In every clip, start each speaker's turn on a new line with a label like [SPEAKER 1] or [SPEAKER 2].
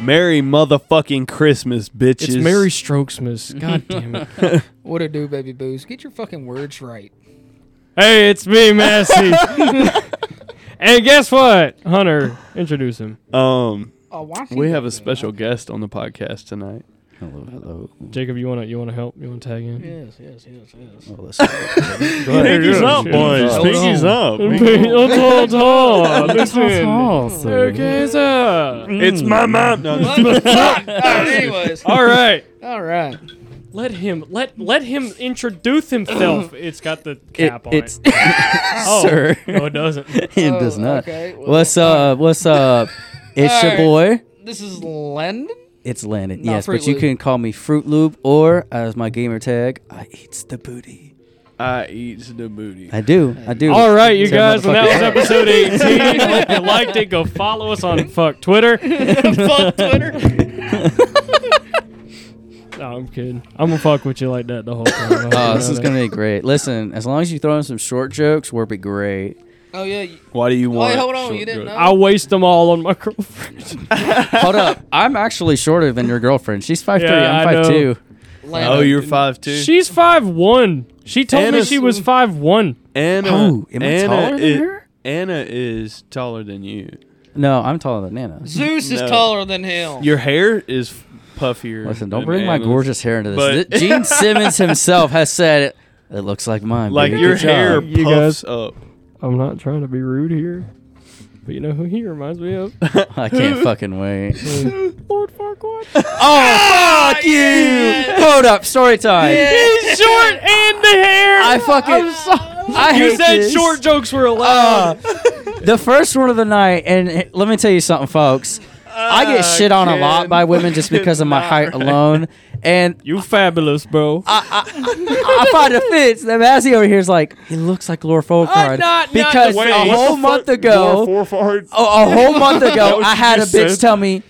[SPEAKER 1] Merry motherfucking Christmas, bitches.
[SPEAKER 2] It's Mary Strokesmas. God damn it.
[SPEAKER 3] What a do, baby booze. Get your fucking words right.
[SPEAKER 2] Hey, it's me, Massey. and guess what? Hunter, introduce him.
[SPEAKER 1] Um,
[SPEAKER 3] Oh, why
[SPEAKER 1] we have a special guest on the podcast tonight.
[SPEAKER 4] Hello, hello.
[SPEAKER 2] Jacob, you wanna you wanna help? You wanna tag in?
[SPEAKER 3] Yes, yes, yes, yes.
[SPEAKER 4] Well, listen.
[SPEAKER 2] Go ahead. Go ahead.
[SPEAKER 4] boys.
[SPEAKER 1] Pinkies up.
[SPEAKER 2] Let's hold on. Listen. Okay, sir.
[SPEAKER 1] It's my mom.
[SPEAKER 3] anyways,
[SPEAKER 2] All right.
[SPEAKER 3] all right.
[SPEAKER 2] Let him let let him introduce himself. it's got the
[SPEAKER 4] It,
[SPEAKER 2] cap on
[SPEAKER 4] it's
[SPEAKER 2] it. Oh,
[SPEAKER 4] sir.
[SPEAKER 2] No, it doesn't.
[SPEAKER 4] it
[SPEAKER 3] Oh,
[SPEAKER 4] does not.
[SPEAKER 3] okay, well,
[SPEAKER 4] what's up? What's up? It's your boy.
[SPEAKER 3] This is Landon.
[SPEAKER 4] It's Landon.
[SPEAKER 3] Not
[SPEAKER 4] yes,
[SPEAKER 3] Fruit
[SPEAKER 4] but you
[SPEAKER 3] Loop.
[SPEAKER 4] can call me Fruit Loop or as my gamer tag, I eats the booty.
[SPEAKER 1] I eats the booty.
[SPEAKER 4] I do. I do.
[SPEAKER 2] All right, you
[SPEAKER 4] Tear
[SPEAKER 2] guys. Well, that was
[SPEAKER 4] motherfucker up.
[SPEAKER 2] episode 18. if you liked it, go follow us on fuck Twitter.
[SPEAKER 3] Fuck Twitter.
[SPEAKER 2] No, I'm kidding. I'm gonna fuck with you like that the whole time.
[SPEAKER 4] Oh, this is gonna be great. Listen, as long as you throw in some short jokes, we'll be great.
[SPEAKER 3] Oh yeah. you-
[SPEAKER 1] Why do you want?
[SPEAKER 3] Wait, hold on.
[SPEAKER 1] short
[SPEAKER 3] You didn't know.
[SPEAKER 1] drugs?
[SPEAKER 2] I waste them all on my girlfriend.
[SPEAKER 4] Hold up, I'm actually shorter than your girlfriend. She's five three.
[SPEAKER 2] Yeah,
[SPEAKER 4] I'm
[SPEAKER 2] I know.
[SPEAKER 4] five two.
[SPEAKER 3] Landon.
[SPEAKER 1] Oh, you're five two.
[SPEAKER 2] She's five one. She told me
[SPEAKER 1] Anna's-
[SPEAKER 2] she was five one.
[SPEAKER 1] Anna.
[SPEAKER 4] Oh, am I
[SPEAKER 1] Anna
[SPEAKER 4] taller than
[SPEAKER 1] i-
[SPEAKER 4] her?
[SPEAKER 1] Anna is taller than you.
[SPEAKER 4] No, I'm taller than Nana.
[SPEAKER 3] Zeus is
[SPEAKER 1] No.
[SPEAKER 3] taller than him.
[SPEAKER 1] Your hair is f- puffier.
[SPEAKER 4] Listen, don't
[SPEAKER 1] than
[SPEAKER 4] bring my
[SPEAKER 1] Anna's.
[SPEAKER 4] gorgeous hair into this.
[SPEAKER 1] But-
[SPEAKER 4] Th- Gene Simmons himself has said it. It looks like mine.
[SPEAKER 1] Like
[SPEAKER 4] baby.
[SPEAKER 1] your
[SPEAKER 4] Good job."
[SPEAKER 1] hair puffs
[SPEAKER 2] You guys-
[SPEAKER 1] up.
[SPEAKER 2] I'm not trying to be rude here, but you know who he reminds me of?
[SPEAKER 4] I can't fucking wait.
[SPEAKER 2] Lord Farquaad.
[SPEAKER 4] oh, fuck you! Hold up, story time.
[SPEAKER 2] He's short and the hair.
[SPEAKER 4] I fucking.
[SPEAKER 2] I'm so-
[SPEAKER 4] I
[SPEAKER 2] you
[SPEAKER 4] hate
[SPEAKER 2] said
[SPEAKER 4] this. Uh,
[SPEAKER 2] short jokes were
[SPEAKER 4] Ah.
[SPEAKER 2] allowed.
[SPEAKER 4] the first one of the night, and h- let me tell you something, folks. I
[SPEAKER 2] Uh,
[SPEAKER 4] get shit on a lot
[SPEAKER 1] Ken.
[SPEAKER 4] by women just because of my
[SPEAKER 1] Not
[SPEAKER 4] height alone, and
[SPEAKER 2] you fabulous, bro.
[SPEAKER 4] Ah, I find it fits that Massey over here is like he looks like Lord Farquaad
[SPEAKER 2] I'm not- not
[SPEAKER 4] because
[SPEAKER 2] the way-
[SPEAKER 4] a
[SPEAKER 2] what
[SPEAKER 4] whole month ago, a, a whole month ago, I had a bitch tell me,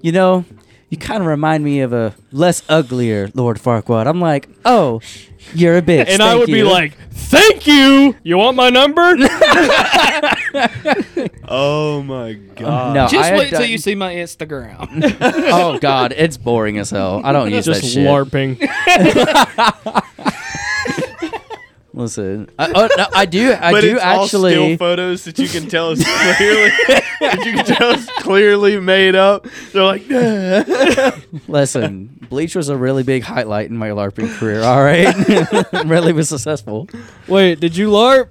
[SPEAKER 4] you know, you kind of remind me of a less uglier Lord Farquaad. I'm like, oh, you're a bitch.
[SPEAKER 2] and I
[SPEAKER 4] Thank
[SPEAKER 2] would be
[SPEAKER 4] you."
[SPEAKER 2] like, "Thank you. You want my number?"
[SPEAKER 1] Oh my god.
[SPEAKER 4] no,
[SPEAKER 3] Just
[SPEAKER 4] I had
[SPEAKER 3] wait till
[SPEAKER 4] done-
[SPEAKER 3] you see my Instagram.
[SPEAKER 4] Oh God, it's boring as hell. I don't use that
[SPEAKER 2] Just
[SPEAKER 4] shit.
[SPEAKER 2] larping.
[SPEAKER 4] Listen, I, oh, no, I do, I
[SPEAKER 1] but
[SPEAKER 4] do
[SPEAKER 1] it's
[SPEAKER 4] actually.
[SPEAKER 1] all still photos that you can tell us clearly. that you can tell us clearly made up. They're like,
[SPEAKER 4] Listen, Bleach was a really big highlight in my LARPing career. All right, really was successful.
[SPEAKER 2] Wait, did you larp?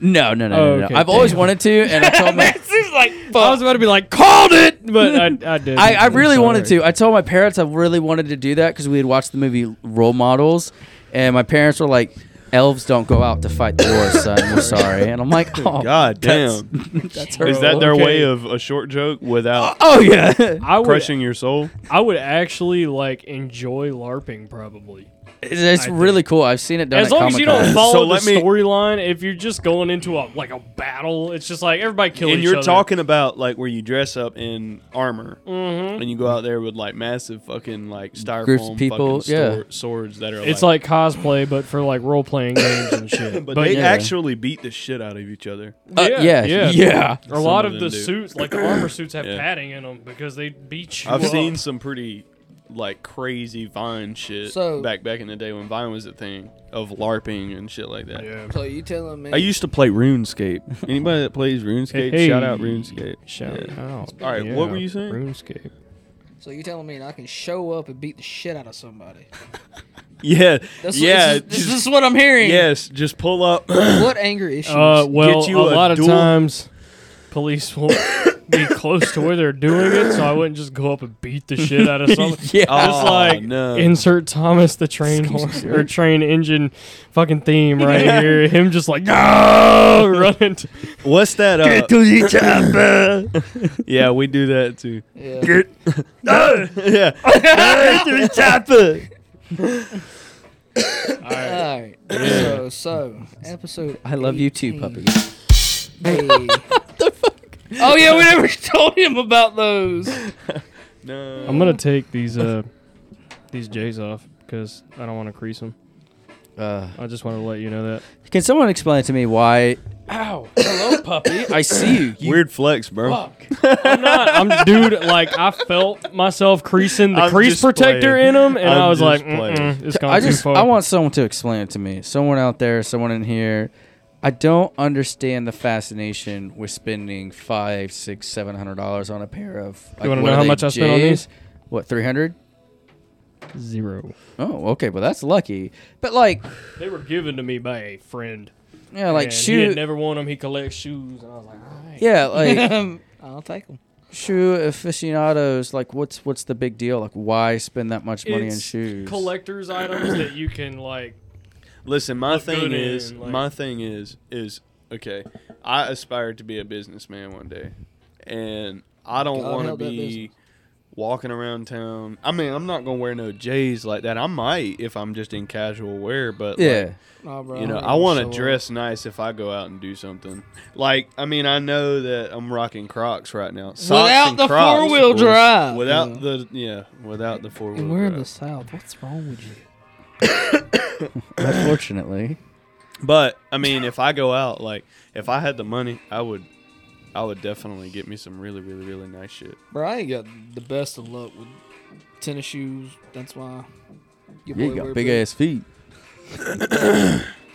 [SPEAKER 4] No, no, no,
[SPEAKER 2] Oh,
[SPEAKER 4] no, no.
[SPEAKER 2] okay,
[SPEAKER 4] I've always
[SPEAKER 2] damn.
[SPEAKER 4] wanted to, and I told my,
[SPEAKER 3] Zeus like
[SPEAKER 2] I was
[SPEAKER 3] fuck.
[SPEAKER 2] about to be like, called it, but I, I did.
[SPEAKER 4] I, I really wanted to. I told my parents I really wanted to do that because we had watched the movie Role Models, and my parents were like, "Elves don't go out to fight the war, son. We're sorry." And I'm like, "Oh
[SPEAKER 1] God
[SPEAKER 4] that's-
[SPEAKER 1] damn.
[SPEAKER 4] that's
[SPEAKER 1] Is
[SPEAKER 4] horrible."
[SPEAKER 1] that their
[SPEAKER 2] Okay.
[SPEAKER 1] way of a short joke without
[SPEAKER 4] Oh yeah,
[SPEAKER 2] I would,
[SPEAKER 1] crushing your soul?
[SPEAKER 2] I would actually like enjoy larping probably.
[SPEAKER 4] it's, it's
[SPEAKER 2] I
[SPEAKER 4] really cool. I've seen it done.
[SPEAKER 2] As
[SPEAKER 4] at
[SPEAKER 2] long as you don't
[SPEAKER 4] Comic-Con.
[SPEAKER 2] follow
[SPEAKER 1] let
[SPEAKER 2] the
[SPEAKER 1] me-
[SPEAKER 2] storyline, if you're just going into a like a battle, it's just like everybody kill
[SPEAKER 1] and
[SPEAKER 2] each
[SPEAKER 1] you're
[SPEAKER 2] other.
[SPEAKER 1] talking about like where you dress up in armor and you go out there with like massive fucking like styrofoam
[SPEAKER 4] Mm-hmm. Groups of people,
[SPEAKER 1] fucking
[SPEAKER 4] yeah.
[SPEAKER 1] stor- swords that are
[SPEAKER 2] It's like cosplay, but for like role playing games and shit.
[SPEAKER 1] but, they
[SPEAKER 4] yeah.
[SPEAKER 1] actually beat the shit out of each other.
[SPEAKER 4] Uh, yeah, yeah.
[SPEAKER 2] A
[SPEAKER 1] Some
[SPEAKER 2] lot
[SPEAKER 1] of
[SPEAKER 2] of the
[SPEAKER 1] them do.
[SPEAKER 2] suits, like the armor suits, have
[SPEAKER 1] Yeah.
[SPEAKER 2] padding in them because they beat you.
[SPEAKER 1] I've
[SPEAKER 2] up.
[SPEAKER 1] seen some pretty like crazy Vine shit
[SPEAKER 3] So-
[SPEAKER 1] back back in the day when Vine was a thing of LARPing and shit like that.
[SPEAKER 2] Yeah.
[SPEAKER 3] So you telling me?
[SPEAKER 1] I used to play RuneScape. Anybody that plays RuneScape,
[SPEAKER 2] Hey.
[SPEAKER 1] shout out RuneScape.
[SPEAKER 2] Shout out.
[SPEAKER 1] All right, what were you saying?
[SPEAKER 2] RuneScape.
[SPEAKER 3] so you telling me I can show up and beat the shit out of somebody?
[SPEAKER 1] Yeah,
[SPEAKER 3] That's
[SPEAKER 1] yeah,
[SPEAKER 3] What, this, is-
[SPEAKER 1] just-
[SPEAKER 3] this is what I'm hearing.
[SPEAKER 1] yes. Just pull up.
[SPEAKER 3] What anger issues?
[SPEAKER 2] Uh, well,
[SPEAKER 1] you
[SPEAKER 2] a,
[SPEAKER 1] a
[SPEAKER 2] lot of
[SPEAKER 1] dual-
[SPEAKER 2] times police won't be close to where they're doing it, so I wouldn't just go up and beat the shit out of someone.
[SPEAKER 4] Yeah.
[SPEAKER 1] Uh,
[SPEAKER 2] Just like
[SPEAKER 4] Um,
[SPEAKER 1] no.
[SPEAKER 2] insert Thomas the train horn or train engine fucking theme right here. Him just like "Ah," running. t-
[SPEAKER 1] What's that? Uh, yeah, we do that too.
[SPEAKER 3] yeah.
[SPEAKER 1] yeah.
[SPEAKER 3] All right. So, so episode.
[SPEAKER 4] I love you too,
[SPEAKER 3] 18.
[SPEAKER 4] puppy.
[SPEAKER 3] Hey. Oh yeah, we never told him about those.
[SPEAKER 1] No.
[SPEAKER 2] I'm gonna take these uh these J's off because I don't want to crease them.
[SPEAKER 4] Uh,
[SPEAKER 2] I just want to let you know that.
[SPEAKER 4] Can someone explain to me why
[SPEAKER 3] Ow. Hello, puppy. I see you. you
[SPEAKER 1] Weird flex, bro.
[SPEAKER 3] Fuck.
[SPEAKER 2] I'm not. I'm dude. Like I felt myself creasing the
[SPEAKER 1] I'm
[SPEAKER 2] crease
[SPEAKER 1] just
[SPEAKER 2] protector
[SPEAKER 1] playing.
[SPEAKER 2] in them, and i
[SPEAKER 1] I'm
[SPEAKER 2] was
[SPEAKER 1] just
[SPEAKER 2] like,
[SPEAKER 1] playing.
[SPEAKER 2] "Mm-mm, it's gone
[SPEAKER 4] I
[SPEAKER 2] too
[SPEAKER 4] just
[SPEAKER 2] far.
[SPEAKER 4] I want someone to explain it to me. Someone out there, someone in here. I don't understand the fascination with spending five, six, seven hundred dollars on a pair of. Like,
[SPEAKER 2] wanna
[SPEAKER 4] what
[SPEAKER 2] know
[SPEAKER 4] are
[SPEAKER 2] how
[SPEAKER 4] they,
[SPEAKER 2] much I spent on
[SPEAKER 4] J's?
[SPEAKER 2] these?
[SPEAKER 4] What three hundred?
[SPEAKER 2] zero.
[SPEAKER 4] Oh, okay. Well, that's lucky. But like,
[SPEAKER 2] They were given to me by a friend.
[SPEAKER 4] yeah, like
[SPEAKER 2] and He
[SPEAKER 4] shoe.
[SPEAKER 2] had never worn them. He collects shoes, and I was like, all right.
[SPEAKER 4] yeah, like
[SPEAKER 3] I'll take them.
[SPEAKER 4] shoe aficionados. Like, what's what's the big deal? Like, why spend that much money on
[SPEAKER 2] It's
[SPEAKER 4] shoes?
[SPEAKER 2] collectors items that you can like.
[SPEAKER 1] Listen, my
[SPEAKER 2] Look
[SPEAKER 1] thing
[SPEAKER 2] good
[SPEAKER 1] is,
[SPEAKER 2] in, like-
[SPEAKER 1] my thing is, is okay. I aspire to be a businessman one day, and I don't
[SPEAKER 3] God
[SPEAKER 1] want to
[SPEAKER 3] help that
[SPEAKER 1] be walking around town. I mean, I'm not gonna wear no J's like that. I might if I'm just in casual wear, but like,
[SPEAKER 4] yeah,
[SPEAKER 3] bro,
[SPEAKER 1] you know,
[SPEAKER 3] I'm
[SPEAKER 1] I want
[SPEAKER 3] so- uh,
[SPEAKER 1] to dress nice if I go out and do something. Like, I mean, I know that I'm rocking Crocs right now. Socks
[SPEAKER 3] Without
[SPEAKER 1] and
[SPEAKER 3] the
[SPEAKER 1] Crocs, of
[SPEAKER 3] four-wheel
[SPEAKER 1] course.
[SPEAKER 3] drive.
[SPEAKER 1] Without
[SPEAKER 3] Yeah.
[SPEAKER 1] the yeah, without the four wheel.
[SPEAKER 3] And we're in
[SPEAKER 1] drive.
[SPEAKER 3] the South. What's wrong with you?
[SPEAKER 4] unfortunately.
[SPEAKER 1] But I mean, if I go out, like if I had the money, I would, I would definitely get me some really, really, really nice shit.
[SPEAKER 3] Bro, I ain't got the best of luck with tennis shoes. That's why. Your
[SPEAKER 4] Yeah,
[SPEAKER 3] boy
[SPEAKER 4] you got
[SPEAKER 3] wear
[SPEAKER 4] big ass feet.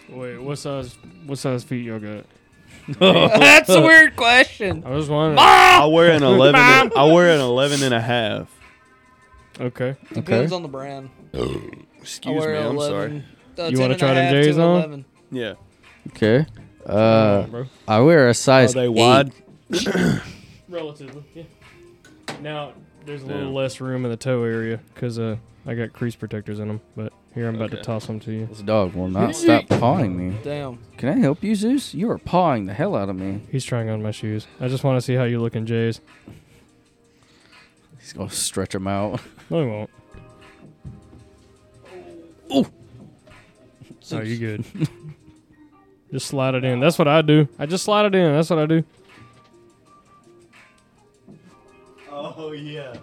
[SPEAKER 2] Wait, what size? What size feet y'all got?
[SPEAKER 3] That's a weird question.
[SPEAKER 2] I was wondering.
[SPEAKER 1] I wear an eleven. and- I wear an eleven and a half.
[SPEAKER 2] Okay.
[SPEAKER 3] Depends on the brand. I
[SPEAKER 1] Excuse me,
[SPEAKER 3] wear
[SPEAKER 1] I'm
[SPEAKER 3] 11.
[SPEAKER 1] sorry.
[SPEAKER 3] Uh,
[SPEAKER 2] You
[SPEAKER 3] 10
[SPEAKER 2] wanna
[SPEAKER 3] and a
[SPEAKER 2] try them
[SPEAKER 3] half to
[SPEAKER 2] J's on?
[SPEAKER 3] 11.
[SPEAKER 1] Yeah,
[SPEAKER 4] Okay.
[SPEAKER 2] Come
[SPEAKER 4] Uh,
[SPEAKER 2] on, bro.
[SPEAKER 4] I wear a
[SPEAKER 1] are
[SPEAKER 4] size.
[SPEAKER 1] they
[SPEAKER 4] eight.
[SPEAKER 1] wide?
[SPEAKER 2] Relatively, yeah. Now there's a
[SPEAKER 1] Yeah.
[SPEAKER 2] little less room in the toe area because uh, I got crease protectors in them. But here I'm about
[SPEAKER 1] Okay.
[SPEAKER 2] to toss them to you.
[SPEAKER 4] This dog will not stop pawing me.
[SPEAKER 3] Damn.
[SPEAKER 4] Can I help you, Zeus? You are pawing the hell out of me.
[SPEAKER 2] He's trying on my shoes. I just want to see how you look in J's.
[SPEAKER 4] He's gonna stretch him out.
[SPEAKER 2] No, he won't. Oh, you good? just slide it in. That's what I do. I just slide it in. That's what I do.
[SPEAKER 1] Oh yeah.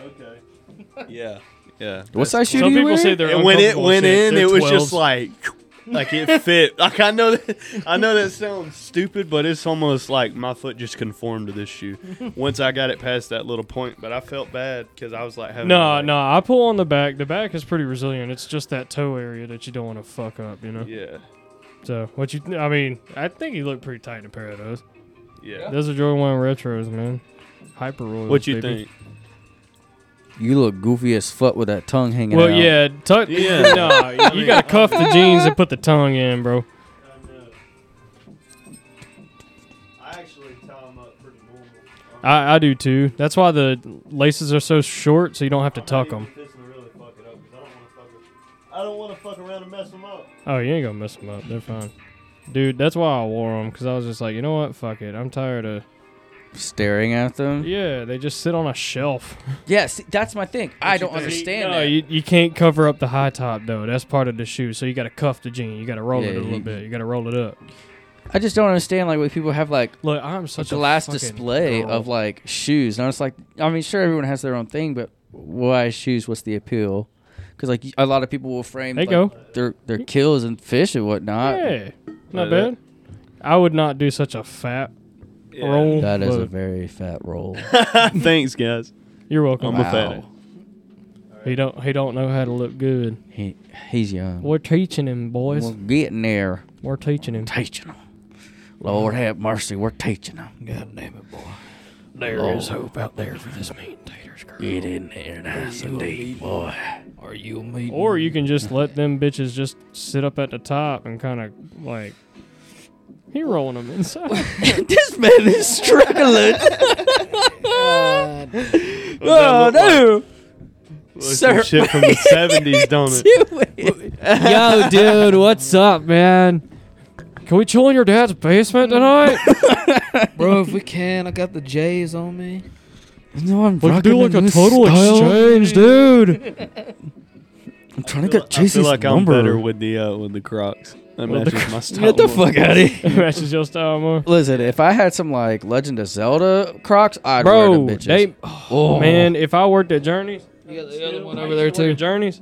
[SPEAKER 1] Okay. Yeah. Yeah.
[SPEAKER 4] What size shoe do
[SPEAKER 2] Some
[SPEAKER 4] you
[SPEAKER 2] people
[SPEAKER 4] wear?
[SPEAKER 2] say they're
[SPEAKER 1] And when it
[SPEAKER 2] uncomfortable
[SPEAKER 1] went
[SPEAKER 2] shit.
[SPEAKER 1] in,
[SPEAKER 2] They're
[SPEAKER 1] it was
[SPEAKER 2] 12s.
[SPEAKER 1] just like, like it fit. like I know that I know that sounds stupid, but it's almost like my foot just conformed to this shoe. Once I got it past that little point, but I felt bad because I was like, having
[SPEAKER 2] No,
[SPEAKER 1] to, like-
[SPEAKER 2] no, I pull on the back. The back is pretty resilient. It's just that toe area that you don't want to fuck up, you know.
[SPEAKER 1] Yeah,
[SPEAKER 2] So what you? I mean, I think you look pretty tight in a pair of those.
[SPEAKER 1] yeah.
[SPEAKER 2] Those are Jordan One retros, man. Hyper Royals.
[SPEAKER 1] What you
[SPEAKER 2] baby.
[SPEAKER 1] think?
[SPEAKER 4] You look goofy as fuck with that tongue hanging
[SPEAKER 2] Well,
[SPEAKER 4] out.
[SPEAKER 2] yeah, tuck.
[SPEAKER 1] Yeah.
[SPEAKER 2] nah, you gotta cuff the jeans and put the tongue in, bro.
[SPEAKER 1] I actually tie them up pretty normal.
[SPEAKER 2] I, I do too. That's why the laces are so short, so you don't have to tuck them.
[SPEAKER 1] I don't want to fuck around and mess them up.
[SPEAKER 2] Oh, you ain't gonna mess them up. They're fine, dude. That's why I wore them because I was just like, you know what, fuck it. I'm tired of.
[SPEAKER 4] Staring at them.
[SPEAKER 2] Yeah, they just sit on a shelf.
[SPEAKER 4] Yeah, see, that's my thing. I don't
[SPEAKER 2] you think?
[SPEAKER 4] understand
[SPEAKER 2] No,
[SPEAKER 4] that.
[SPEAKER 2] you, you can't cover up the high top though. That's part of the shoe. So you got to cuff the jean. You got to roll
[SPEAKER 4] Yeah,
[SPEAKER 2] it a little
[SPEAKER 4] you-
[SPEAKER 2] bit. You got to roll it up.
[SPEAKER 4] I just don't understand like when people have like
[SPEAKER 2] Look, I'm
[SPEAKER 4] a
[SPEAKER 2] such a
[SPEAKER 4] glass
[SPEAKER 2] fucking
[SPEAKER 4] display
[SPEAKER 2] girl.
[SPEAKER 4] of like shoes, and I was like, I mean, sure, everyone has their own thing, but why shoes? What's the appeal? Because like a lot of people will frame
[SPEAKER 2] There
[SPEAKER 4] like,
[SPEAKER 2] you
[SPEAKER 4] their their kills and fish and whatnot.
[SPEAKER 2] Yeah,
[SPEAKER 1] Like
[SPEAKER 2] not bad.
[SPEAKER 1] that.
[SPEAKER 2] I would not do such a fat
[SPEAKER 1] Yeah.
[SPEAKER 2] roll.
[SPEAKER 4] That is a
[SPEAKER 2] but
[SPEAKER 4] very fat roll.
[SPEAKER 1] Thanks, guys.
[SPEAKER 2] You're welcome.
[SPEAKER 1] I'm a fat.
[SPEAKER 4] Wow.
[SPEAKER 2] He don't he don't know how to look good.
[SPEAKER 4] he he's young.
[SPEAKER 2] We're teaching him, boys.
[SPEAKER 4] We're getting there.
[SPEAKER 2] We're teaching him.
[SPEAKER 4] Teaching them. Lord have mercy. We're teaching them.
[SPEAKER 3] God damn it, boy.
[SPEAKER 2] There is
[SPEAKER 4] Lord.
[SPEAKER 2] hope out there for this mean taters girl.
[SPEAKER 4] Get in there nice and deep, boy.
[SPEAKER 3] Are you a meat?
[SPEAKER 2] Or you can just let them bitches just sit up at the top and kind of like he rolling them inside.
[SPEAKER 4] this man is struggling.
[SPEAKER 3] God.
[SPEAKER 4] oh, no.
[SPEAKER 1] Looks
[SPEAKER 4] Sir.
[SPEAKER 1] like shit from the seventies, don't it?
[SPEAKER 2] Yo, dude, what's up, man? Can we chill in your dad's basement tonight?
[SPEAKER 3] Bro, if we can, I got the J's on me.
[SPEAKER 4] No, I'm
[SPEAKER 2] Let's do
[SPEAKER 4] rocking
[SPEAKER 2] like
[SPEAKER 4] in
[SPEAKER 2] a
[SPEAKER 4] this
[SPEAKER 2] total
[SPEAKER 4] style.
[SPEAKER 2] exchange, dude.
[SPEAKER 4] I'm trying to get
[SPEAKER 1] I
[SPEAKER 4] Jason's
[SPEAKER 1] feel like
[SPEAKER 4] number.
[SPEAKER 1] I'm better with the uh, with the Crocs. That
[SPEAKER 2] With the
[SPEAKER 1] matches my style.
[SPEAKER 4] get the
[SPEAKER 1] more.
[SPEAKER 4] fuck out of here.
[SPEAKER 2] Matches your style more.
[SPEAKER 4] Listen, if I had some like Legend of Zelda Crocs, I'd
[SPEAKER 2] Bro,
[SPEAKER 4] wear them bitches.
[SPEAKER 2] they,
[SPEAKER 4] oh
[SPEAKER 2] man, if I worked at Journeys,
[SPEAKER 3] You got the
[SPEAKER 2] Still,
[SPEAKER 3] other one
[SPEAKER 2] I
[SPEAKER 3] over
[SPEAKER 2] used
[SPEAKER 3] there,
[SPEAKER 2] to work
[SPEAKER 3] too.
[SPEAKER 2] at Journeys.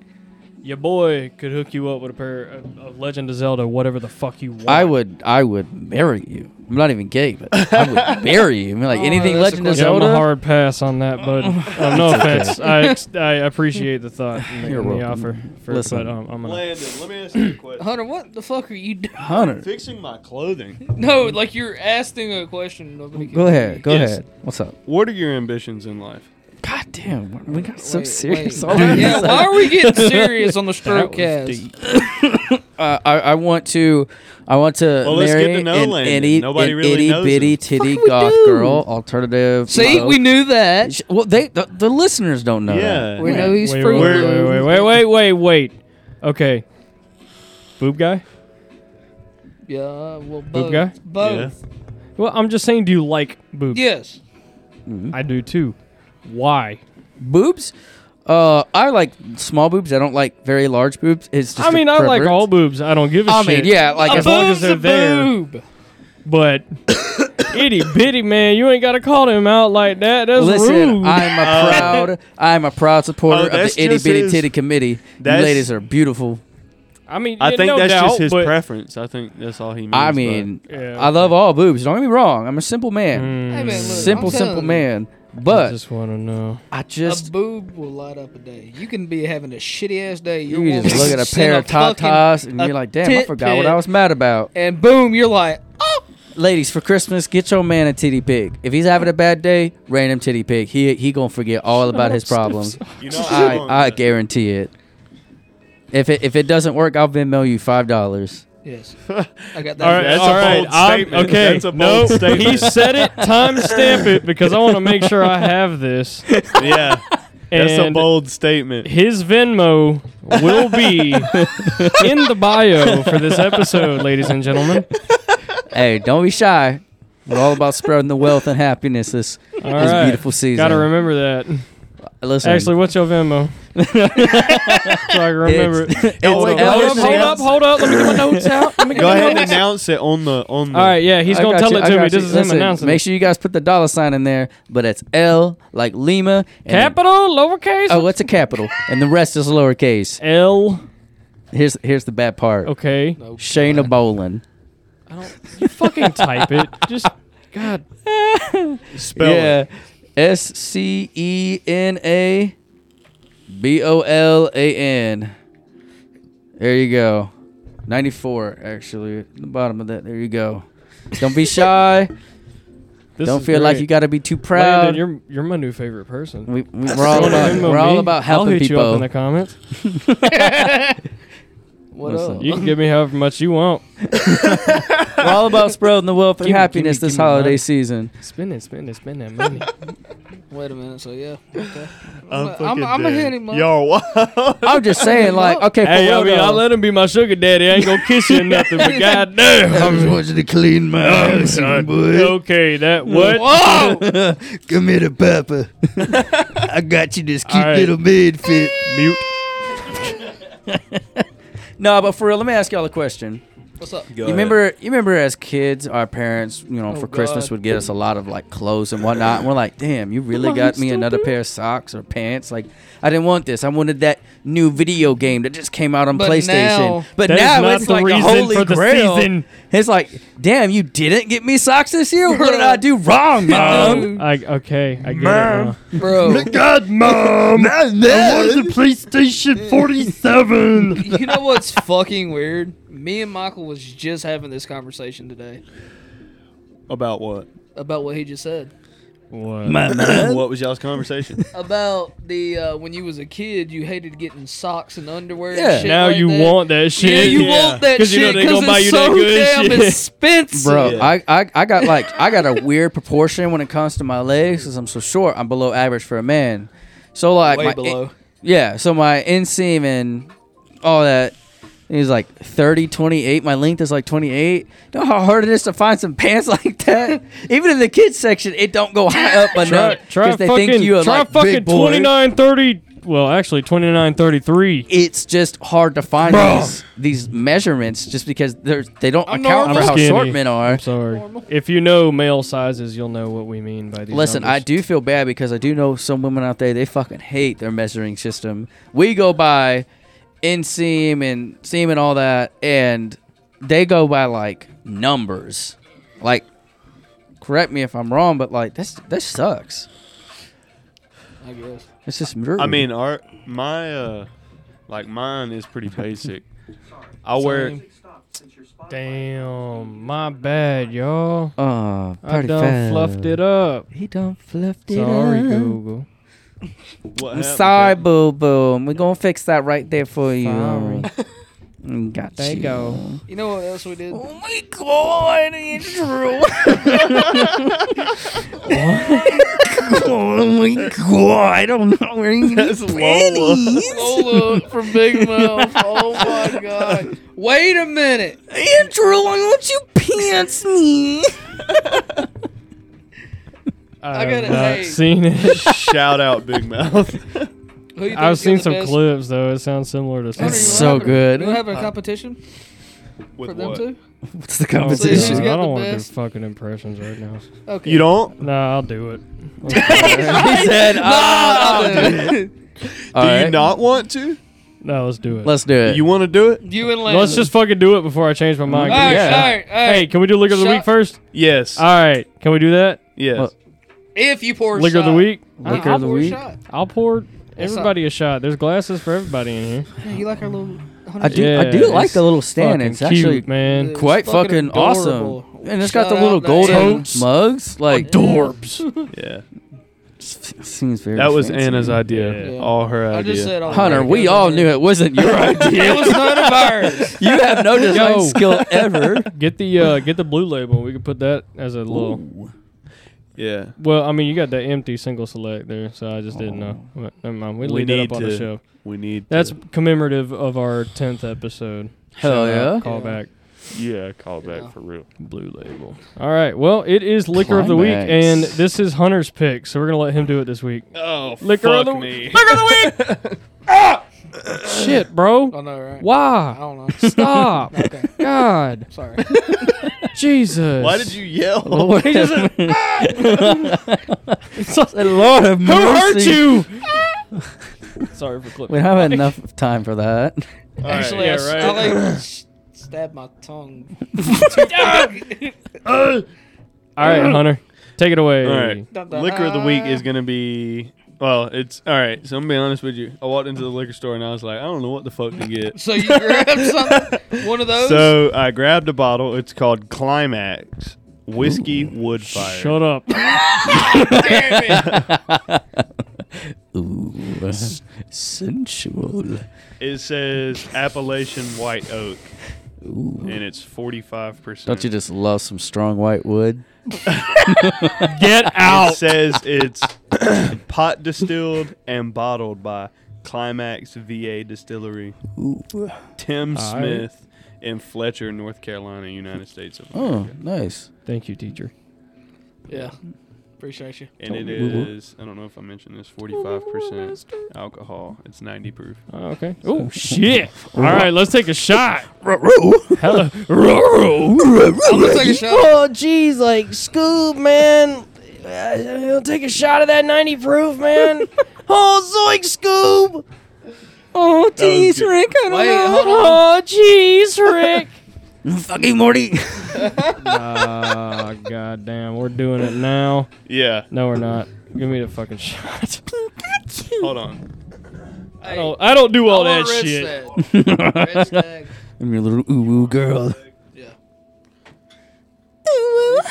[SPEAKER 2] your boy could hook you up with a pair of, of Legend of Zelda, whatever the fuck you want.
[SPEAKER 4] I would, I would marry you. I'm not even gay, but I would marry you. I mean, like
[SPEAKER 3] Oh,
[SPEAKER 4] anything
[SPEAKER 3] that's a
[SPEAKER 4] Legend of
[SPEAKER 2] Yeah, I'm a
[SPEAKER 4] Zelda.
[SPEAKER 2] hard pass on that, but uh, no offense. I, ex- I appreciate the thought and the,
[SPEAKER 4] You're
[SPEAKER 2] and the
[SPEAKER 4] welcome.
[SPEAKER 2] offer. For,
[SPEAKER 4] Listen.
[SPEAKER 2] but, um, I'm gonna,
[SPEAKER 1] Landon, let me ask you a question.
[SPEAKER 3] Hunter, what the fuck are you doing?
[SPEAKER 4] Hunter,
[SPEAKER 1] Fixing my clothing.
[SPEAKER 3] No, like you're asking a question. Nobody can
[SPEAKER 4] go ahead, go
[SPEAKER 1] Yes.
[SPEAKER 4] ahead. What's up?
[SPEAKER 1] What are your ambitions in life?
[SPEAKER 4] God damn, we got so
[SPEAKER 3] Wait,
[SPEAKER 4] serious.
[SPEAKER 3] wait.
[SPEAKER 4] all of a
[SPEAKER 3] yeah,
[SPEAKER 4] sudden.
[SPEAKER 3] why are we getting serious on the
[SPEAKER 4] That
[SPEAKER 3] stroke
[SPEAKER 4] was
[SPEAKER 3] cast?
[SPEAKER 4] deep. uh, I, I want to, I want to
[SPEAKER 1] Well,
[SPEAKER 4] marry
[SPEAKER 1] let's get to know
[SPEAKER 4] an,
[SPEAKER 1] Landon.
[SPEAKER 4] itty,
[SPEAKER 1] Nobody
[SPEAKER 4] an
[SPEAKER 1] really
[SPEAKER 4] itty
[SPEAKER 1] knows
[SPEAKER 4] bitty
[SPEAKER 1] him.
[SPEAKER 4] titty
[SPEAKER 3] Fuck, we
[SPEAKER 4] goth
[SPEAKER 3] do.
[SPEAKER 4] girl alternative.
[SPEAKER 3] See,
[SPEAKER 4] motto.
[SPEAKER 3] we knew that.
[SPEAKER 4] Sh- Well, they the, the listeners don't know. that.
[SPEAKER 1] Yeah.
[SPEAKER 3] We know he's
[SPEAKER 2] wait,
[SPEAKER 3] fruit.
[SPEAKER 2] wait, wait, wait, wait, wait, wait, wait. Okay. Boob guy?
[SPEAKER 3] Yeah, well, both.
[SPEAKER 2] Boob guy?
[SPEAKER 3] Both.
[SPEAKER 2] Well, I'm just saying, do you like boobs?
[SPEAKER 3] Yes.
[SPEAKER 2] I do too. Why?
[SPEAKER 4] Boobs. Uh, I like small boobs. I don't like very large boobs. It's just
[SPEAKER 2] I mean,
[SPEAKER 4] I
[SPEAKER 2] I like all boobs. I don't give a
[SPEAKER 4] I
[SPEAKER 2] shit.
[SPEAKER 4] mean, yeah, like
[SPEAKER 3] a
[SPEAKER 4] as
[SPEAKER 2] long as
[SPEAKER 3] boob's
[SPEAKER 2] they're
[SPEAKER 3] a
[SPEAKER 2] there.
[SPEAKER 3] boob.
[SPEAKER 2] But itty bitty, man, you ain't got to call him out like that. That's
[SPEAKER 4] Listen,
[SPEAKER 2] rude.
[SPEAKER 4] I'm a proud, I'm a proud
[SPEAKER 1] Oh,
[SPEAKER 4] supporter of
[SPEAKER 1] Uh, that's
[SPEAKER 4] the itty
[SPEAKER 1] just
[SPEAKER 4] bitty
[SPEAKER 1] his-
[SPEAKER 4] titty committee. You
[SPEAKER 1] that's-
[SPEAKER 4] ladies are beautiful.
[SPEAKER 2] I mean,
[SPEAKER 1] I
[SPEAKER 2] yeah,
[SPEAKER 1] think
[SPEAKER 2] no
[SPEAKER 1] that's
[SPEAKER 2] doubt,
[SPEAKER 1] just his
[SPEAKER 2] but-
[SPEAKER 1] preference. I think that's all he means.
[SPEAKER 4] I
[SPEAKER 1] by-
[SPEAKER 4] mean,
[SPEAKER 2] Yeah,
[SPEAKER 4] I love all boobs. Don't get me wrong. I'm a simple man.
[SPEAKER 2] Mm,
[SPEAKER 3] Hey, man, look,
[SPEAKER 4] simple,
[SPEAKER 3] I'm telling
[SPEAKER 4] simple
[SPEAKER 3] you,
[SPEAKER 4] man.
[SPEAKER 2] I
[SPEAKER 4] But
[SPEAKER 2] just want to know.
[SPEAKER 4] I
[SPEAKER 3] a
[SPEAKER 4] just,
[SPEAKER 3] boob will light up a day. You can be having a shitty ass day. Your
[SPEAKER 4] you just
[SPEAKER 3] woman
[SPEAKER 4] look at a
[SPEAKER 3] send
[SPEAKER 4] pair of top
[SPEAKER 3] fucking-
[SPEAKER 4] tops and
[SPEAKER 3] a
[SPEAKER 4] you're like, damn, I
[SPEAKER 3] tit
[SPEAKER 4] forgot what
[SPEAKER 3] pic,
[SPEAKER 4] I was mad about.
[SPEAKER 3] And boom, you're like, oh,
[SPEAKER 4] Ladies, for Christmas, get your man a titty pig. If he's having a bad day, random titty pig. He he gonna forget all about his problems.
[SPEAKER 1] you know,
[SPEAKER 4] I,
[SPEAKER 1] won't-
[SPEAKER 4] I guarantee it. If it if it doesn't work, I'll Venmo you five dollars.
[SPEAKER 3] yes. I got that.
[SPEAKER 2] All right,
[SPEAKER 1] That's a
[SPEAKER 2] all right.
[SPEAKER 1] bold
[SPEAKER 2] I'm-
[SPEAKER 1] statement.
[SPEAKER 2] okay,
[SPEAKER 1] That's a
[SPEAKER 2] no,
[SPEAKER 1] bold statement.
[SPEAKER 2] he said it. Timestamp it because I want to make sure I have this.
[SPEAKER 1] yeah, that's a
[SPEAKER 2] And
[SPEAKER 1] bold statement.
[SPEAKER 2] his Venmo will be in the bio for this episode, ladies and gentlemen.
[SPEAKER 4] Hey, don't be shy. We're all about spreading the wealth and happiness this,
[SPEAKER 2] All
[SPEAKER 4] this
[SPEAKER 2] right.
[SPEAKER 4] beautiful season. Uh,
[SPEAKER 2] Gotta remember that.
[SPEAKER 4] Listen,
[SPEAKER 2] Actually, what's your Venmo? so I can remember it.
[SPEAKER 4] it's, it's
[SPEAKER 1] Oh, wait,
[SPEAKER 2] Hold up,
[SPEAKER 4] LSG.
[SPEAKER 2] hold up, hold up. Let me get my notes out. Let me get
[SPEAKER 1] Go
[SPEAKER 2] my
[SPEAKER 1] ahead and
[SPEAKER 2] notes.
[SPEAKER 1] announce it on the on. The,
[SPEAKER 2] All right, yeah, he's
[SPEAKER 4] I
[SPEAKER 2] gonna
[SPEAKER 4] got
[SPEAKER 2] tell
[SPEAKER 4] you,
[SPEAKER 2] it
[SPEAKER 4] I
[SPEAKER 2] to me.
[SPEAKER 4] got
[SPEAKER 2] This
[SPEAKER 4] you.
[SPEAKER 2] is him
[SPEAKER 4] Listen,
[SPEAKER 2] announcing.
[SPEAKER 4] Make
[SPEAKER 2] it.
[SPEAKER 4] sure you guys put the dollar sign in there, but it's L like Lima. And
[SPEAKER 2] Capital, lowercase.
[SPEAKER 4] Oh, it's a capital, and the rest is lowercase.
[SPEAKER 2] L.
[SPEAKER 4] Here's here's the bad part.
[SPEAKER 2] Okay.
[SPEAKER 3] No,
[SPEAKER 4] Shayna Bolin.
[SPEAKER 2] I don't. You fucking type it. Just God.
[SPEAKER 1] spell it.
[SPEAKER 4] S C E N A B O L A N. There you go. 94, actually. at The bottom of that. There you go. Don't be shy.
[SPEAKER 2] This
[SPEAKER 4] Don't
[SPEAKER 2] is
[SPEAKER 4] feel like
[SPEAKER 2] great.
[SPEAKER 4] you got to be too
[SPEAKER 2] Landon,
[SPEAKER 4] proud.
[SPEAKER 2] you're you're my new favorite person.
[SPEAKER 4] we, we, we're all
[SPEAKER 2] Wanna
[SPEAKER 4] about,
[SPEAKER 2] Venmo
[SPEAKER 4] we're all
[SPEAKER 2] me?
[SPEAKER 4] about
[SPEAKER 2] I'll
[SPEAKER 4] helping
[SPEAKER 2] hit you up in
[SPEAKER 4] people.
[SPEAKER 2] the comments.
[SPEAKER 3] What
[SPEAKER 4] Listen.
[SPEAKER 3] up?
[SPEAKER 2] You can give me however much you want.
[SPEAKER 4] We're all about spreading the wealth and
[SPEAKER 2] Gimme,
[SPEAKER 4] happiness
[SPEAKER 2] gimme,
[SPEAKER 4] this
[SPEAKER 2] gimme
[SPEAKER 4] holiday
[SPEAKER 2] money.
[SPEAKER 4] season.
[SPEAKER 2] Spend it, spend it, spend that money.
[SPEAKER 3] Wait a minute. So yeah. Okay.
[SPEAKER 1] I'm,
[SPEAKER 3] I'm-
[SPEAKER 1] fucking
[SPEAKER 3] I'm a
[SPEAKER 1] dead.
[SPEAKER 3] hit him up.
[SPEAKER 1] Y'all, wow.
[SPEAKER 4] I'm just saying, like, okay, for
[SPEAKER 2] hey, I
[SPEAKER 4] real
[SPEAKER 2] mean, I
[SPEAKER 4] though.
[SPEAKER 2] let him be my sugar daddy. I ain't gonna kiss you or nothing, but goddamn. Oh,
[SPEAKER 5] I just want you to clean my house, you boy.
[SPEAKER 2] Okay, that what?
[SPEAKER 3] Whoa!
[SPEAKER 4] Oh!
[SPEAKER 5] Come here, to Papa. I got you this cute
[SPEAKER 2] All right.
[SPEAKER 5] little maid fit.
[SPEAKER 2] Mute.
[SPEAKER 4] no, but for real, let me ask y'all a question.
[SPEAKER 3] What's up?
[SPEAKER 4] You remember, you remember as kids, our parents, you know,
[SPEAKER 3] Oh,
[SPEAKER 4] for Christmas
[SPEAKER 3] God.
[SPEAKER 4] would get us a lot of like clothes and whatnot. And we're like, damn, you really
[SPEAKER 2] on,
[SPEAKER 4] got
[SPEAKER 2] you
[SPEAKER 4] me another
[SPEAKER 2] stupid."
[SPEAKER 4] pair of socks or pants. Like, I didn't want this. I wanted that new video game that just came out on
[SPEAKER 3] But
[SPEAKER 4] PlayStation.
[SPEAKER 3] now-
[SPEAKER 4] but
[SPEAKER 2] That is
[SPEAKER 4] now
[SPEAKER 2] not
[SPEAKER 4] it's
[SPEAKER 2] the
[SPEAKER 4] like a
[SPEAKER 2] reason
[SPEAKER 4] holy
[SPEAKER 2] for the
[SPEAKER 4] grail.
[SPEAKER 2] season.
[SPEAKER 4] It's like, damn, you didn't get me socks this year. What did I do wrong, mom?
[SPEAKER 2] Um, I, okay, I get it.
[SPEAKER 5] Mom.
[SPEAKER 2] now.
[SPEAKER 3] Bro,
[SPEAKER 5] God, Mom! Not
[SPEAKER 1] I wanted the
[SPEAKER 5] PlayStation 47!
[SPEAKER 3] you know what's fucking weird? Me and Michael was just having this conversation today
[SPEAKER 1] About what?
[SPEAKER 3] about what he just said.
[SPEAKER 2] What?
[SPEAKER 5] My mom.
[SPEAKER 1] what was y'all's conversation?
[SPEAKER 3] About the uh, when you was a kid, you hated getting socks and underwear.
[SPEAKER 4] Yeah.
[SPEAKER 3] and shit
[SPEAKER 2] now
[SPEAKER 3] like
[SPEAKER 2] you
[SPEAKER 3] that.
[SPEAKER 2] want that shit.
[SPEAKER 3] Yeah, you
[SPEAKER 1] Yeah.
[SPEAKER 3] want that
[SPEAKER 2] 'Cause you know
[SPEAKER 3] shit
[SPEAKER 2] they gonna
[SPEAKER 3] because
[SPEAKER 2] buy
[SPEAKER 3] it's
[SPEAKER 2] you that
[SPEAKER 3] so
[SPEAKER 2] good
[SPEAKER 3] damn
[SPEAKER 2] shit.
[SPEAKER 3] expensive.
[SPEAKER 4] Bro,
[SPEAKER 1] Yeah.
[SPEAKER 4] I, I I got like I got a weird proportion when it comes to my legs because I'm so short. I'm below average for a man. So like
[SPEAKER 3] Way
[SPEAKER 4] my-
[SPEAKER 3] below.
[SPEAKER 4] Yeah, so my inseam and all that is like 30, 28. My length is like 28. Know how hard it is to find some pants like that? Even in the kids section, it don't go high up
[SPEAKER 2] Try,
[SPEAKER 4] enough
[SPEAKER 2] try
[SPEAKER 4] because they think
[SPEAKER 2] fucking,
[SPEAKER 4] you are
[SPEAKER 2] try
[SPEAKER 4] like
[SPEAKER 2] fucking
[SPEAKER 4] big boy.
[SPEAKER 2] 2930. Well, actually 2933.
[SPEAKER 4] It's just hard to find
[SPEAKER 5] Bro.
[SPEAKER 4] these, these measurements just because they're they don't
[SPEAKER 3] I'm
[SPEAKER 4] account for
[SPEAKER 3] normal.
[SPEAKER 4] how
[SPEAKER 2] Skinny.
[SPEAKER 4] short men are.
[SPEAKER 2] I'm sorry. If you know male sizes, you'll know what we mean by these.
[SPEAKER 4] Listen, I do feel bad because I do know some women out there they fucking hate their measuring system. We go by inseam and seam and all that, and they go by like numbers. Like, correct me if I'm wrong, but like this this sucks.
[SPEAKER 3] I guess.
[SPEAKER 4] It's just rude.
[SPEAKER 1] I mean, our my uh, like mine is pretty basic. I wear
[SPEAKER 2] Damn, my bad, y'all.
[SPEAKER 4] oh,
[SPEAKER 2] I
[SPEAKER 4] party
[SPEAKER 2] done
[SPEAKER 4] foul.
[SPEAKER 2] fluffed it up.
[SPEAKER 4] He done fluffed it.
[SPEAKER 2] Sorry,
[SPEAKER 4] up.
[SPEAKER 2] Google.
[SPEAKER 1] what
[SPEAKER 4] I'm
[SPEAKER 1] happened,
[SPEAKER 4] sorry,
[SPEAKER 1] Kat?
[SPEAKER 4] boo boo. We're gonna fix that right there for you.
[SPEAKER 2] Sorry.
[SPEAKER 4] Mm, Got
[SPEAKER 2] There you go.
[SPEAKER 3] You know what else we did?
[SPEAKER 4] Oh my god, Andrew. oh my god, I don't know where you
[SPEAKER 1] That's Lola.
[SPEAKER 3] Lola from Big Mouth. Oh my god. Wait a minute.
[SPEAKER 4] Andrew, I want you pants me.
[SPEAKER 2] I,
[SPEAKER 3] gotta
[SPEAKER 2] have not
[SPEAKER 3] say-
[SPEAKER 2] seen it.
[SPEAKER 1] Shout out, Big Mouth.
[SPEAKER 3] Who you think
[SPEAKER 2] I've
[SPEAKER 3] is gonna
[SPEAKER 2] seen some
[SPEAKER 3] best-
[SPEAKER 2] clips though. It sounds similar to.
[SPEAKER 3] Hunter,
[SPEAKER 4] It's
[SPEAKER 3] you
[SPEAKER 2] something.
[SPEAKER 3] wanna have a-
[SPEAKER 4] so good.
[SPEAKER 3] You wanna have a competition
[SPEAKER 1] Uh, With
[SPEAKER 3] for them
[SPEAKER 1] what?
[SPEAKER 3] two?
[SPEAKER 4] What's the
[SPEAKER 2] I don't,
[SPEAKER 3] See who's
[SPEAKER 4] competition?
[SPEAKER 3] got the
[SPEAKER 2] don't want to do
[SPEAKER 3] best.
[SPEAKER 2] fucking impressions right now.
[SPEAKER 3] Okay.
[SPEAKER 1] You don't?
[SPEAKER 2] No, I'll do it.
[SPEAKER 4] he said,
[SPEAKER 3] Ah,
[SPEAKER 4] "Ah." All
[SPEAKER 1] do
[SPEAKER 4] right,
[SPEAKER 1] you not want to?
[SPEAKER 2] No, let's do it.
[SPEAKER 4] Let's do it.
[SPEAKER 1] You want to do it?
[SPEAKER 3] you and Lance.
[SPEAKER 2] Let's just fucking do it before I change my mind.
[SPEAKER 3] All right,
[SPEAKER 4] Yeah.
[SPEAKER 3] all right, all right.
[SPEAKER 2] Hey, can we do liquor of the
[SPEAKER 3] Shot-
[SPEAKER 2] week first?
[SPEAKER 1] Yes.
[SPEAKER 2] All right, can we do that?
[SPEAKER 1] yes.
[SPEAKER 4] Well-
[SPEAKER 3] if you pour a
[SPEAKER 2] Liquor of the
[SPEAKER 3] shot.
[SPEAKER 2] week.
[SPEAKER 3] I-
[SPEAKER 4] Liquor
[SPEAKER 3] I'll
[SPEAKER 4] of the
[SPEAKER 3] pour a
[SPEAKER 4] week?
[SPEAKER 3] shot.
[SPEAKER 2] I'll pour
[SPEAKER 3] That's
[SPEAKER 2] everybody a shot. There's glasses for everybody in here.
[SPEAKER 3] Yeah, you like our little.
[SPEAKER 4] I do. I do
[SPEAKER 2] Yeah,
[SPEAKER 4] like
[SPEAKER 2] it's
[SPEAKER 4] the little stand.
[SPEAKER 2] Fucking
[SPEAKER 4] It's actually
[SPEAKER 2] cute, man.
[SPEAKER 4] quite
[SPEAKER 3] It's fucking
[SPEAKER 4] fucking, awesome,
[SPEAKER 3] adorable.
[SPEAKER 4] and it's got the
[SPEAKER 3] Shout
[SPEAKER 4] little
[SPEAKER 3] out to
[SPEAKER 4] golden
[SPEAKER 3] Anna.
[SPEAKER 4] mugs. Like,
[SPEAKER 3] Dorbs.
[SPEAKER 1] yeah.
[SPEAKER 4] seems very.
[SPEAKER 1] That was
[SPEAKER 4] fancy.
[SPEAKER 1] Anna's idea.
[SPEAKER 2] Yeah.
[SPEAKER 1] All her idea.
[SPEAKER 3] I just said. all
[SPEAKER 4] Hunter,
[SPEAKER 3] right,
[SPEAKER 4] we
[SPEAKER 3] guys,
[SPEAKER 4] all
[SPEAKER 3] I'm
[SPEAKER 4] knew
[SPEAKER 3] ready.
[SPEAKER 4] it wasn't your
[SPEAKER 3] It
[SPEAKER 4] idea.
[SPEAKER 3] was none of ours.
[SPEAKER 4] you have no design
[SPEAKER 2] Yo.
[SPEAKER 4] skill ever.
[SPEAKER 2] Get the uh, get the blue label. We could put that as a little.
[SPEAKER 1] yeah.
[SPEAKER 2] Well, I mean, you got that empty single select there, so I just didn't know. But never mind. We,
[SPEAKER 1] We
[SPEAKER 2] leave that
[SPEAKER 1] need
[SPEAKER 2] up on
[SPEAKER 1] to-
[SPEAKER 2] the show.
[SPEAKER 1] We need.
[SPEAKER 2] That's
[SPEAKER 1] to-
[SPEAKER 2] commemorative of our tenth episode.
[SPEAKER 4] Hell
[SPEAKER 2] Shout out,
[SPEAKER 4] yeah.
[SPEAKER 2] Callback.
[SPEAKER 1] yeah. Call back
[SPEAKER 3] Yeah.
[SPEAKER 1] for real.
[SPEAKER 2] Blue label. All right. Well, it is liquor of the week,
[SPEAKER 4] Climax.
[SPEAKER 2] and this is Hunter's pick. So we're gonna let him do it this week.
[SPEAKER 1] Oh,
[SPEAKER 2] Liquor of
[SPEAKER 1] fuck
[SPEAKER 2] the-
[SPEAKER 1] me.
[SPEAKER 2] Shit, bro.
[SPEAKER 3] I know, Oh, right? I
[SPEAKER 2] Why?
[SPEAKER 3] don't know.
[SPEAKER 2] Stop.
[SPEAKER 3] Okay,
[SPEAKER 2] God.
[SPEAKER 3] sorry.
[SPEAKER 2] Jesus.
[SPEAKER 1] Why did you yell?
[SPEAKER 2] He just- It's like,
[SPEAKER 4] Lord have
[SPEAKER 2] Who hurt
[SPEAKER 4] mercy.
[SPEAKER 2] you? Sorry for
[SPEAKER 4] We
[SPEAKER 2] clipping.
[SPEAKER 4] don't have enough time for that.
[SPEAKER 1] All right,
[SPEAKER 3] Actually,
[SPEAKER 1] yeah,
[SPEAKER 3] I, s-
[SPEAKER 1] right.
[SPEAKER 3] I like s- stabbed my tongue.
[SPEAKER 2] All right, Hunter. Take it away.
[SPEAKER 1] All right. liquor of the week is gonna be well it's all right so i'm gonna be honest with you i walked into the liquor store and i was like i don't know what the fuck to get
[SPEAKER 3] So you grabbed something, one of those.
[SPEAKER 1] so i grabbed a bottle it's called climax whiskey wood fire
[SPEAKER 2] Shut up.
[SPEAKER 3] Damn it.
[SPEAKER 4] Ooh, sensual.
[SPEAKER 1] it says appalachian white oak
[SPEAKER 4] Ooh.
[SPEAKER 1] and it's 45 percent
[SPEAKER 4] Don't you just love some strong white wood?
[SPEAKER 2] Get
[SPEAKER 1] it
[SPEAKER 2] out.
[SPEAKER 1] says it's pot distilled and bottled by climax va distillery
[SPEAKER 4] Ooh.
[SPEAKER 1] tim
[SPEAKER 2] All right.
[SPEAKER 1] smith in fletcher north carolina united states of america
[SPEAKER 4] Oh, nice.
[SPEAKER 2] Thank you, teacher.
[SPEAKER 3] Yeah, appreciate you.
[SPEAKER 1] and it
[SPEAKER 4] Totally. Woo-woo.
[SPEAKER 1] is I don't know if I mentioned this 45% alcohol. It's 90 proof.
[SPEAKER 2] Oh, okay. Oh shit. All right, let's take a shot. Hello.
[SPEAKER 3] Let's take a shot.
[SPEAKER 2] Oh jeez, like Scoop, man. Uh, He'll take a shot of that 90 proof, man. oh zoink, Scoop.
[SPEAKER 4] Oh,
[SPEAKER 1] was
[SPEAKER 4] jeez,
[SPEAKER 1] good.
[SPEAKER 4] Rick. I don't
[SPEAKER 3] Wait,
[SPEAKER 4] know.
[SPEAKER 3] hold on.
[SPEAKER 2] Oh jeez, Rick.
[SPEAKER 4] Fucking Morty.
[SPEAKER 2] Ah, goddamn, we're doing it now.
[SPEAKER 1] Yeah.
[SPEAKER 2] No, we're not. Give me the fucking shot.
[SPEAKER 1] Hold on.
[SPEAKER 2] I don't. I don't do all that shit.
[SPEAKER 3] Red stag.
[SPEAKER 4] I'm your little ooh woo girl.
[SPEAKER 3] Yeah.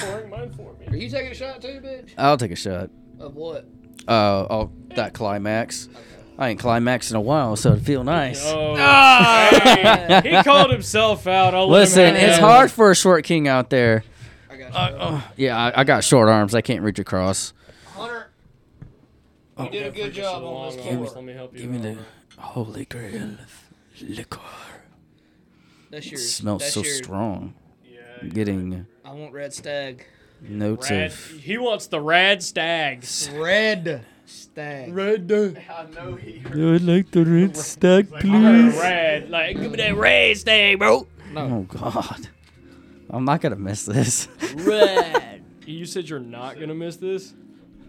[SPEAKER 2] Pouring mine for me.
[SPEAKER 3] Are you taking a shot too, bitch?
[SPEAKER 4] I'll take a shot.
[SPEAKER 3] Of what?
[SPEAKER 4] Uh, oh, that climax. I ain't climaxed in a while, so it'd feel nice.
[SPEAKER 2] Oh, he called himself out. I'll let him
[SPEAKER 4] Listen,
[SPEAKER 2] have
[SPEAKER 4] it's
[SPEAKER 2] it.
[SPEAKER 4] hard for a short king out there.
[SPEAKER 3] I got you.
[SPEAKER 2] Uh,
[SPEAKER 4] Yeah, I, I got short arms. I can't reach across.
[SPEAKER 3] Hunter, you did a good job on this
[SPEAKER 2] Long arms,
[SPEAKER 3] pour.
[SPEAKER 2] Let me help you.
[SPEAKER 4] Give me
[SPEAKER 2] out.
[SPEAKER 4] the holy grail of liquor.
[SPEAKER 3] That's
[SPEAKER 4] It
[SPEAKER 3] yours.
[SPEAKER 4] smells
[SPEAKER 3] That's
[SPEAKER 4] so
[SPEAKER 3] yours.
[SPEAKER 4] strong. Getting
[SPEAKER 3] I want red stag.
[SPEAKER 4] notes
[SPEAKER 2] Rad,
[SPEAKER 4] of.
[SPEAKER 2] he wants the rad stags.
[SPEAKER 3] Red stag.
[SPEAKER 4] Red. I
[SPEAKER 1] I know he
[SPEAKER 4] would like the red stack,
[SPEAKER 2] Rad, like give me that rad stag, bro.
[SPEAKER 4] Oh God, I'm not gonna miss this.
[SPEAKER 2] Red. You said you're not gonna miss this.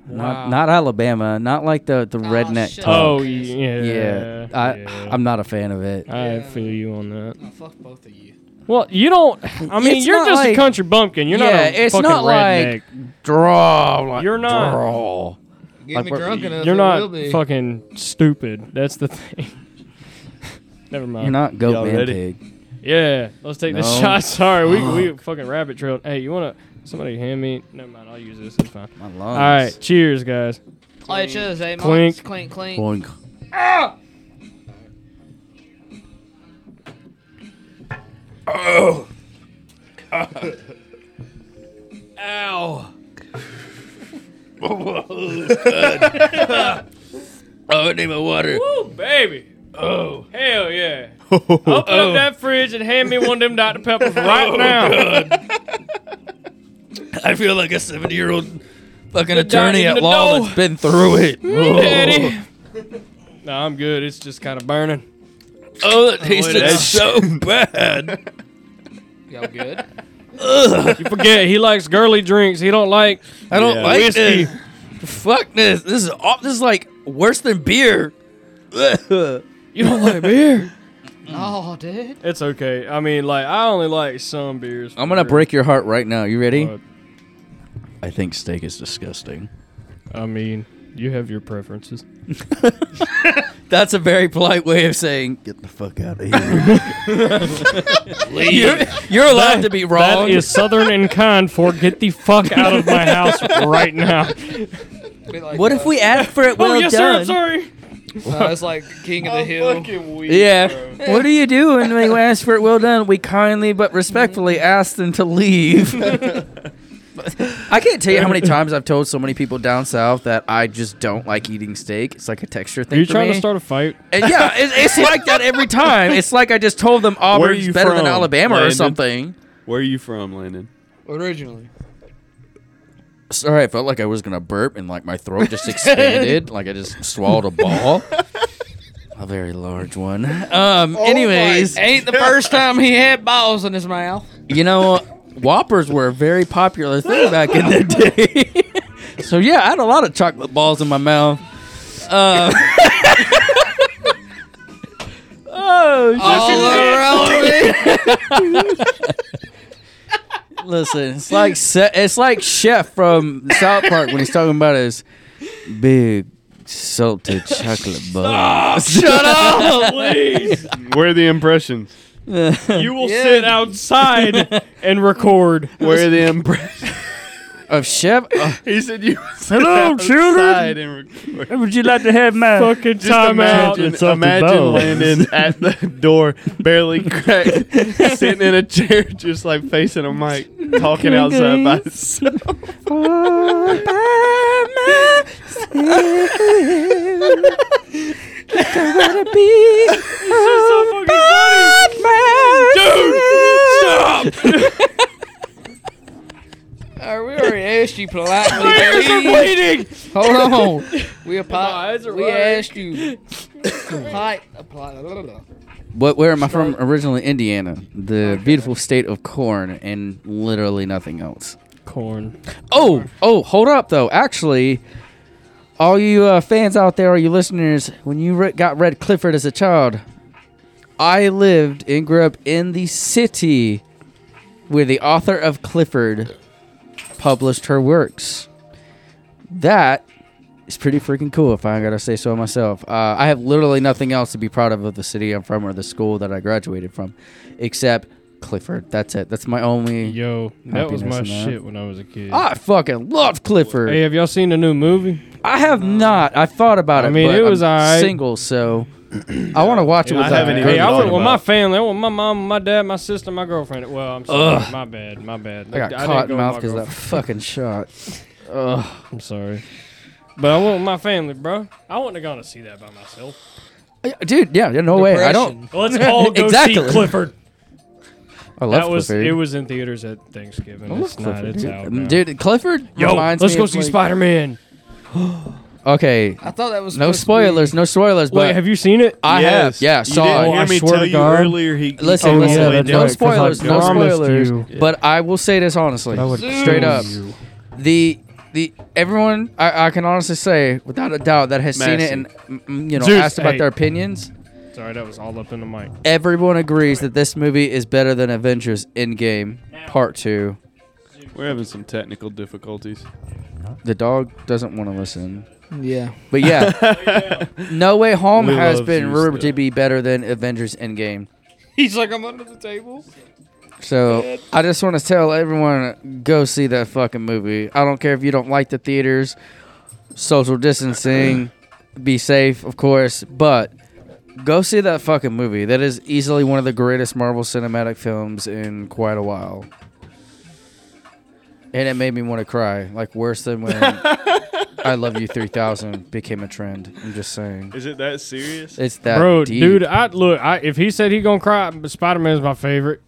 [SPEAKER 3] Wow.
[SPEAKER 4] Not, not Alabama. Not like the, the
[SPEAKER 3] Oh,
[SPEAKER 4] redneck
[SPEAKER 3] shit.
[SPEAKER 4] talk.
[SPEAKER 2] Oh yeah, Uh,
[SPEAKER 4] yeah. I I'm not a fan of it.
[SPEAKER 2] I
[SPEAKER 3] Yeah.
[SPEAKER 2] feel you on that.
[SPEAKER 3] Oh, fuck both of you.
[SPEAKER 2] Well, you don't. I mean,
[SPEAKER 4] It's
[SPEAKER 2] you're
[SPEAKER 4] not
[SPEAKER 2] just a
[SPEAKER 4] like-
[SPEAKER 2] country bumpkin. You're
[SPEAKER 4] Yeah,
[SPEAKER 2] not a
[SPEAKER 4] it's
[SPEAKER 2] fucking
[SPEAKER 4] not
[SPEAKER 2] redneck.
[SPEAKER 4] like- Draw. Like,
[SPEAKER 2] You're not-
[SPEAKER 4] Draw.
[SPEAKER 3] Get
[SPEAKER 4] Like,
[SPEAKER 3] me
[SPEAKER 4] we're-
[SPEAKER 3] drunk enough.
[SPEAKER 2] you're
[SPEAKER 3] it will
[SPEAKER 2] not
[SPEAKER 3] be.
[SPEAKER 2] fucking stupid. That's the thing. Never mind.
[SPEAKER 4] You're not goat
[SPEAKER 1] Y'all
[SPEAKER 4] man
[SPEAKER 1] ready?
[SPEAKER 4] pig.
[SPEAKER 2] Yeah, let's take this
[SPEAKER 4] No.
[SPEAKER 2] shot. Sorry, we we fucking rabbit trailed. Hey, you wanna somebody hand me? Never mind. I'll use this. It's fine.
[SPEAKER 4] My lungs.
[SPEAKER 2] All right, cheers, guys.
[SPEAKER 3] Oh, it shows, eh?
[SPEAKER 2] Clink.
[SPEAKER 3] Clink. Clink, clink.
[SPEAKER 4] Boink.
[SPEAKER 5] Oh.
[SPEAKER 3] Ow.
[SPEAKER 5] Oh, I need my water.
[SPEAKER 2] Woo, baby. Oh hell yeah!
[SPEAKER 4] Oh,
[SPEAKER 2] Open up that fridge and hand me one of them Dr Peppers right now.
[SPEAKER 5] I feel like a 70 year old fucking
[SPEAKER 2] attorney at law that's
[SPEAKER 5] been through it.
[SPEAKER 2] Daddy. No, I'm good. It's just kind of burning.
[SPEAKER 5] Oh, that tasted
[SPEAKER 1] that's-
[SPEAKER 5] so bad.
[SPEAKER 3] Y'all good?
[SPEAKER 2] You forget he likes girly drinks. He don't like
[SPEAKER 5] I don't
[SPEAKER 1] Yeah.
[SPEAKER 5] like
[SPEAKER 2] Whiskey.
[SPEAKER 4] uh,
[SPEAKER 5] this. Fuck this. This is aw- this is like worse than beer.
[SPEAKER 2] you don't like beer.
[SPEAKER 3] oh, dude.
[SPEAKER 2] It's okay. I mean, like I only like some beers.
[SPEAKER 4] I'm gonna
[SPEAKER 2] for
[SPEAKER 4] break your heart right now. You ready?
[SPEAKER 2] real,
[SPEAKER 4] I think steak is disgusting.
[SPEAKER 2] but, I mean, you have your preferences.
[SPEAKER 4] That's a very polite way of saying get the fuck out of here. you're, you're allowed to be wrong.
[SPEAKER 2] That is southern and kind for get the fuck out of my house right now.
[SPEAKER 3] Be like,
[SPEAKER 4] what
[SPEAKER 3] uh,
[SPEAKER 4] if we ask for it well
[SPEAKER 2] oh yes, sir.
[SPEAKER 4] done?
[SPEAKER 2] I'm sorry.
[SPEAKER 3] Uh, it's like King of the Hill.
[SPEAKER 4] Yeah. What do you do when we ask for it well done? We kindly but respectfully ask them to leave. I can't tell you how many times I've told so many people down south that I just don't like eating steak. It's like a texture thing.
[SPEAKER 2] Are you
[SPEAKER 4] for
[SPEAKER 2] trying
[SPEAKER 4] me.
[SPEAKER 2] to start a fight?
[SPEAKER 4] And yeah, it, it's like that every time. It's like I just told them
[SPEAKER 1] Where are
[SPEAKER 4] Auburn's
[SPEAKER 1] you
[SPEAKER 4] better than
[SPEAKER 1] from,
[SPEAKER 4] Alabama or
[SPEAKER 1] Landon?
[SPEAKER 4] something.
[SPEAKER 1] Where are you from, Landon?
[SPEAKER 3] Originally.
[SPEAKER 4] Sorry, I felt like I was gonna burp and like my throat just expanded, like I just swallowed a ball, a very large one. Um, anyways,
[SPEAKER 3] Oh Ain't the first time he had balls in his mouth.
[SPEAKER 4] you know, Whoppers were a very popular thing back in the day. so yeah, I had a lot of chocolate balls in my mouth. Uh, oh,
[SPEAKER 3] All around it.
[SPEAKER 4] Listen, it's like se- it's like Chef from South Park when he's talking about his big salted chocolate balls.
[SPEAKER 2] Shut up, please.
[SPEAKER 1] Where are the impressions?
[SPEAKER 4] Uh,
[SPEAKER 2] You will sit outside and record.
[SPEAKER 1] Where are the impressions?
[SPEAKER 4] of Chef, uh,
[SPEAKER 1] he said you
[SPEAKER 2] Hello,
[SPEAKER 1] outside and record.
[SPEAKER 6] Would you like to have my
[SPEAKER 2] Fucking
[SPEAKER 1] Just
[SPEAKER 2] time out.
[SPEAKER 1] imagine,
[SPEAKER 6] It's off the
[SPEAKER 1] imagine
[SPEAKER 6] bones.
[SPEAKER 1] Landon at the door, barely cracked, sitting in a chair, just like facing a mic, talking outside by himself.
[SPEAKER 3] Uh, we already asked you politely. please.
[SPEAKER 2] Waiting.
[SPEAKER 3] Hold on. We,
[SPEAKER 2] eyes
[SPEAKER 3] apo-
[SPEAKER 2] are
[SPEAKER 3] we
[SPEAKER 2] wide.
[SPEAKER 3] asked you. Polite. Apply.
[SPEAKER 4] what? Where am I from? Originally Indiana, the beautiful state of corn and literally nothing else.
[SPEAKER 2] Corn.
[SPEAKER 4] Oh, oh, hold up though. Actually, all you uh, fans out there, all you listeners, when you re- got read Clifford as a child, I lived and grew up in the city where the author of Clifford published her works. That is pretty freaking cool, if I gotta say so myself. Uh, I have literally nothing else to be proud of of the city I'm from or the school that I graduated from, except Clifford. That's it. That's my only.
[SPEAKER 2] Yo, that was
[SPEAKER 4] Happiness
[SPEAKER 2] my
[SPEAKER 4] and that.
[SPEAKER 2] shit when I was a kid.
[SPEAKER 4] I fucking love Clifford.
[SPEAKER 2] Hey, have y'all seen the new movie?
[SPEAKER 4] I have not. Um, I thought about
[SPEAKER 2] I
[SPEAKER 4] it.
[SPEAKER 2] mean,
[SPEAKER 4] but
[SPEAKER 2] it was
[SPEAKER 4] I'm
[SPEAKER 2] alright.
[SPEAKER 4] single, so I want to watch it.
[SPEAKER 1] Yeah,
[SPEAKER 4] With
[SPEAKER 1] I
[SPEAKER 4] that
[SPEAKER 1] haven't even
[SPEAKER 4] girl.
[SPEAKER 2] Hey, I
[SPEAKER 1] thought
[SPEAKER 2] went with
[SPEAKER 1] about
[SPEAKER 2] my
[SPEAKER 1] it.
[SPEAKER 2] family. I went with my mom, my dad, my sister, my girlfriend. Well, I'm sorry. My bad. My bad.
[SPEAKER 4] I got
[SPEAKER 2] didn't
[SPEAKER 4] caught
[SPEAKER 2] go with
[SPEAKER 4] in mouth
[SPEAKER 2] my
[SPEAKER 4] because that
[SPEAKER 2] girlfriend.
[SPEAKER 4] fucking shot. Ugh.
[SPEAKER 2] I'm sorry. But I went with my family, bro. I wouldn't have gone to see that by myself.
[SPEAKER 4] Yeah, Uh, Dude, yeah, yeah, no
[SPEAKER 2] Oh,
[SPEAKER 4] way. I don't.
[SPEAKER 2] Well, let's all go see
[SPEAKER 4] Exactly.
[SPEAKER 2] Clifford.
[SPEAKER 4] I love
[SPEAKER 2] That was
[SPEAKER 4] Clifford.
[SPEAKER 2] it. Was in theaters at Thanksgiving.
[SPEAKER 4] I love
[SPEAKER 2] it's not.
[SPEAKER 4] Clifford,
[SPEAKER 2] it's
[SPEAKER 4] dude.
[SPEAKER 2] out.
[SPEAKER 4] Um,
[SPEAKER 2] Now.
[SPEAKER 4] Dude, Clifford
[SPEAKER 2] Yo,
[SPEAKER 4] reminds
[SPEAKER 2] let's
[SPEAKER 4] me
[SPEAKER 2] go
[SPEAKER 4] of,
[SPEAKER 2] see
[SPEAKER 4] like-
[SPEAKER 2] Spider Man.
[SPEAKER 4] Okay,
[SPEAKER 3] I thought that was.
[SPEAKER 4] no
[SPEAKER 3] supposed to be-
[SPEAKER 4] spoilers, no spoilers. But
[SPEAKER 2] Wait, have you seen it?
[SPEAKER 4] I
[SPEAKER 1] Yes.
[SPEAKER 4] have. Yeah,
[SPEAKER 1] You
[SPEAKER 4] saw
[SPEAKER 1] didn't
[SPEAKER 4] it.
[SPEAKER 1] hear
[SPEAKER 4] Oh, I
[SPEAKER 1] me
[SPEAKER 4] swear
[SPEAKER 1] tell
[SPEAKER 4] to
[SPEAKER 1] you
[SPEAKER 4] God.
[SPEAKER 1] earlier. He, he
[SPEAKER 4] Listen,
[SPEAKER 1] came all the
[SPEAKER 4] listen.
[SPEAKER 1] way
[SPEAKER 2] that's
[SPEAKER 1] down.
[SPEAKER 4] no
[SPEAKER 2] right, 'cause I
[SPEAKER 4] spoilers, no
[SPEAKER 2] promised
[SPEAKER 4] spoilers.
[SPEAKER 2] you.
[SPEAKER 4] But I will say this honestly,
[SPEAKER 2] I would
[SPEAKER 4] straight
[SPEAKER 2] kill
[SPEAKER 4] up.
[SPEAKER 2] you.
[SPEAKER 4] The the everyone I, I can honestly say without a doubt that has seen it and mm, mm, you know
[SPEAKER 2] Zeus,
[SPEAKER 4] asked about
[SPEAKER 2] hey.
[SPEAKER 4] their opinions.
[SPEAKER 2] Sorry, that was all up in the mic.
[SPEAKER 4] Everyone agrees that this movie is better than Avengers Endgame Part Two.
[SPEAKER 1] We're having some technical difficulties.
[SPEAKER 4] The dog doesn't want to listen.
[SPEAKER 3] Yeah.
[SPEAKER 4] But yeah, No Way Home
[SPEAKER 1] We
[SPEAKER 4] has
[SPEAKER 1] love
[SPEAKER 4] been
[SPEAKER 1] Zeus,
[SPEAKER 4] rumored
[SPEAKER 1] though.
[SPEAKER 4] to be better than Avengers Endgame.
[SPEAKER 3] He's like, I'm under the table.
[SPEAKER 4] So I just want to tell everyone go see that fucking movie. I don't care if you don't like the theaters, social distancing, be safe, of course, but go see that fucking movie. That is easily one of the greatest Marvel cinematic films in quite a while. And it made me want to cry, like worse than when I Love You 3000 became a trend. I'm just saying.
[SPEAKER 1] Is it that serious?
[SPEAKER 4] It's that
[SPEAKER 2] Bro,
[SPEAKER 4] deep.
[SPEAKER 2] dude, I look. I, if he said he gonna cry, Spider Man's my favorite.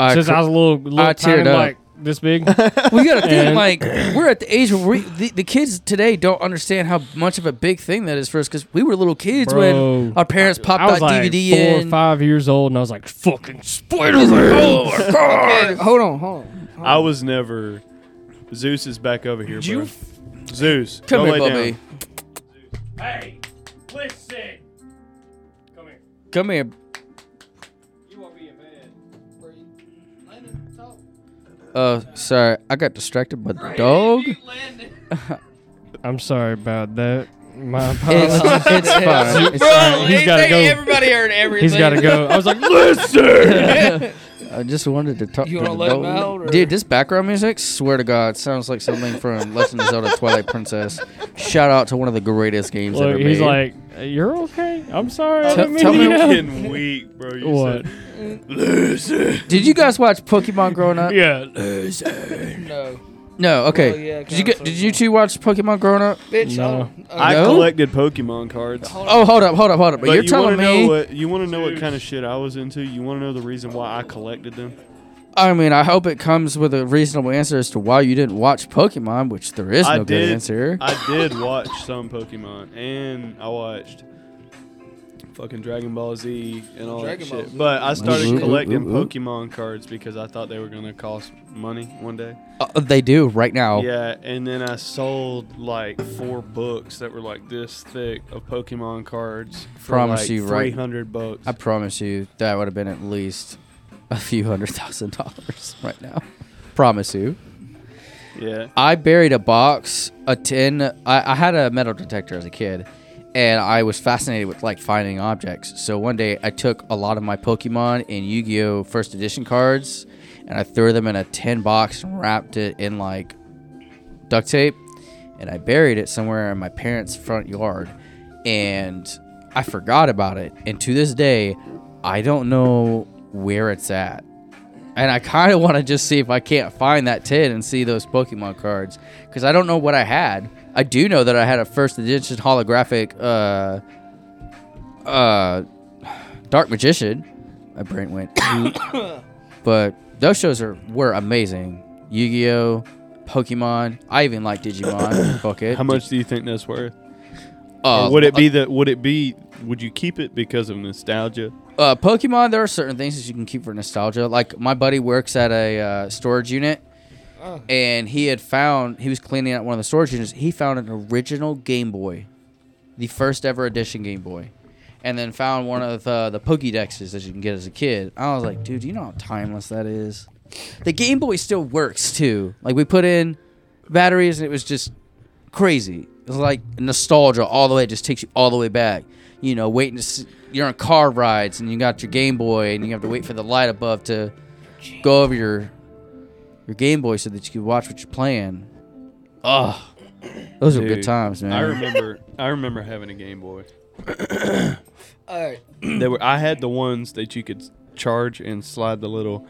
[SPEAKER 4] I
[SPEAKER 2] Since
[SPEAKER 4] cr-
[SPEAKER 2] I was a little, little
[SPEAKER 4] I teared
[SPEAKER 2] tiny,
[SPEAKER 4] up.
[SPEAKER 2] like this big.
[SPEAKER 4] We gotta think
[SPEAKER 2] And-
[SPEAKER 4] like we're at the age where we, the, the kids today don't understand how much of a big thing that is for us because we were little kids
[SPEAKER 2] Bro.
[SPEAKER 4] when our parents popped
[SPEAKER 2] I was
[SPEAKER 4] out
[SPEAKER 2] like
[SPEAKER 4] DVD
[SPEAKER 2] four
[SPEAKER 4] in.
[SPEAKER 2] or five years old, and I was like, "Fucking Spider
[SPEAKER 4] Oh, God.
[SPEAKER 3] Hey, hold on, hold on.
[SPEAKER 1] I was never. Zeus is back over here, bro. Zeus,
[SPEAKER 4] Come
[SPEAKER 1] go
[SPEAKER 4] here,
[SPEAKER 1] lay
[SPEAKER 4] Bubby.
[SPEAKER 1] down.
[SPEAKER 2] Hey, listen. Come here.
[SPEAKER 4] Come here.
[SPEAKER 2] You want me in bed?
[SPEAKER 4] Oh, sorry, I got distracted by the dog.
[SPEAKER 2] I'm sorry about that. My
[SPEAKER 4] It's,
[SPEAKER 2] apologies.
[SPEAKER 4] it's fine. It's
[SPEAKER 3] Bro,
[SPEAKER 4] fine.
[SPEAKER 2] he's gotta
[SPEAKER 3] anything-
[SPEAKER 2] go.
[SPEAKER 3] Everybody heard everything.
[SPEAKER 2] He's got to go. I was like, "Listen."
[SPEAKER 4] I just wanted to talk.
[SPEAKER 3] You
[SPEAKER 4] to
[SPEAKER 3] wanna
[SPEAKER 4] the
[SPEAKER 3] let him
[SPEAKER 4] dog.
[SPEAKER 3] out, or-
[SPEAKER 4] dude? This background music, swear to God, sounds like something from Legend of Zelda: Twilight Princess. Shout out to one of the greatest games
[SPEAKER 2] Look,
[SPEAKER 4] ever
[SPEAKER 2] he's
[SPEAKER 4] made.
[SPEAKER 2] like, "You're okay. I'm sorry. I
[SPEAKER 4] Tell-
[SPEAKER 2] didn't mean
[SPEAKER 4] tell me
[SPEAKER 2] to."
[SPEAKER 1] Fucking weak, bro. You
[SPEAKER 2] What?
[SPEAKER 1] said- Listen.
[SPEAKER 4] Did you guys watch Pokemon growing up?
[SPEAKER 2] Yeah.
[SPEAKER 3] No.
[SPEAKER 4] No. Okay.
[SPEAKER 3] Oh, yeah,
[SPEAKER 4] did you get,
[SPEAKER 3] kinda
[SPEAKER 4] Did you two watch Pokemon growing up?
[SPEAKER 3] Bitch,
[SPEAKER 2] No.
[SPEAKER 3] hold on.
[SPEAKER 1] I
[SPEAKER 4] No?
[SPEAKER 1] collected Pokemon cards.
[SPEAKER 3] Hold
[SPEAKER 4] Oh, hold up, hold up, hold up. But,
[SPEAKER 1] But
[SPEAKER 4] you're
[SPEAKER 1] you
[SPEAKER 4] telling
[SPEAKER 1] wanna know
[SPEAKER 4] me.
[SPEAKER 1] what, you want to know what kind of shit I was into? You want to know the reason why I collected them?
[SPEAKER 4] I mean, I hope it comes with a reasonable answer as to why you didn't watch Pokemon, which there is no
[SPEAKER 1] I
[SPEAKER 4] good
[SPEAKER 1] did.
[SPEAKER 4] answer.
[SPEAKER 1] I did watch some Pokemon, and I watched fucking Dragon Ball Z and all
[SPEAKER 3] Dragon
[SPEAKER 1] that
[SPEAKER 3] Ball
[SPEAKER 1] shit.
[SPEAKER 3] Z.
[SPEAKER 1] But I
[SPEAKER 4] Ooh, ooh,
[SPEAKER 1] started
[SPEAKER 4] ooh,
[SPEAKER 1] collecting
[SPEAKER 4] ooh.
[SPEAKER 1] Pokemon cards because I thought they were gonna cost money one day.
[SPEAKER 4] Uh, they do right now.
[SPEAKER 1] Yeah, and then I sold like four books that were like this thick of Pokemon cards for
[SPEAKER 4] Promise
[SPEAKER 1] like
[SPEAKER 4] you, right?
[SPEAKER 1] three hundred bucks.
[SPEAKER 4] I promise you that would have been at least a few hundred thousand dollars right now. Promise you.
[SPEAKER 1] yeah,
[SPEAKER 4] I buried a box, a tin. I, I had a metal detector as a kid, and I was fascinated with like finding objects. So one day I took a lot of my Pokemon and Yu Gi Oh! first edition cards and I threw them in a tin box and wrapped it in like duct tape and I buried it somewhere in my parents' front yard. And I forgot about it. And to this day, I don't know where it's at. And I kind of want to just see if I can't find that tin and see those Pokemon cards because I don't know what I had. I do know that I had a first edition holographic uh, uh, Dark Magician. My brain went. but those shows are were amazing. Yu-Gi-Oh, Pokemon. I even like Digimon. Fuck it.
[SPEAKER 1] how much do you think that's worth?
[SPEAKER 4] Uh,
[SPEAKER 1] or would it be that? Would it be? Would you keep it because of nostalgia?
[SPEAKER 4] uh, Pokemon, there are certain things that you can keep for nostalgia. Like my buddy works at a uh, storage unit,
[SPEAKER 3] Oh.
[SPEAKER 4] and he had found he was cleaning out one of the storage units. He found an original Game Boy, the first ever edition Game Boy, and then found one of uh, the Pokédexes that you can get as a kid. I was like, dude, you know how timeless that is. The Game Boy still works too. Like we put in batteries, and it was just crazy. It's like nostalgia all the way. It just takes you all the way back. You know, waiting to see, you're on car rides and you got your Game Boy and you have to wait for the light above to go over your your Game Boy so that you can watch what you're playing. Ugh. Those are good
[SPEAKER 1] Dude,
[SPEAKER 4] times, man.
[SPEAKER 1] I remember. I remember having a Game Boy.
[SPEAKER 3] All right.
[SPEAKER 1] They were. I had the ones that you could charge and slide the little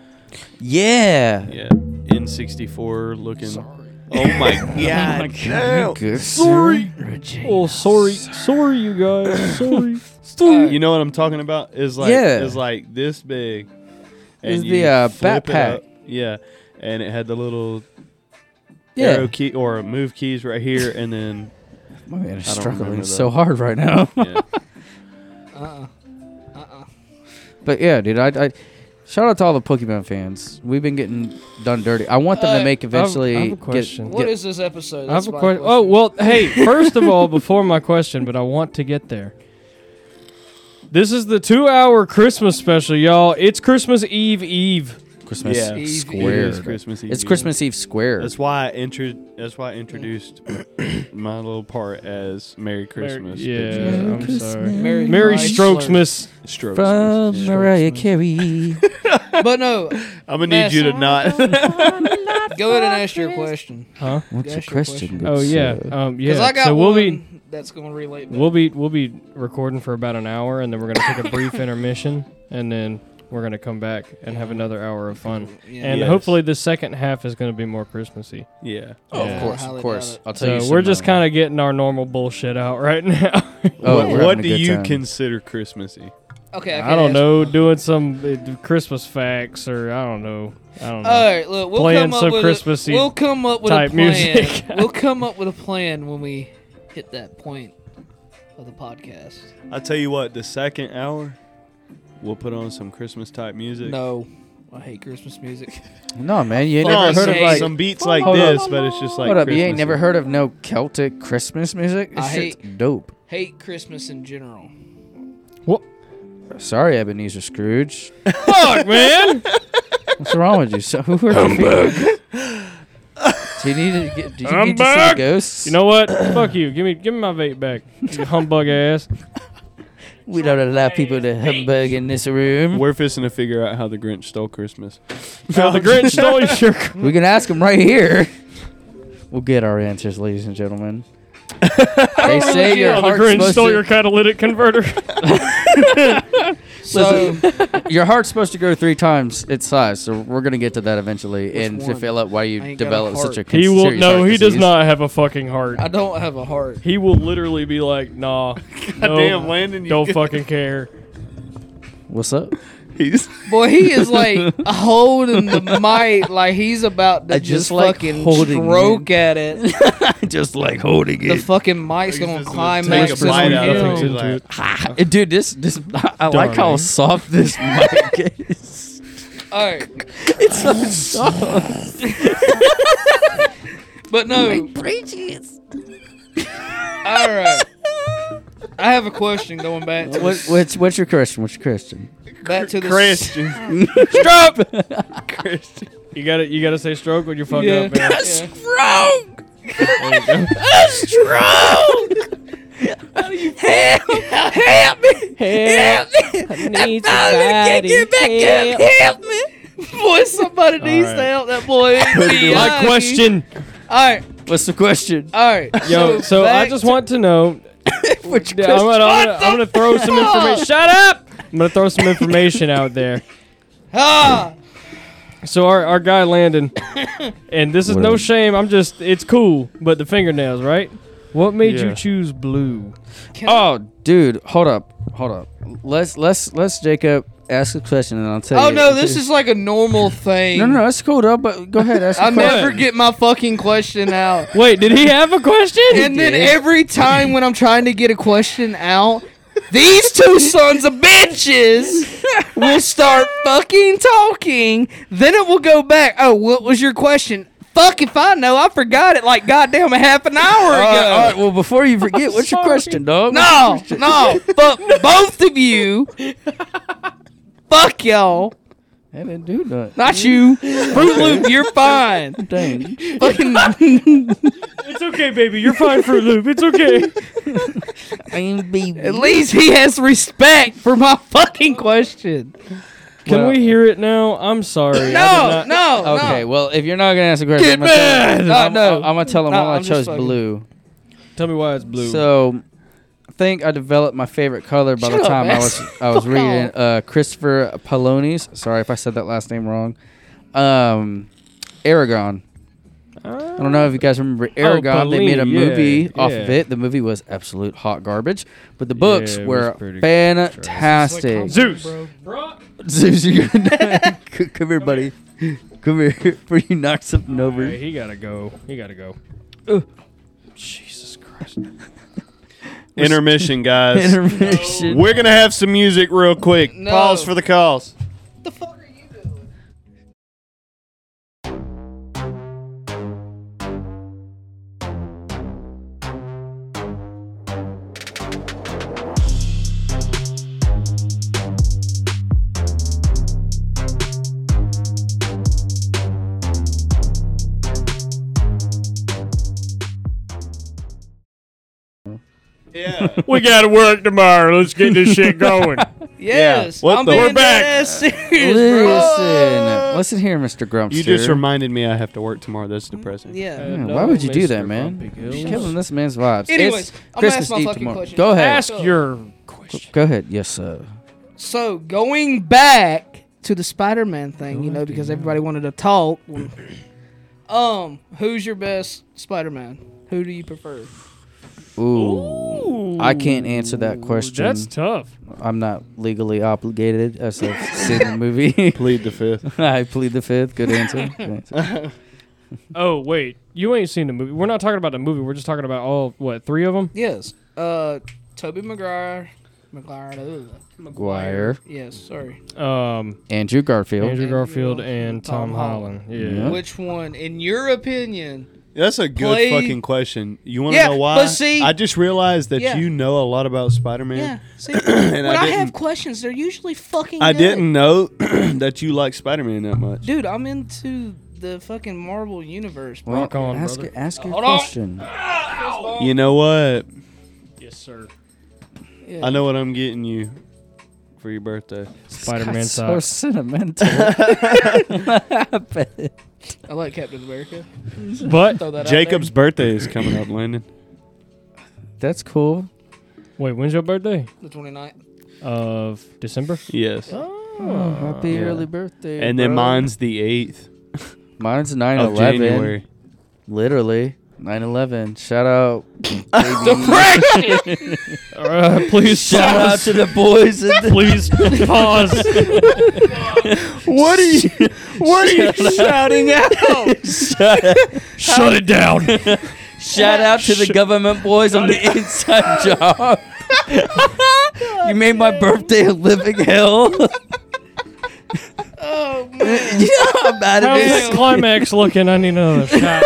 [SPEAKER 4] yeah.
[SPEAKER 1] yeah N64 looking. Oh my god! damn.
[SPEAKER 4] Good.
[SPEAKER 1] Sorry.
[SPEAKER 2] Oh, sorry, sorry, you guys. Sorry.
[SPEAKER 1] You know what I'm talking about? Is like
[SPEAKER 4] Yeah.
[SPEAKER 1] is like this big.
[SPEAKER 4] It's
[SPEAKER 1] you
[SPEAKER 4] the, uh,
[SPEAKER 1] flip it
[SPEAKER 4] backpack.
[SPEAKER 1] up. Yeah, and it had the little arrow
[SPEAKER 4] Yeah.
[SPEAKER 1] key or move keys right here, and then
[SPEAKER 4] My man is
[SPEAKER 1] I don't
[SPEAKER 4] struggling
[SPEAKER 1] remember that.
[SPEAKER 4] so hard right now.
[SPEAKER 1] yeah.
[SPEAKER 3] Uh-uh.
[SPEAKER 4] But yeah, dude, I, I Shout out to all the Pokemon fans. We've been getting done dirty. I want them
[SPEAKER 3] Uh,
[SPEAKER 4] to make eventually.
[SPEAKER 2] I have a
[SPEAKER 4] get-
[SPEAKER 2] question.
[SPEAKER 4] get-
[SPEAKER 3] What is this episode?
[SPEAKER 2] I
[SPEAKER 3] That's
[SPEAKER 2] have a
[SPEAKER 3] my
[SPEAKER 2] question. Oh well, hey. First of all, before my question, but I want to get there. This is the two-hour Christmas special, y'all. It's Christmas Eve Eve.
[SPEAKER 4] Christmas
[SPEAKER 1] Yeah.
[SPEAKER 4] Eve
[SPEAKER 1] It
[SPEAKER 4] squared.
[SPEAKER 1] is Christmas Eve.
[SPEAKER 4] It's Christmas Eve squared.
[SPEAKER 1] That's why I intro. That's why I introduced my little part as Merry Christmas.
[SPEAKER 2] yeah,
[SPEAKER 1] bitches.
[SPEAKER 2] I'm sorry.
[SPEAKER 3] Merry,
[SPEAKER 2] Mary
[SPEAKER 3] Chrysler.
[SPEAKER 2] Strokes Miss.
[SPEAKER 1] Strokes.
[SPEAKER 4] From
[SPEAKER 1] Yeah.
[SPEAKER 4] Mariah Carey.
[SPEAKER 3] But no,
[SPEAKER 1] I'm gonna need you to not.
[SPEAKER 3] go ahead and ask your question.
[SPEAKER 2] Huh?
[SPEAKER 4] What's
[SPEAKER 3] That's
[SPEAKER 4] your
[SPEAKER 3] your
[SPEAKER 4] question?
[SPEAKER 3] question.
[SPEAKER 4] good
[SPEAKER 2] Oh yeah.
[SPEAKER 4] sir?
[SPEAKER 2] Um
[SPEAKER 3] Because
[SPEAKER 2] yeah.
[SPEAKER 3] I got
[SPEAKER 2] so we'll
[SPEAKER 3] one
[SPEAKER 2] be
[SPEAKER 3] that's going to relate. back.
[SPEAKER 2] we'll be we'll be recording for about an hour, and then we're gonna take a brief intermission, and then we're gonna come back and have another hour of fun.
[SPEAKER 3] Yeah.
[SPEAKER 2] And uh,
[SPEAKER 1] Yes.
[SPEAKER 2] hopefully, the second half is gonna be more Christmassy.
[SPEAKER 1] yeah.
[SPEAKER 4] Oh,
[SPEAKER 2] Yeah.
[SPEAKER 4] of course, of
[SPEAKER 3] Highly
[SPEAKER 4] course.
[SPEAKER 3] doubt
[SPEAKER 4] I'll tell you.
[SPEAKER 2] So we're
[SPEAKER 4] some,
[SPEAKER 2] just
[SPEAKER 4] uh,
[SPEAKER 2] kind of getting our normal bullshit out right now.
[SPEAKER 4] Oh, we're having
[SPEAKER 1] what
[SPEAKER 4] a
[SPEAKER 1] what do
[SPEAKER 4] good
[SPEAKER 1] you
[SPEAKER 4] time.
[SPEAKER 1] consider Christmassy?
[SPEAKER 3] okay,
[SPEAKER 2] I
[SPEAKER 3] can
[SPEAKER 2] don't
[SPEAKER 3] ask-
[SPEAKER 2] know, doing some uh, Christmas facts or I don't know. I don't know.
[SPEAKER 4] Uh,
[SPEAKER 3] All right, look, we'll
[SPEAKER 2] Playing
[SPEAKER 3] come up
[SPEAKER 2] some
[SPEAKER 3] with
[SPEAKER 2] Christmassy
[SPEAKER 3] a, We'll come up with
[SPEAKER 2] type
[SPEAKER 3] a plan.
[SPEAKER 2] music.
[SPEAKER 3] we'll come up with a plan when we hit that point of the podcast.
[SPEAKER 1] I tell you what, the second hour, we'll put on some Christmas type music.
[SPEAKER 3] No, I hate Christmas music.
[SPEAKER 4] No, man, you ain't
[SPEAKER 1] Put
[SPEAKER 4] never
[SPEAKER 1] on
[SPEAKER 4] heard of
[SPEAKER 1] some,
[SPEAKER 4] like.
[SPEAKER 1] some beats like
[SPEAKER 4] Hold up.
[SPEAKER 1] this, but it's just like
[SPEAKER 4] Hold up, you
[SPEAKER 1] Christmassy.
[SPEAKER 4] ain't never heard of no Celtic Christmas music? This
[SPEAKER 3] I
[SPEAKER 4] shit's dope.
[SPEAKER 3] Hate Christmas in general.
[SPEAKER 4] Sorry, Ebenezer Scrooge.
[SPEAKER 2] Fuck, man.
[SPEAKER 4] What's wrong with you? So, who hurt I'm back. Do you need to get? Do you
[SPEAKER 2] I'm
[SPEAKER 4] need to see
[SPEAKER 2] back.
[SPEAKER 4] ghosts?
[SPEAKER 2] You know what? Fuck you. Give me give me my vape back. You humbug ass.
[SPEAKER 4] we don't allow people to humbug in this room.
[SPEAKER 1] We're fixing to figure out how the Grinch stole Christmas.
[SPEAKER 2] Now the Grinch stole your.
[SPEAKER 4] We can ask them right here. We'll get our answers, ladies and gentlemen. they say your
[SPEAKER 2] Now Oh, the
[SPEAKER 4] heart's
[SPEAKER 2] Grinch
[SPEAKER 4] supposed
[SPEAKER 2] stole
[SPEAKER 4] to,
[SPEAKER 2] your catalytic converter.
[SPEAKER 3] So
[SPEAKER 4] your heart's supposed to go three times its size. So we're gonna get to that eventually, and to
[SPEAKER 3] one?
[SPEAKER 4] fill out why
[SPEAKER 3] I
[SPEAKER 4] you
[SPEAKER 3] ain't got a
[SPEAKER 4] develop such a
[SPEAKER 3] heart.
[SPEAKER 4] con-
[SPEAKER 2] he will.
[SPEAKER 4] serious
[SPEAKER 2] No,
[SPEAKER 4] heart
[SPEAKER 2] he does
[SPEAKER 4] disease.
[SPEAKER 2] not have a fucking heart.
[SPEAKER 3] I don't have a heart.
[SPEAKER 2] He will literally be like, nah. no,
[SPEAKER 1] Damn, Landon, you
[SPEAKER 2] Don't fucking care.
[SPEAKER 4] What's up?
[SPEAKER 1] He's
[SPEAKER 3] Boy, he is like holding the mic like he's about to
[SPEAKER 4] I
[SPEAKER 3] just,
[SPEAKER 4] just like
[SPEAKER 3] fucking
[SPEAKER 4] holding
[SPEAKER 3] stroke at it.
[SPEAKER 5] just like holding
[SPEAKER 3] The
[SPEAKER 5] it.
[SPEAKER 3] fucking mic's
[SPEAKER 1] He's
[SPEAKER 3] gonna
[SPEAKER 1] just
[SPEAKER 3] climb
[SPEAKER 1] gonna
[SPEAKER 3] out.
[SPEAKER 1] take
[SPEAKER 2] That's
[SPEAKER 1] a bite
[SPEAKER 2] when
[SPEAKER 1] out
[SPEAKER 2] he
[SPEAKER 1] of it.
[SPEAKER 2] gets
[SPEAKER 1] He's
[SPEAKER 2] into
[SPEAKER 1] like,
[SPEAKER 2] it.
[SPEAKER 4] Ah, dude, this this I, I like how
[SPEAKER 2] Darling.
[SPEAKER 4] soft this mic is.
[SPEAKER 3] All right,
[SPEAKER 4] It's so soft.
[SPEAKER 3] but no. All right. I have a question going back to
[SPEAKER 4] What,
[SPEAKER 3] the-
[SPEAKER 4] what's what's your question? What's your question?
[SPEAKER 3] back to the
[SPEAKER 1] Christian.
[SPEAKER 4] Drop.
[SPEAKER 1] Christian.
[SPEAKER 2] You gotta you gotta say stroke when you're fucking
[SPEAKER 3] Yeah.
[SPEAKER 2] up, man.
[SPEAKER 4] Stroke. Stroke. Help! Help me! Help me! I need can't get back up. Help me!
[SPEAKER 3] Boy, somebody needs to
[SPEAKER 2] right.
[SPEAKER 3] help that boy.
[SPEAKER 2] My
[SPEAKER 3] Miyagi.
[SPEAKER 2] question.
[SPEAKER 3] All right,
[SPEAKER 4] What's the question?
[SPEAKER 3] all right.
[SPEAKER 2] Yo, so, I
[SPEAKER 3] back
[SPEAKER 2] just
[SPEAKER 3] to-
[SPEAKER 2] want to know.
[SPEAKER 4] Which
[SPEAKER 2] I'm gonna, I'm gonna,
[SPEAKER 3] What the
[SPEAKER 2] I'm gonna throw some information. Shut up! I'm gonna throw some information out there.
[SPEAKER 3] ah.
[SPEAKER 2] So our, our guy Landon, and this is
[SPEAKER 4] What
[SPEAKER 2] no
[SPEAKER 4] is-
[SPEAKER 2] shame. I'm just it's cool, but the fingernails, right? What made
[SPEAKER 1] Yeah.
[SPEAKER 2] you choose blue?
[SPEAKER 3] Can I-
[SPEAKER 4] Oh, dude, hold up, hold up. Let's let's let's Jacob ask a question, and I'll tell
[SPEAKER 3] Oh
[SPEAKER 4] you.
[SPEAKER 3] no, this is like a normal thing.
[SPEAKER 4] no, no, no. That's cool, though. But go ahead, ask. a
[SPEAKER 3] I
[SPEAKER 4] question.
[SPEAKER 3] never get my fucking question out.
[SPEAKER 2] Wait, did he have a question?
[SPEAKER 3] And then every time when I'm trying to get a question out, these two sons of bitches will start fucking talking. Then it will go back. Oh, what was your question? Fuck if I know. I forgot it like goddamn a half an hour
[SPEAKER 4] All right, all right,
[SPEAKER 3] ago.
[SPEAKER 4] well, before you forget, what's your
[SPEAKER 2] sorry.
[SPEAKER 4] question, dog?
[SPEAKER 3] No, no. Fuck both of you. Fuck y'all.
[SPEAKER 4] I didn't do that.
[SPEAKER 3] Not you. Fruit Loop, you're fine.
[SPEAKER 4] Dang.
[SPEAKER 3] Fucking
[SPEAKER 2] it's okay, baby. You're fine for a loop. It's okay.
[SPEAKER 3] At least he has respect for my fucking question.
[SPEAKER 2] Can
[SPEAKER 4] Well-
[SPEAKER 2] we hear it now? I'm sorry. I did
[SPEAKER 3] No,
[SPEAKER 2] not-
[SPEAKER 3] no,
[SPEAKER 4] Okay,
[SPEAKER 3] no.
[SPEAKER 4] well, if you're not gonna ask a question, I'm gonna tell him,
[SPEAKER 3] mad! Oh,
[SPEAKER 4] I'm,
[SPEAKER 3] No, no.
[SPEAKER 4] I'm, gonna tell him
[SPEAKER 3] No,
[SPEAKER 4] why I
[SPEAKER 3] I'm just
[SPEAKER 4] chose
[SPEAKER 3] fucking-
[SPEAKER 4] blue.
[SPEAKER 2] Tell me why it's blue. Uh,
[SPEAKER 4] So, I think I developed my favorite color by
[SPEAKER 3] Shut
[SPEAKER 4] the
[SPEAKER 3] up,
[SPEAKER 4] time I
[SPEAKER 3] man.
[SPEAKER 4] was I was
[SPEAKER 3] Fuck
[SPEAKER 4] reading
[SPEAKER 3] off.
[SPEAKER 4] uh, Christopher Polonius. Sorry if I said that last name wrong. Um, Aragon. I don't know if you guys remember Aragon. they made a
[SPEAKER 2] Pauline, yeah,
[SPEAKER 4] movie off of
[SPEAKER 2] Oh, yeah.
[SPEAKER 4] it. The movie was absolute hot garbage, but the books
[SPEAKER 2] Yeah, it was
[SPEAKER 4] were
[SPEAKER 2] pretty
[SPEAKER 4] fantastic.
[SPEAKER 2] Zeus.
[SPEAKER 4] Zeus, you're gonna C- come here, buddy. Come here before you knock something over.
[SPEAKER 2] Hey, he gotta go. He gotta go. Jesus Christ.
[SPEAKER 1] Intermission, guys.
[SPEAKER 4] Intermission.
[SPEAKER 1] We're gonna have some music real quick.
[SPEAKER 3] No.
[SPEAKER 1] Pause for the calls.
[SPEAKER 3] the fuck are you?
[SPEAKER 1] Yeah.
[SPEAKER 2] we got to work tomorrow. Let's get this shit going.
[SPEAKER 3] Yes.
[SPEAKER 1] What
[SPEAKER 3] I'm
[SPEAKER 1] the-
[SPEAKER 3] being
[SPEAKER 1] We're
[SPEAKER 2] back.
[SPEAKER 3] dead ass serious, bro.
[SPEAKER 4] Listen, listen here, Mister Grumpster.
[SPEAKER 1] You just reminded me I have to work tomorrow. That's depressing.
[SPEAKER 2] Uh,
[SPEAKER 3] Yeah.
[SPEAKER 4] Yeah, why would you do that, man? You're killing this man's vibes.
[SPEAKER 3] Anyways,
[SPEAKER 4] it's
[SPEAKER 3] I'm gonna
[SPEAKER 4] Christmas
[SPEAKER 3] ask my
[SPEAKER 4] Eve
[SPEAKER 3] fucking
[SPEAKER 4] tomorrow.
[SPEAKER 3] question.
[SPEAKER 4] Go ahead.
[SPEAKER 2] Ask your question.
[SPEAKER 4] Go ahead. Yes, sir.
[SPEAKER 3] So going back to the Spider-Man thing, you know, because everybody wanted to talk. um, who's your best Spider-Man? Who do you prefer?
[SPEAKER 4] Ooh. I can't answer that question.
[SPEAKER 2] That's tough.
[SPEAKER 4] I'm not legally obligated as I've seen the movie.
[SPEAKER 1] Plead the fifth.
[SPEAKER 4] I plead the fifth. Good answer. Good answer.
[SPEAKER 2] Oh wait, you ain't seen the movie. We're not talking about the movie. We're just talking about all what three of them.
[SPEAKER 3] Yes. Uh, Toby Maguire. Maguire. ugh.
[SPEAKER 4] McGuire,
[SPEAKER 3] Yes. Sorry.
[SPEAKER 2] Um,
[SPEAKER 4] Andrew Garfield.
[SPEAKER 2] Andrew
[SPEAKER 3] Andrew
[SPEAKER 2] Garfield
[SPEAKER 3] Garfield
[SPEAKER 2] and
[SPEAKER 3] and
[SPEAKER 2] Tom
[SPEAKER 3] Tom
[SPEAKER 2] Holland. Yeah.
[SPEAKER 4] Yeah.
[SPEAKER 3] Which one, in your opinion?
[SPEAKER 1] That's a good
[SPEAKER 3] Play-
[SPEAKER 1] fucking question. You want to
[SPEAKER 3] Yeah,
[SPEAKER 1] know why?
[SPEAKER 3] but see-
[SPEAKER 1] I just realized that
[SPEAKER 3] Yeah.
[SPEAKER 1] you know a lot about Spider-Man.
[SPEAKER 3] Yeah. See,
[SPEAKER 1] And
[SPEAKER 3] when I,
[SPEAKER 1] I
[SPEAKER 3] have
[SPEAKER 1] didn't-
[SPEAKER 3] questions, they're usually fucking.
[SPEAKER 1] I
[SPEAKER 3] good.
[SPEAKER 1] didn't know that you like Spider-Man that much.
[SPEAKER 3] Dude, I'm into the fucking Marvel universe. Bro.
[SPEAKER 4] Well,
[SPEAKER 2] Rock on,
[SPEAKER 4] ask,
[SPEAKER 2] brother.
[SPEAKER 4] ask your
[SPEAKER 3] Hold on.
[SPEAKER 4] question.
[SPEAKER 1] You know what?
[SPEAKER 2] Yes, sir.
[SPEAKER 3] Yeah.
[SPEAKER 1] I know what I'm getting you for your birthday.
[SPEAKER 2] Spider-Man
[SPEAKER 4] This guy's so
[SPEAKER 2] socks.
[SPEAKER 4] sentimental.
[SPEAKER 3] I like Captain America.
[SPEAKER 2] But
[SPEAKER 3] Throw that out Oh,
[SPEAKER 1] Jacob's birthday is coming up, Landon.
[SPEAKER 4] That's cool.
[SPEAKER 2] wait, when's your birthday?
[SPEAKER 3] there, the 29th.
[SPEAKER 2] Of December.
[SPEAKER 1] Yes.
[SPEAKER 4] Oh, happy
[SPEAKER 1] yeah.
[SPEAKER 4] early birthday.
[SPEAKER 1] and then
[SPEAKER 4] bro.
[SPEAKER 1] mine's the 8th
[SPEAKER 4] Mine's 9
[SPEAKER 1] of
[SPEAKER 4] 11.
[SPEAKER 1] January.
[SPEAKER 4] Literally. 9 11. Shout out.
[SPEAKER 2] Uh, please
[SPEAKER 4] Shout out
[SPEAKER 2] pause.
[SPEAKER 4] to the boys. in the-
[SPEAKER 2] Please pause.
[SPEAKER 4] what are you, what are you shouting out?
[SPEAKER 3] Oh.
[SPEAKER 2] Shut it down.
[SPEAKER 4] Shout out to the government boys on the inside job. you made my birthday a living hell.
[SPEAKER 3] Oh man.
[SPEAKER 4] I'm out of
[SPEAKER 2] How's the
[SPEAKER 4] this.
[SPEAKER 2] climax looking? I need another shot.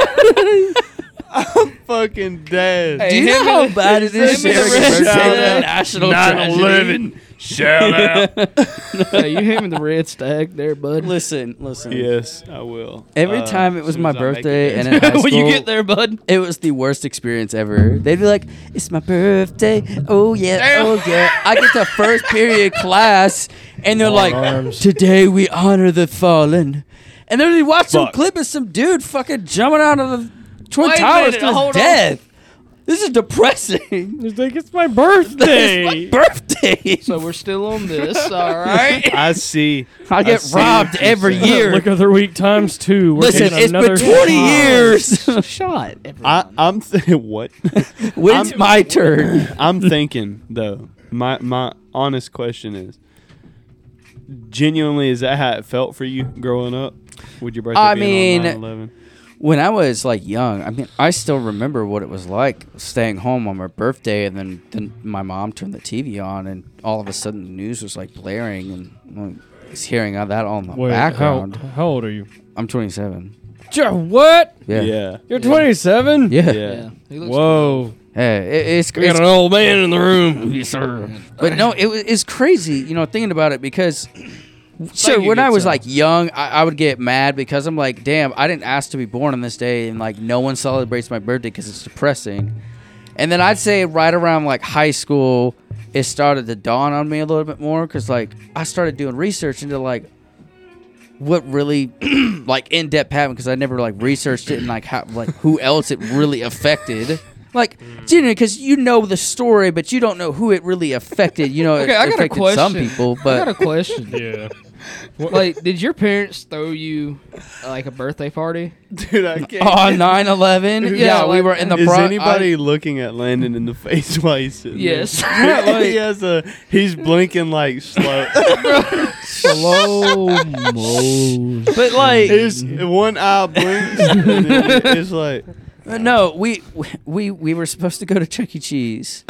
[SPEAKER 1] Fucking dead.
[SPEAKER 4] Do you know how bad it is
[SPEAKER 3] him and
[SPEAKER 4] sharing a
[SPEAKER 3] the rest
[SPEAKER 4] birthday
[SPEAKER 1] of
[SPEAKER 4] with a
[SPEAKER 1] them.
[SPEAKER 4] national tragedy?
[SPEAKER 1] Shout out.
[SPEAKER 3] Yeah, you hit me the red stag there, bud.
[SPEAKER 4] Listen, listen.
[SPEAKER 1] yes, I will.
[SPEAKER 4] Every
[SPEAKER 1] Uh,
[SPEAKER 4] time it
[SPEAKER 1] as
[SPEAKER 4] was
[SPEAKER 1] soon
[SPEAKER 4] my
[SPEAKER 1] as I make
[SPEAKER 4] birthday
[SPEAKER 1] it.
[SPEAKER 4] and in high school,
[SPEAKER 3] there, bud.
[SPEAKER 4] it was the worst experience ever. They'd be like, "It's my birthday, oh yeah, oh yeah." I get to first period class, and they're like,
[SPEAKER 2] arms.
[SPEAKER 4] "Today we honor the fallen," and then they watch some
[SPEAKER 1] Fuck.
[SPEAKER 4] clip of some dude fucking jumping out of the twin
[SPEAKER 3] Wait a
[SPEAKER 4] towers
[SPEAKER 3] minute,
[SPEAKER 4] to his
[SPEAKER 3] hold on.
[SPEAKER 4] death. This is depressing.
[SPEAKER 2] It's like it's my
[SPEAKER 4] it's my
[SPEAKER 2] birthday.
[SPEAKER 4] birthday.
[SPEAKER 3] So we're still on this, all right?
[SPEAKER 1] I see.
[SPEAKER 4] I get
[SPEAKER 1] see
[SPEAKER 4] robbed
[SPEAKER 1] what you're
[SPEAKER 4] every
[SPEAKER 1] saying.
[SPEAKER 4] year.
[SPEAKER 2] Look at the week times two. We're
[SPEAKER 4] Listen,
[SPEAKER 2] taking
[SPEAKER 4] it's
[SPEAKER 2] another
[SPEAKER 4] been 20
[SPEAKER 2] shot.
[SPEAKER 4] years.
[SPEAKER 3] Shot.
[SPEAKER 1] I, I'm th- what?
[SPEAKER 4] When's my turn?
[SPEAKER 1] I'm thinking though. My my honest question is, genuinely, is that how it felt for you growing up? Would your birthday
[SPEAKER 4] I
[SPEAKER 1] be
[SPEAKER 4] mean-
[SPEAKER 1] on 9/11?
[SPEAKER 4] when I was like young, I mean, I still remember what it was like staying home on my birthday, and then, then my mom turned the TV on, and all of a sudden the news was like blaring, and like, I was hearing all that all in the
[SPEAKER 2] Wait, how,
[SPEAKER 4] background.
[SPEAKER 2] how old are you?
[SPEAKER 4] I'm 27.
[SPEAKER 2] What?
[SPEAKER 4] Yeah, yeah,
[SPEAKER 1] yeah.
[SPEAKER 2] You're 27?
[SPEAKER 4] yeah.
[SPEAKER 1] Yeah.
[SPEAKER 3] He looks
[SPEAKER 2] Whoa.
[SPEAKER 4] Hey, it- it's,
[SPEAKER 2] We got
[SPEAKER 4] it's
[SPEAKER 2] an old man in the room. Yes, sir.
[SPEAKER 4] but no, it was it's crazy, you know, thinking about it because sure,
[SPEAKER 3] you
[SPEAKER 4] when I
[SPEAKER 3] did
[SPEAKER 4] was
[SPEAKER 3] some.
[SPEAKER 4] like young, I, I would get mad because I'm like, damn, I didn't ask to be born on this day, and like no one celebrates my birthday because it's depressing. And then I'd say right around like high school, it started to dawn on me a little bit more because like I started doing research into like what really like in depth happened because I never like researched it and like how like who else it really affected. Like, genuinely, because you know the story, but you don't know who it really affected. You know,
[SPEAKER 3] Okay,
[SPEAKER 4] it
[SPEAKER 3] I got a
[SPEAKER 4] affected
[SPEAKER 3] question.
[SPEAKER 4] some people,
[SPEAKER 3] I got a
[SPEAKER 4] but
[SPEAKER 3] question.
[SPEAKER 2] Yeah.
[SPEAKER 3] like, did your parents throw you like a birthday party?
[SPEAKER 1] Dude, I can't.
[SPEAKER 4] on 9 11, Oh, yeah, we
[SPEAKER 3] like-
[SPEAKER 4] were in the
[SPEAKER 1] is
[SPEAKER 4] front.
[SPEAKER 1] anybody looking at Landon in the face while he's sitting? there?
[SPEAKER 3] Yes.
[SPEAKER 1] he has a. He's blinking like slow.
[SPEAKER 2] Slow mo.
[SPEAKER 4] but like,
[SPEAKER 1] His one eye blinks. and then it's like
[SPEAKER 4] Uh, No, we we we were supposed to go to Chuck E. Cheese.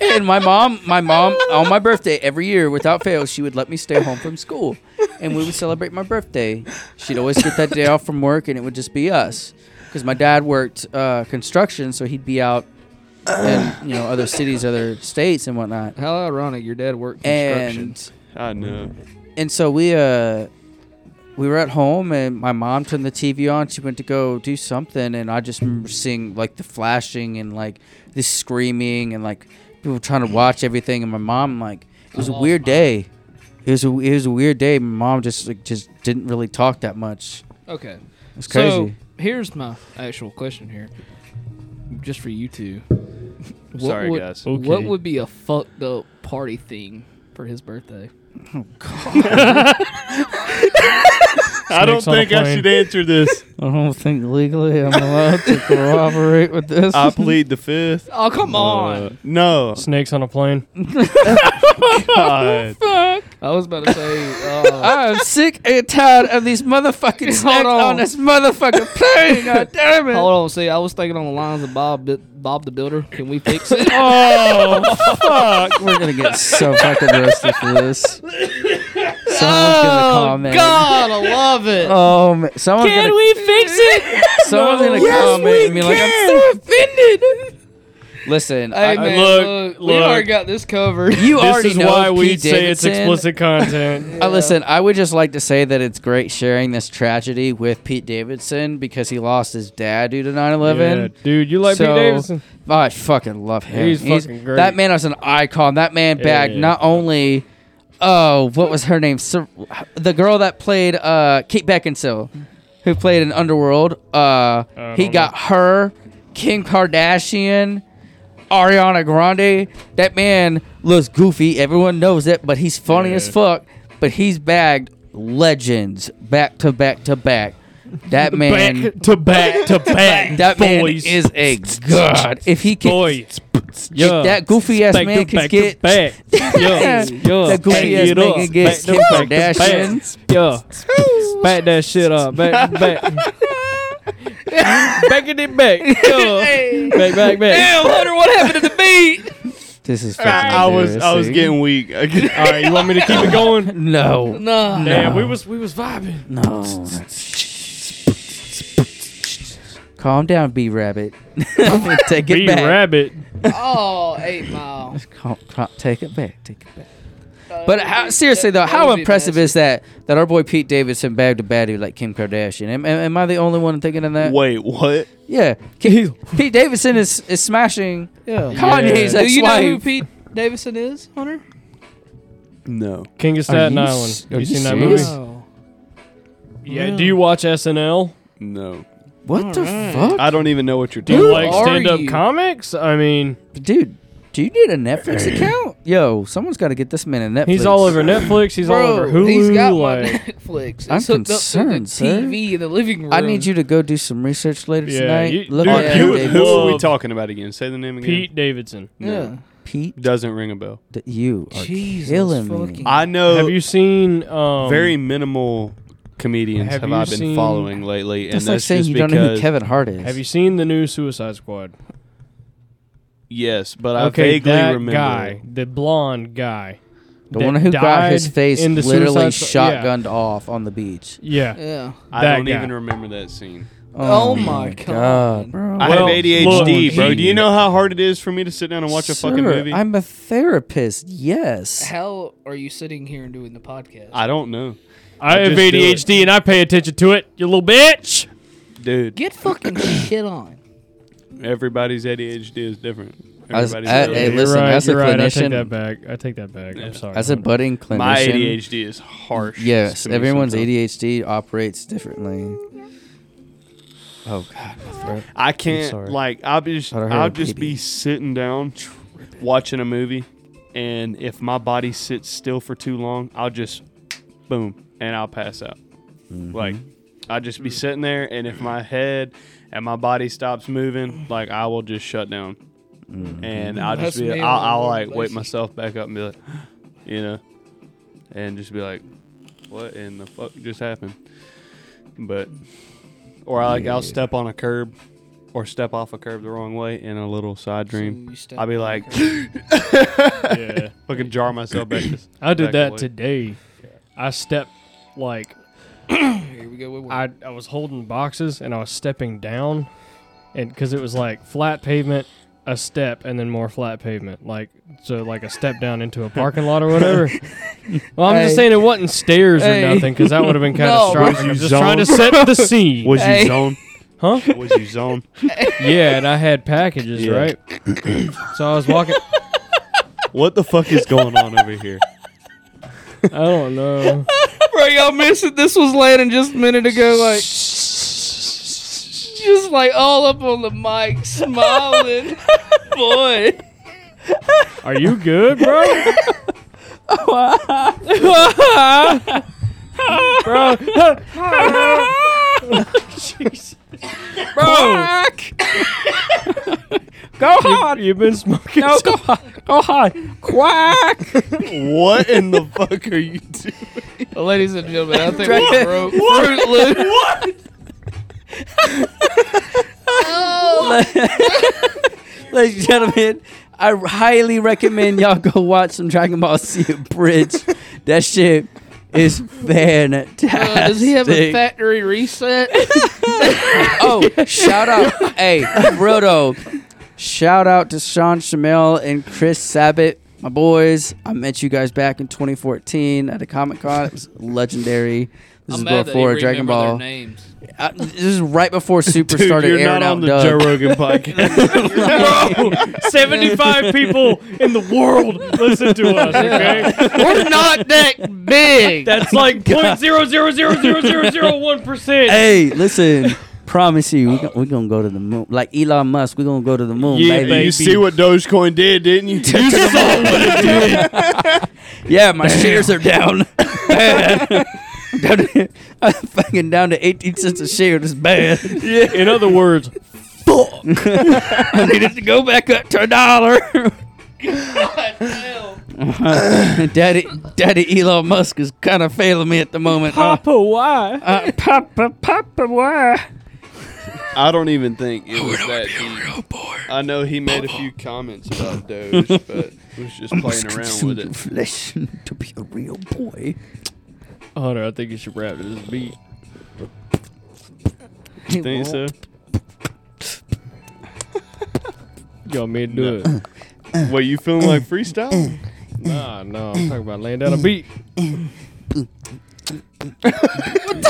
[SPEAKER 4] and my mom, my mom, on my birthday every year, without fail, she would let me stay home from school, and we would celebrate my birthday. She'd always get that day off from work, and it would just be us, because my dad worked uh, construction, so he'd be out in you know other cities, other states, and whatnot.
[SPEAKER 3] How ironic! Your dad worked construction.
[SPEAKER 4] And
[SPEAKER 1] I know.
[SPEAKER 4] and so we uh we were at home and my mom turned the TV on. She went to go do something, and I just remember seeing like the flashing and like the screaming and like people trying to watch everything. And my mom like it was a weird day. It was a, it was a weird day. My mom just like just didn't really talk that much.
[SPEAKER 3] Okay.
[SPEAKER 4] It's crazy.
[SPEAKER 3] So here's my actual question here, just for you two. What
[SPEAKER 1] Sorry,
[SPEAKER 3] would-
[SPEAKER 1] guys.
[SPEAKER 2] Okay.
[SPEAKER 3] What would be a fucked up party theme for his birthday?
[SPEAKER 1] I don't
[SPEAKER 2] Snakes on a
[SPEAKER 1] think I
[SPEAKER 2] plane.
[SPEAKER 1] should answer this.
[SPEAKER 4] I don't think legally I'm allowed to corroborate with this.
[SPEAKER 1] I plead the fifth.
[SPEAKER 3] Oh come
[SPEAKER 1] Uh,
[SPEAKER 3] on!
[SPEAKER 1] no.
[SPEAKER 2] Snakes on a plane.
[SPEAKER 1] God.
[SPEAKER 3] I was about to say. Uh,
[SPEAKER 4] I'm sick and tired of these motherfucking snakes on.
[SPEAKER 3] on.
[SPEAKER 4] this motherfucking plane. God damn it!
[SPEAKER 3] hold on, see, I was thinking on the lines of Bob, Bi- Bob the Builder. Can we fix it?
[SPEAKER 4] Oh fuck! We're gonna get so fucking roasted for this. Someone's gonna comment.
[SPEAKER 3] Oh, God, I love it.
[SPEAKER 4] Oh, man. someone's gonna,
[SPEAKER 3] we fix it?
[SPEAKER 4] someone's gonna
[SPEAKER 3] Yes,
[SPEAKER 4] comment and be like, "I'm so offended." Listen,
[SPEAKER 3] Hey
[SPEAKER 4] I,
[SPEAKER 3] man,
[SPEAKER 2] look,
[SPEAKER 3] look, we
[SPEAKER 2] look.
[SPEAKER 3] already got this covered.
[SPEAKER 4] you
[SPEAKER 2] This
[SPEAKER 4] already
[SPEAKER 2] is
[SPEAKER 4] know
[SPEAKER 2] why we
[SPEAKER 4] Pete
[SPEAKER 2] say it's
[SPEAKER 4] Davidson.
[SPEAKER 2] explicit content.
[SPEAKER 4] Uh, listen, I would just like to say that it's great sharing this tragedy with Pete Davidson because he lost his dad due to 9/11.
[SPEAKER 2] Yeah, dude, you like
[SPEAKER 4] So-
[SPEAKER 2] Pete Davidson?
[SPEAKER 4] I fucking love him.
[SPEAKER 2] He's fucking great.
[SPEAKER 4] That man was an icon. That man
[SPEAKER 2] Yeah,
[SPEAKER 4] bagged
[SPEAKER 2] yeah.
[SPEAKER 4] not only. Oh, what was her name? Sir, the girl that played uh, Kate Beckinsale, who played in Underworld. Uh,
[SPEAKER 2] don't
[SPEAKER 4] he
[SPEAKER 2] know.
[SPEAKER 4] got her, Kim Kardashian, Ariana Grande. That man looks goofy. Everyone knows it, but he's funny
[SPEAKER 2] Yeah.
[SPEAKER 4] as fuck. But he's bagged legends back to back to back. That man
[SPEAKER 2] Back to back to back.
[SPEAKER 4] that
[SPEAKER 2] boys.
[SPEAKER 4] man is a god. If he can,
[SPEAKER 2] boys.
[SPEAKER 4] if that goofy ass
[SPEAKER 2] back
[SPEAKER 4] man
[SPEAKER 2] to
[SPEAKER 4] can
[SPEAKER 2] back
[SPEAKER 4] get
[SPEAKER 2] to back. yeah, yeah.
[SPEAKER 4] That goofy
[SPEAKER 2] Back
[SPEAKER 4] ass
[SPEAKER 2] it
[SPEAKER 4] man
[SPEAKER 2] up.
[SPEAKER 4] can get
[SPEAKER 2] Back to
[SPEAKER 4] Kim
[SPEAKER 2] back to back.
[SPEAKER 4] Kardashian.
[SPEAKER 2] Yeah, back that shit up. Back back. Backing it back. Yeah. Back back back.
[SPEAKER 3] Damn, Hunter, what happened to the beat?
[SPEAKER 4] this is fucking
[SPEAKER 1] I, I was I was
[SPEAKER 4] embarrassing.
[SPEAKER 1] getting weak. I get-
[SPEAKER 2] All right, you want me to keep it going?
[SPEAKER 4] no,
[SPEAKER 3] Nah.
[SPEAKER 2] Damn, we was we was vibing.
[SPEAKER 4] no. Calm down, B Rabbit. take it
[SPEAKER 2] Be
[SPEAKER 4] back.
[SPEAKER 2] rabbit.
[SPEAKER 3] Oh, eight mile.
[SPEAKER 4] Calm- calm- take it back. Take it back. But how, seriously though, how impressive is that that our boy Pete Davidson bagged a baddie like Kim Kardashian? Am, am, am I the only one thinking of that?
[SPEAKER 1] Wait, what?
[SPEAKER 4] Yeah, Kim, Pete Davidson is is smashing
[SPEAKER 3] Yeah.
[SPEAKER 4] Kanye's
[SPEAKER 2] Yeah.
[SPEAKER 3] Do you know who
[SPEAKER 4] ex-wife.
[SPEAKER 3] Pete Davidson is, Hunter?
[SPEAKER 1] No.
[SPEAKER 2] King of Staten
[SPEAKER 4] you
[SPEAKER 2] Island.
[SPEAKER 4] s-
[SPEAKER 2] You,
[SPEAKER 4] are you
[SPEAKER 2] seen that movie?
[SPEAKER 4] serious?
[SPEAKER 3] Oh.
[SPEAKER 2] Yeah. Do you watch SNL?
[SPEAKER 1] No.
[SPEAKER 4] What the
[SPEAKER 3] Alright.
[SPEAKER 4] fuck,
[SPEAKER 1] I don't even know what you're
[SPEAKER 2] Do
[SPEAKER 1] doing.
[SPEAKER 2] you
[SPEAKER 3] Who
[SPEAKER 2] like
[SPEAKER 3] are
[SPEAKER 2] stand-up
[SPEAKER 3] you?
[SPEAKER 2] comics? I mean,
[SPEAKER 4] dude? Do you need a Netflix account? Yo, someone's got to get this man a Netflix.
[SPEAKER 2] he's all over Netflix. He's all over Hulu.
[SPEAKER 3] he's got one
[SPEAKER 2] like,
[SPEAKER 3] Netflix. It's
[SPEAKER 4] I'm
[SPEAKER 3] hooked up to the
[SPEAKER 4] concerned, sir.
[SPEAKER 3] TV in the living room.
[SPEAKER 4] I need you to go do some research later
[SPEAKER 2] Yeah,
[SPEAKER 4] tonight.
[SPEAKER 2] you-
[SPEAKER 4] Look
[SPEAKER 1] Dude,
[SPEAKER 4] at
[SPEAKER 1] who,
[SPEAKER 4] Pete
[SPEAKER 2] Dave.
[SPEAKER 1] who are we
[SPEAKER 2] Love-
[SPEAKER 1] talking about again? Say the name again.
[SPEAKER 2] Pete Davidson.
[SPEAKER 3] Yeah.
[SPEAKER 4] Pete.
[SPEAKER 1] Doesn't ring a bell.
[SPEAKER 4] D- you are
[SPEAKER 3] Jesus
[SPEAKER 4] killing me.
[SPEAKER 3] fucking-
[SPEAKER 1] I know.
[SPEAKER 2] Have you seen um,
[SPEAKER 1] very minimal comedians
[SPEAKER 2] have
[SPEAKER 1] have,
[SPEAKER 2] you
[SPEAKER 1] I been
[SPEAKER 2] seen-
[SPEAKER 1] following lately, and
[SPEAKER 4] That's like saying
[SPEAKER 1] just
[SPEAKER 4] you don't
[SPEAKER 1] because
[SPEAKER 4] know who Kevin Hart is.
[SPEAKER 2] Have you seen the new Suicide Squad?
[SPEAKER 1] yes, but I
[SPEAKER 2] okay,
[SPEAKER 1] vaguely
[SPEAKER 2] that
[SPEAKER 1] remember.
[SPEAKER 2] guy, the blonde guy.
[SPEAKER 4] the
[SPEAKER 2] that
[SPEAKER 4] one who got his
[SPEAKER 2] died
[SPEAKER 4] face
[SPEAKER 2] in the
[SPEAKER 4] literally
[SPEAKER 2] Suicide Squad-
[SPEAKER 4] shotgunned off on the beach?
[SPEAKER 2] Yeah. yeah.
[SPEAKER 3] Yeah.
[SPEAKER 1] I
[SPEAKER 2] That
[SPEAKER 1] don't
[SPEAKER 2] guy.
[SPEAKER 1] even remember that scene.
[SPEAKER 3] Oh my God.
[SPEAKER 4] bro.
[SPEAKER 1] I have
[SPEAKER 2] Well,
[SPEAKER 1] ADHD,
[SPEAKER 2] look,
[SPEAKER 1] bro. Do
[SPEAKER 2] he-
[SPEAKER 1] you know how hard it is for me to sit down and watch a fucking
[SPEAKER 4] Sir,
[SPEAKER 1] movie?
[SPEAKER 4] I'm a therapist. Yes.
[SPEAKER 3] How are you sitting here and doing the podcast?
[SPEAKER 1] I don't know,
[SPEAKER 2] I, have
[SPEAKER 1] just do it.
[SPEAKER 2] ADHD and I pay attention to it. You little bitch.
[SPEAKER 1] dude.
[SPEAKER 3] Get fucking shit on.
[SPEAKER 1] everybody's ADHD is different.
[SPEAKER 4] I was-
[SPEAKER 1] Everybody's
[SPEAKER 4] I-
[SPEAKER 1] ADHD.
[SPEAKER 4] Hey,
[SPEAKER 2] You're
[SPEAKER 4] listen,
[SPEAKER 2] right,
[SPEAKER 4] as a
[SPEAKER 2] you're right. I take
[SPEAKER 4] clinician-
[SPEAKER 2] that back. I take that back. I'm sorry.
[SPEAKER 4] As a
[SPEAKER 2] Hunter.
[SPEAKER 4] budding clinician,
[SPEAKER 1] my ADHD is harsh.
[SPEAKER 4] Yes,
[SPEAKER 1] to me
[SPEAKER 4] everyone's
[SPEAKER 1] sometimes.
[SPEAKER 4] ADHD operates differently. Oh God, my throat.
[SPEAKER 1] I
[SPEAKER 4] sorry.
[SPEAKER 1] can't like I'll be just
[SPEAKER 4] I heard
[SPEAKER 1] I'll
[SPEAKER 4] it,
[SPEAKER 1] just
[SPEAKER 4] baby.
[SPEAKER 1] be sitting down watching a movie and if my body sits still for too long, I'll just boom and I'll pass out.
[SPEAKER 4] Mm-hmm.
[SPEAKER 1] Like I'll just be sitting there and if my head and my body stops moving, like I will just shut down.
[SPEAKER 4] Mm-hmm.
[SPEAKER 1] And I'll
[SPEAKER 3] That's
[SPEAKER 1] just
[SPEAKER 3] me
[SPEAKER 1] be
[SPEAKER 3] in
[SPEAKER 1] I'll,
[SPEAKER 3] all
[SPEAKER 1] I'll like wake
[SPEAKER 3] places.
[SPEAKER 1] myself back up and be like, you know, and just be like, what in the fuck just happened? But or I, like I'll step on a curb or step off a curb the wrong way in a little side dream.
[SPEAKER 3] you step
[SPEAKER 1] I'll be
[SPEAKER 3] on a
[SPEAKER 1] like,
[SPEAKER 2] yeah.
[SPEAKER 1] fucking jar myself back. to-
[SPEAKER 2] I did
[SPEAKER 1] back
[SPEAKER 2] that
[SPEAKER 1] away.
[SPEAKER 2] today. I stepped like
[SPEAKER 3] Here we go. with
[SPEAKER 2] I, I was holding boxes and I was stepping down, and because it was like flat pavement, a step and then more flat pavement, like so, like a step down into a parking lot or whatever. well, I'm
[SPEAKER 3] Hey.
[SPEAKER 2] just saying it wasn't stairs
[SPEAKER 3] Hey.
[SPEAKER 2] or nothing because that would have been kind
[SPEAKER 3] No.
[SPEAKER 2] of strong.
[SPEAKER 1] Was you
[SPEAKER 2] I'm just trying to
[SPEAKER 1] zoned?
[SPEAKER 2] set the scene,
[SPEAKER 1] Was
[SPEAKER 3] Hey.
[SPEAKER 1] you zone?
[SPEAKER 2] huh?
[SPEAKER 1] Was you zone?
[SPEAKER 2] Yeah, and I had packages,
[SPEAKER 1] Yeah.
[SPEAKER 2] right? so I was walking.
[SPEAKER 1] What the fuck is going on over here?
[SPEAKER 2] I don't know.
[SPEAKER 3] Bro, y'all missed it. This was landing just a minute ago, like just like all up on the mic, smiling. Boy.
[SPEAKER 2] Are you good, bro? bro,
[SPEAKER 3] Bro.
[SPEAKER 2] you, you've been smoking. No, so go, go high.
[SPEAKER 3] Quack.
[SPEAKER 1] What in the fuck are you doing?
[SPEAKER 3] Ladies and gentlemen, I think we broke Fruit Loop.
[SPEAKER 4] Ladies and gentlemen, I highly recommend y'all go watch some Dragon Ball Z Bridge. That shit is fantastic.
[SPEAKER 3] Uh, does he have a factory reset?
[SPEAKER 4] Oh, shout out. hey, Roto. Shout out to Sean Chamel and Chris Sabat, my boys. I met you guys back in 2014 at a Comic Con. It was legendary. This
[SPEAKER 3] I'm
[SPEAKER 4] is
[SPEAKER 3] mad that they
[SPEAKER 4] before Dragon
[SPEAKER 3] remember their
[SPEAKER 4] Ball.
[SPEAKER 3] names.
[SPEAKER 4] Uh, this is right before Super
[SPEAKER 1] Dude,
[SPEAKER 4] started
[SPEAKER 1] you're
[SPEAKER 4] airing
[SPEAKER 1] not on
[SPEAKER 4] out.
[SPEAKER 1] the
[SPEAKER 4] Doug.
[SPEAKER 1] Joe Rogan podcast.
[SPEAKER 2] Bro, 75 people in the world listen to us, okay?
[SPEAKER 3] We're not that big.
[SPEAKER 2] That's like 0.000001%.
[SPEAKER 4] hey, listen. Promise you, we're we gonna go to the moon. Like Elon Musk, we're gonna go to the moon,
[SPEAKER 2] Yeah,
[SPEAKER 4] baby.
[SPEAKER 2] babe.
[SPEAKER 1] you see what Dogecoin did, didn't you?
[SPEAKER 4] Yeah, my shares are down. Down to- I'm fucking down to 18 cents a share. This is bad.
[SPEAKER 2] In other words,
[SPEAKER 4] I needed to go back up to a dollar. Daddy, Daddy Elon Musk is kind of failing me at the moment.
[SPEAKER 2] Papa, why?
[SPEAKER 4] Uh, uh, Papa, Papa, why?
[SPEAKER 1] I don't even think it was that deep.
[SPEAKER 4] Oh boy,
[SPEAKER 1] I know he made a few comments about Doge, but was just playing around with it.
[SPEAKER 4] Flesh to be a real boy.
[SPEAKER 2] Hunter, I think you should rap to this beat.
[SPEAKER 1] Think so?
[SPEAKER 2] You want me to do it?
[SPEAKER 1] What you feeling like freestyle?
[SPEAKER 2] Nah, no. I'm talking about laying down a beat.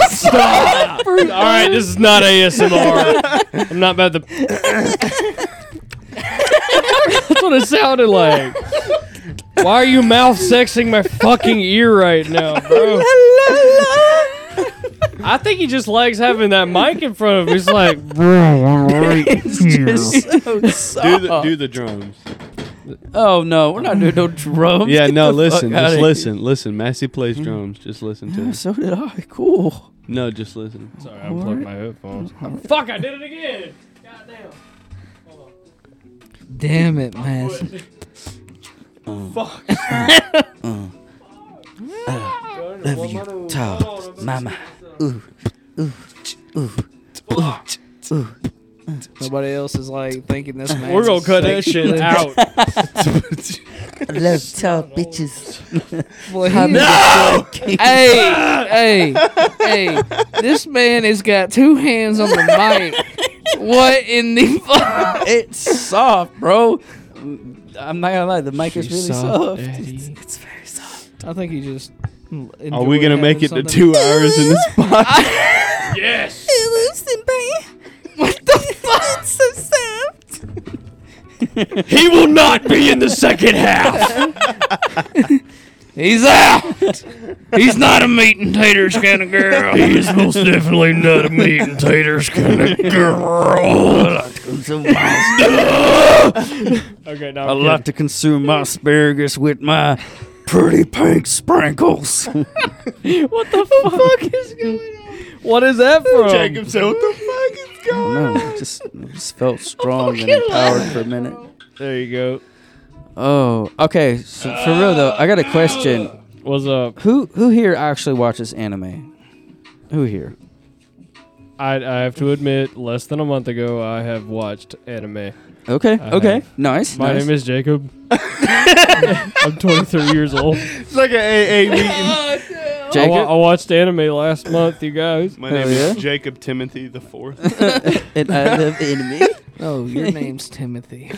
[SPEAKER 2] Stop! All right, this is not ASMR. I'm not about to. That's what it sounded like. Why are you mouth sexing my fucking ear right now, bro? I think he just likes having that mic in front of him. He's like,
[SPEAKER 4] It's just so
[SPEAKER 1] Do
[SPEAKER 4] soft.
[SPEAKER 1] the do the drums.
[SPEAKER 4] Oh no, we're not doing no drums.
[SPEAKER 1] Yeah,
[SPEAKER 4] Get
[SPEAKER 1] no,
[SPEAKER 4] the fuck
[SPEAKER 1] listen,
[SPEAKER 4] outta
[SPEAKER 1] just
[SPEAKER 4] here.
[SPEAKER 1] listen, listen. Massey plays drums. Just listen to
[SPEAKER 4] Yeah,
[SPEAKER 1] it.
[SPEAKER 4] So did I. Cool.
[SPEAKER 1] No, just listen.
[SPEAKER 2] sorry, I plugged my headphones. Fuck, I did it again. Goddamn.
[SPEAKER 3] Damn it, man.
[SPEAKER 2] Fuck.
[SPEAKER 4] Love you, tall mama. Ooh, ooh, ch- ooh, ooh, ch- ooh.
[SPEAKER 3] Nobody else is like thinking this man.
[SPEAKER 2] We're gonna cut that shit out.
[SPEAKER 4] I love tall bitches.
[SPEAKER 3] hey, hey, hey! This man has got two hands on the mic. What in the fuck?
[SPEAKER 4] It's soft, bro. I'm not gonna lie, the mic is really soft.
[SPEAKER 1] eh?
[SPEAKER 4] It's, it's very soft.
[SPEAKER 3] I think he just. enjoyed
[SPEAKER 1] Are we gonna
[SPEAKER 3] having
[SPEAKER 1] make it to
[SPEAKER 3] something.
[SPEAKER 1] two hours in this podcast?
[SPEAKER 2] yes.
[SPEAKER 4] Listen, What the fuck? It's so soft.
[SPEAKER 2] He will not be in the second half.
[SPEAKER 3] He's out. He's not a meat and taters kind of girl.
[SPEAKER 2] He is most definitely not a meat and taters kind of
[SPEAKER 4] Oh,
[SPEAKER 2] girl. okay, now
[SPEAKER 4] I like to consume my asparagus with my pretty pink sprinkles.
[SPEAKER 2] What the fuck is going on? What is that from?
[SPEAKER 1] Jacob said, "What the fuck is going?"
[SPEAKER 4] no, it just, it just felt strong and empowered for a minute.
[SPEAKER 2] There you go.
[SPEAKER 4] Oh, okay. So for real though, I got a question.
[SPEAKER 2] What's up?
[SPEAKER 4] Who who here actually watches anime? Who here?
[SPEAKER 2] I, I have to admit, less than a month ago, I have watched anime.
[SPEAKER 4] Okay,
[SPEAKER 2] I
[SPEAKER 4] okay,
[SPEAKER 2] have.
[SPEAKER 4] nice.
[SPEAKER 2] Uh, My
[SPEAKER 4] nice.
[SPEAKER 2] name is Jacob. I'm 23 years old.
[SPEAKER 1] It's like an AA meeting.
[SPEAKER 3] Oh, no.
[SPEAKER 2] I,
[SPEAKER 4] Jacob.
[SPEAKER 2] wa- I watched anime last month, you guys.
[SPEAKER 1] My
[SPEAKER 4] Hell
[SPEAKER 1] name is
[SPEAKER 4] yeah.
[SPEAKER 1] Jacob Timothy the Fourth.
[SPEAKER 4] and I love enemy.
[SPEAKER 3] Oh, your name's Timothy.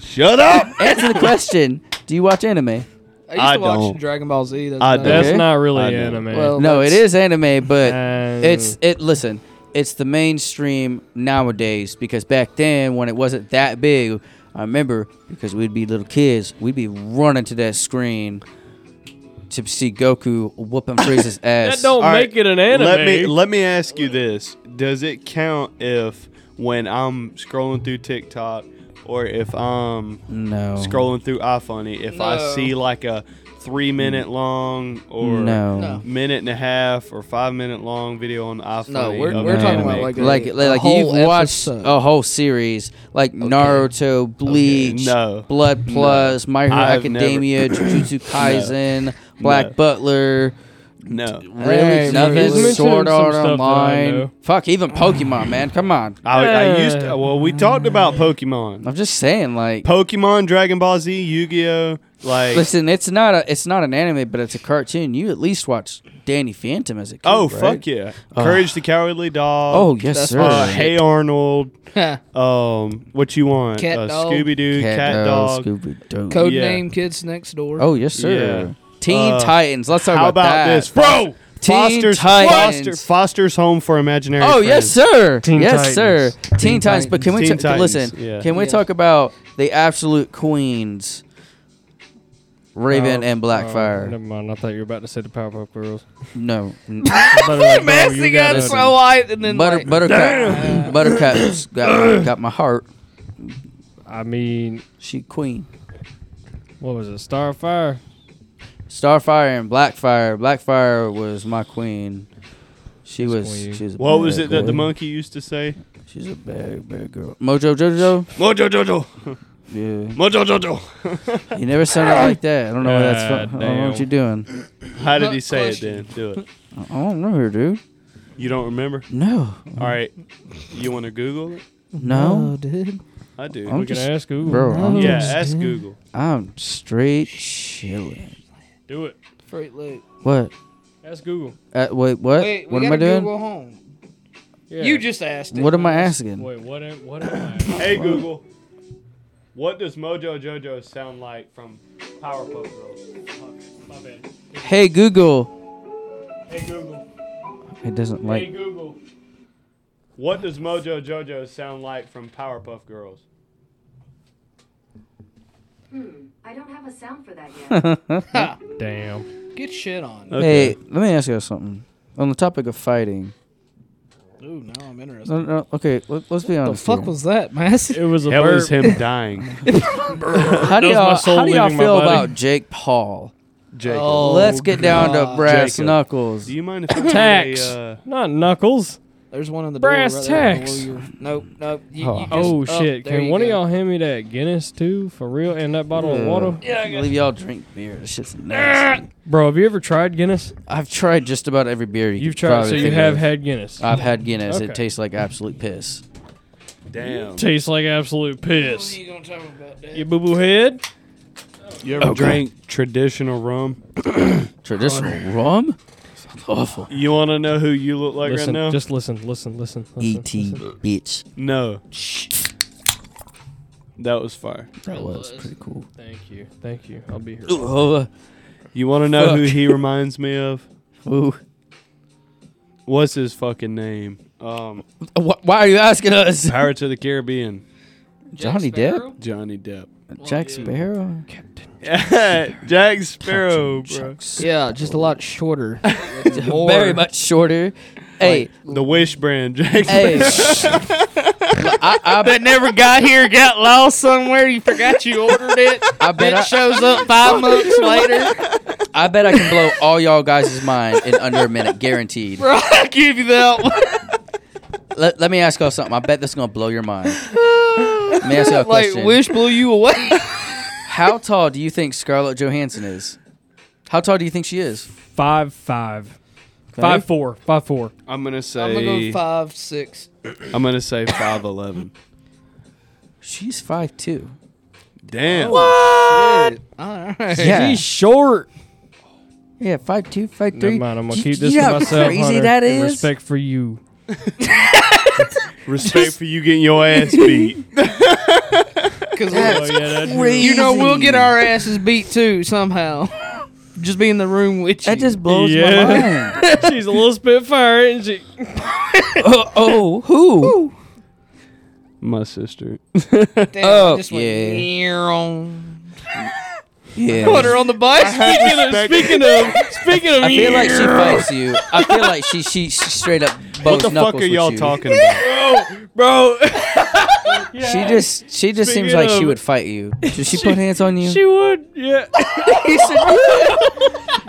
[SPEAKER 1] Shut up.
[SPEAKER 4] Answer the question. Do you watch anime?
[SPEAKER 3] I used
[SPEAKER 1] I
[SPEAKER 3] to watch
[SPEAKER 1] don't.
[SPEAKER 3] Dragon Ball Z. That's
[SPEAKER 1] I
[SPEAKER 3] not-
[SPEAKER 2] That's
[SPEAKER 4] Okay.
[SPEAKER 2] not really
[SPEAKER 1] I know.
[SPEAKER 2] anime.
[SPEAKER 3] Well,
[SPEAKER 4] No, it
[SPEAKER 3] that's-
[SPEAKER 4] is anime, but
[SPEAKER 2] Um,
[SPEAKER 4] it's it. Listen, it's the mainstream nowadays because back then when it wasn't that big, I remember because we'd be little kids, we'd be running to that screen to see Goku whooping Frieza's ass.
[SPEAKER 2] that don't
[SPEAKER 1] All right,
[SPEAKER 2] make it an anime.
[SPEAKER 1] Let me let me ask you this: Does it count if when I'm scrolling through TikTok or if I'm
[SPEAKER 4] no
[SPEAKER 1] scrolling through iFunny, if
[SPEAKER 3] No.
[SPEAKER 1] I see like a three minute long or
[SPEAKER 4] No.
[SPEAKER 3] No.
[SPEAKER 1] minute and a half or five minute long video on iFunny?
[SPEAKER 3] No, we're-
[SPEAKER 1] of
[SPEAKER 3] we're
[SPEAKER 1] an
[SPEAKER 3] talking
[SPEAKER 1] anime?
[SPEAKER 3] about, like, a-
[SPEAKER 4] like
[SPEAKER 3] a
[SPEAKER 4] like,
[SPEAKER 3] whole
[SPEAKER 4] you've watched
[SPEAKER 3] episode.
[SPEAKER 4] a whole series like Naruto, Bleach,
[SPEAKER 1] no.
[SPEAKER 4] Blood Plus, My Hero
[SPEAKER 1] I've never-
[SPEAKER 4] Academia, Jujutsu Kaisen, Black
[SPEAKER 1] No.
[SPEAKER 4] Butler,
[SPEAKER 1] no.
[SPEAKER 4] really
[SPEAKER 3] Hey,
[SPEAKER 4] nothing,
[SPEAKER 3] he's mentioned
[SPEAKER 4] Sword
[SPEAKER 2] some
[SPEAKER 4] Art
[SPEAKER 2] stuff that I know.
[SPEAKER 4] Online, fuck even Pokemon, man, come on.
[SPEAKER 1] I, I used
[SPEAKER 2] Uh.
[SPEAKER 1] to, well, we talked about Pokemon,
[SPEAKER 4] I'm just saying, like,
[SPEAKER 1] Pokemon, Dragon Ball Z, Yu-Gi-Oh. Like,
[SPEAKER 4] listen, it's not a it's not an anime, but it's a cartoon. You at least watch Danny Phantom as a kid.
[SPEAKER 1] oh
[SPEAKER 4] right? Uh.
[SPEAKER 1] fuck yeah, Courage the Cowardly Dog.
[SPEAKER 4] Oh yes,
[SPEAKER 3] That's
[SPEAKER 4] sir.
[SPEAKER 1] uh, Hey Arnold.
[SPEAKER 3] Huh.
[SPEAKER 1] Um, what you want?
[SPEAKER 3] Cat
[SPEAKER 1] uh,
[SPEAKER 3] dog.
[SPEAKER 1] Scooby Doo, Cat, Dog.
[SPEAKER 4] Scooby Doo.
[SPEAKER 3] Code
[SPEAKER 1] Yeah.
[SPEAKER 3] name Kids Next Door.
[SPEAKER 4] Oh yes, sir. Teen
[SPEAKER 1] Uh,
[SPEAKER 4] Titans. Let's talk
[SPEAKER 1] How
[SPEAKER 4] about,
[SPEAKER 1] about
[SPEAKER 4] that.
[SPEAKER 1] this, bro?
[SPEAKER 4] Teen
[SPEAKER 1] Foster's
[SPEAKER 4] Titans.
[SPEAKER 1] Foster, Foster's Home for Imaginary.
[SPEAKER 4] Oh yes, sir.
[SPEAKER 2] Teen Titans.
[SPEAKER 4] yes, sir. Teen,
[SPEAKER 3] Teen
[SPEAKER 4] Titans. But can we
[SPEAKER 1] Teen
[SPEAKER 4] ta-
[SPEAKER 1] Titans,
[SPEAKER 4] listen?
[SPEAKER 1] yeah.
[SPEAKER 4] Can we
[SPEAKER 3] Yes.
[SPEAKER 4] talk about the absolute queens, Raven and Blackfire?
[SPEAKER 2] Oh, never mind. I thought you were about to say the Powerpuff Girls.
[SPEAKER 4] no, N-
[SPEAKER 3] Messi got
[SPEAKER 4] gotta-
[SPEAKER 3] so white and then
[SPEAKER 4] Butter,
[SPEAKER 3] like,
[SPEAKER 4] Buttercup. Buttercup's got, got my heart.
[SPEAKER 2] I mean,
[SPEAKER 4] She queen.
[SPEAKER 2] what was it? Starfire.
[SPEAKER 4] Starfire and Blackfire. Blackfire was my queen. She
[SPEAKER 2] She's
[SPEAKER 4] was.
[SPEAKER 2] queen.
[SPEAKER 4] She was a
[SPEAKER 1] What was
[SPEAKER 4] bad
[SPEAKER 1] it that the
[SPEAKER 4] girl.
[SPEAKER 1] monkey used to say?
[SPEAKER 4] She's a bad, bad girl. Mojo Jojo.
[SPEAKER 1] Mojo Jojo,
[SPEAKER 4] Yeah.
[SPEAKER 1] Mojo Jojo.
[SPEAKER 4] You never sounded like that. I don't know what that's
[SPEAKER 2] God
[SPEAKER 4] from. I don't know what
[SPEAKER 2] damn.
[SPEAKER 4] you're doing.
[SPEAKER 1] How did he say it
[SPEAKER 3] Question.
[SPEAKER 1] then? Do it.
[SPEAKER 4] I don't know her, dude.
[SPEAKER 1] You don't remember?
[SPEAKER 4] No.
[SPEAKER 1] All right. You want to Google it?
[SPEAKER 4] No.
[SPEAKER 3] dude.
[SPEAKER 1] I do.
[SPEAKER 4] I'm
[SPEAKER 2] We can
[SPEAKER 4] just-
[SPEAKER 2] ask Google.
[SPEAKER 4] Bro, I'm,
[SPEAKER 1] yeah, ask Google.
[SPEAKER 4] I'm straight chilling.
[SPEAKER 2] Do it.
[SPEAKER 3] Freight Luke.
[SPEAKER 4] What?
[SPEAKER 2] Ask Google.
[SPEAKER 4] Uh, wait, what?
[SPEAKER 3] Wait, we
[SPEAKER 4] what am
[SPEAKER 3] gotta
[SPEAKER 4] I doing?
[SPEAKER 3] Google home.
[SPEAKER 2] Yeah.
[SPEAKER 3] You just asked it.
[SPEAKER 4] What am I asking?
[SPEAKER 2] Wait, what am, what am I?
[SPEAKER 1] Hey Google. What does Mojo Jojo sound like from Powerpuff Girls?
[SPEAKER 2] My bad.
[SPEAKER 4] Hey, Google.
[SPEAKER 1] Hey Google.
[SPEAKER 4] It doesn't
[SPEAKER 1] hey
[SPEAKER 4] like.
[SPEAKER 1] Google. What does Mojo Jojo sound like from Powerpuff Girls?
[SPEAKER 6] I don't have a sound for that yet.
[SPEAKER 2] Damn.
[SPEAKER 3] Get shit
[SPEAKER 2] Uh,
[SPEAKER 3] on.
[SPEAKER 4] Hey, let me ask you something. On the topic of fighting.
[SPEAKER 3] Ooh, now I'm interested.
[SPEAKER 4] No, no, okay, let, let's be
[SPEAKER 3] The
[SPEAKER 4] honest.
[SPEAKER 3] fuck
[SPEAKER 4] here.
[SPEAKER 3] was that, Mass?
[SPEAKER 2] It was a
[SPEAKER 1] That
[SPEAKER 2] burp.
[SPEAKER 1] was him dying.
[SPEAKER 4] How
[SPEAKER 2] That
[SPEAKER 4] do
[SPEAKER 2] was my
[SPEAKER 4] y'all,
[SPEAKER 2] soul
[SPEAKER 4] how do y'all
[SPEAKER 2] leaving my
[SPEAKER 4] feel
[SPEAKER 2] body.
[SPEAKER 4] about Jake Paul?
[SPEAKER 1] Jacob.
[SPEAKER 3] Oh,
[SPEAKER 4] let's get down to
[SPEAKER 3] God.
[SPEAKER 4] brass
[SPEAKER 1] Jacob.
[SPEAKER 4] knuckles.
[SPEAKER 1] Do you mind if I
[SPEAKER 2] Tax.
[SPEAKER 1] play, uh,
[SPEAKER 2] Not Knuckles.
[SPEAKER 3] There's one in the
[SPEAKER 2] Brass
[SPEAKER 3] door right there
[SPEAKER 2] tacks.
[SPEAKER 3] below you. Nope, nope. You, you
[SPEAKER 4] Oh.
[SPEAKER 3] just,
[SPEAKER 2] Oh,
[SPEAKER 3] up,
[SPEAKER 2] shit.
[SPEAKER 3] there
[SPEAKER 2] Can
[SPEAKER 3] you
[SPEAKER 2] one of
[SPEAKER 3] go.
[SPEAKER 2] y'all hand me that Guinness too, for real? And that bottle of water?
[SPEAKER 4] Yeah, I believe y'all drink beer. This shit's nasty.
[SPEAKER 2] Bro, have you ever tried Guinness?
[SPEAKER 4] I've tried just about every beer you
[SPEAKER 2] You've
[SPEAKER 4] could
[SPEAKER 2] tried,
[SPEAKER 4] probably
[SPEAKER 2] so you
[SPEAKER 4] think
[SPEAKER 2] have
[SPEAKER 4] of.
[SPEAKER 2] had Guinness.
[SPEAKER 4] I've had Guinness.
[SPEAKER 2] Okay.
[SPEAKER 4] It tastes like absolute piss.
[SPEAKER 1] Damn.
[SPEAKER 2] Tastes like absolute
[SPEAKER 3] What
[SPEAKER 2] piss.
[SPEAKER 3] are you gonna talk about that?
[SPEAKER 2] You boo boo head?
[SPEAKER 1] You ever drank traditional rum?
[SPEAKER 4] Traditional rum? Awful.
[SPEAKER 1] You want to know who you look like
[SPEAKER 2] Listen,
[SPEAKER 1] right now?
[SPEAKER 2] just listen, listen, listen. listen,
[SPEAKER 4] ET
[SPEAKER 2] listen.
[SPEAKER 4] E bitch.
[SPEAKER 1] no. That was fire.
[SPEAKER 4] That
[SPEAKER 2] was.
[SPEAKER 4] was pretty cool.
[SPEAKER 2] Thank you, thank you. I'll be here.
[SPEAKER 4] Ooh, uh,
[SPEAKER 1] You want to know who
[SPEAKER 4] Fuck.
[SPEAKER 1] he reminds me of?
[SPEAKER 4] ooh.
[SPEAKER 1] What's his fucking name? Um,
[SPEAKER 4] Wh- Why are you asking us?
[SPEAKER 1] Pirates of the Caribbean.
[SPEAKER 4] Johnny Depp?
[SPEAKER 1] Johnny Depp.
[SPEAKER 4] Jack Sparrow?
[SPEAKER 1] Jack Sparrow, bro.
[SPEAKER 4] Shucks.
[SPEAKER 3] Yeah, just a lot shorter. More-
[SPEAKER 4] Very much shorter. Hey,
[SPEAKER 1] The Wish brand, Jack.
[SPEAKER 4] hey. I, I bet
[SPEAKER 3] never got here, got lost somewhere. You forgot you ordered it.
[SPEAKER 4] I bet I-
[SPEAKER 3] shows up five months later.
[SPEAKER 4] I bet I can blow all y'all guys' mind in under a minute, guaranteed.
[SPEAKER 3] Bro, I give you that one.
[SPEAKER 4] Let, let me ask y'all something. I bet this is gonna blow your mind. Let me ask y'all a
[SPEAKER 3] like,
[SPEAKER 4] question.
[SPEAKER 3] wish blew you away.
[SPEAKER 4] How tall do you think Scarlett Johansson is? How tall do you think she is?
[SPEAKER 2] Five five, five four, five four.
[SPEAKER 1] I'm gonna say.
[SPEAKER 3] I'm gonna go five six.
[SPEAKER 1] I'm gonna say five eleven.
[SPEAKER 4] She's five two.
[SPEAKER 1] Damn.
[SPEAKER 3] What? All right.
[SPEAKER 4] Yeah.
[SPEAKER 2] She's short.
[SPEAKER 4] Yeah, five two, five three.
[SPEAKER 2] Never mind. I'm gonna
[SPEAKER 4] You-
[SPEAKER 2] keep
[SPEAKER 4] you
[SPEAKER 2] this
[SPEAKER 4] know
[SPEAKER 2] to
[SPEAKER 4] how
[SPEAKER 2] myself.
[SPEAKER 4] Crazy
[SPEAKER 2] Hunter,
[SPEAKER 4] that
[SPEAKER 2] in
[SPEAKER 4] is.
[SPEAKER 2] Respect for you.
[SPEAKER 1] Respect for you getting your ass beat.
[SPEAKER 3] Because
[SPEAKER 4] That's
[SPEAKER 2] yeah, that'd be-
[SPEAKER 4] crazy.
[SPEAKER 3] you know we'll get our asses beat too somehow. Just be in the room with you.
[SPEAKER 4] That just blows
[SPEAKER 2] Yeah.
[SPEAKER 4] my mind.
[SPEAKER 2] She's a little spitfire, isn't she?
[SPEAKER 4] oh, oh, who?
[SPEAKER 1] My sister.
[SPEAKER 3] Damn,
[SPEAKER 4] oh,
[SPEAKER 3] just went
[SPEAKER 4] yeah.
[SPEAKER 3] "Meow."
[SPEAKER 4] Yeah.
[SPEAKER 3] Put her on the bus.
[SPEAKER 2] Speaking of, speaking of, speaking of,
[SPEAKER 4] I feel like she fights you. I feel like she she, she straight up
[SPEAKER 1] What
[SPEAKER 4] bows
[SPEAKER 1] the
[SPEAKER 4] knuckles
[SPEAKER 1] fuck are
[SPEAKER 4] with
[SPEAKER 1] y'all
[SPEAKER 4] you.
[SPEAKER 1] talking about?
[SPEAKER 2] bro.
[SPEAKER 4] She just she just
[SPEAKER 2] Speaking
[SPEAKER 4] seems like she
[SPEAKER 2] of-
[SPEAKER 4] would fight you. Does she, put hands on you?
[SPEAKER 2] She would, yeah.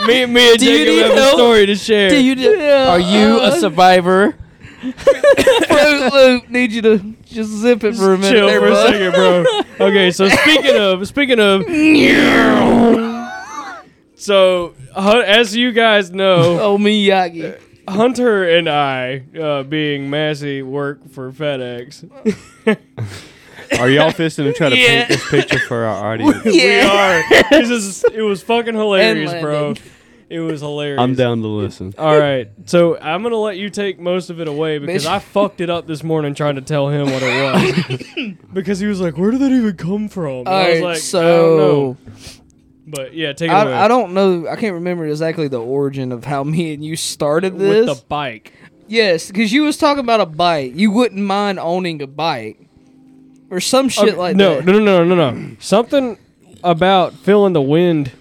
[SPEAKER 2] me, me and
[SPEAKER 4] Do you
[SPEAKER 2] Jacob
[SPEAKER 4] need
[SPEAKER 2] have a
[SPEAKER 4] help?
[SPEAKER 2] story to share.
[SPEAKER 4] Do you Are you a survivor?
[SPEAKER 3] Fruit Loop. Need you to just zip it for a minute.
[SPEAKER 2] Chill
[SPEAKER 3] there,
[SPEAKER 2] for a
[SPEAKER 3] bud.
[SPEAKER 2] second, bro. Okay, so speaking of, speaking of, so hu- as you guys know,
[SPEAKER 3] Oh Miyagi.
[SPEAKER 2] Hunter and I, uh, being Massey, work for FedEx.
[SPEAKER 1] Are y'all fisting and trying to paint this picture for our audience?
[SPEAKER 3] yeah.
[SPEAKER 2] We are. This is, it was fucking hilarious, bro.
[SPEAKER 3] Landon.
[SPEAKER 2] It was hilarious.
[SPEAKER 1] I'm down to listen.
[SPEAKER 2] All right, so I'm gonna let you take most of it away because I fucked it up this morning trying to tell him what it was because he was like, "Where did that even come from?" And
[SPEAKER 3] All
[SPEAKER 2] I was
[SPEAKER 3] right.
[SPEAKER 2] like,
[SPEAKER 3] so.
[SPEAKER 2] "I don't know." But yeah, take it away.
[SPEAKER 3] I, I don't know. I can't remember exactly the origin of how me and you started
[SPEAKER 2] with
[SPEAKER 3] this.
[SPEAKER 2] the bike.
[SPEAKER 3] yes, because you was talking about a bike. You wouldn't mind owning a bike or some shit
[SPEAKER 2] Okay,
[SPEAKER 3] like
[SPEAKER 2] no,
[SPEAKER 3] that.
[SPEAKER 2] no, no, no, no, no. Something about feeling the wind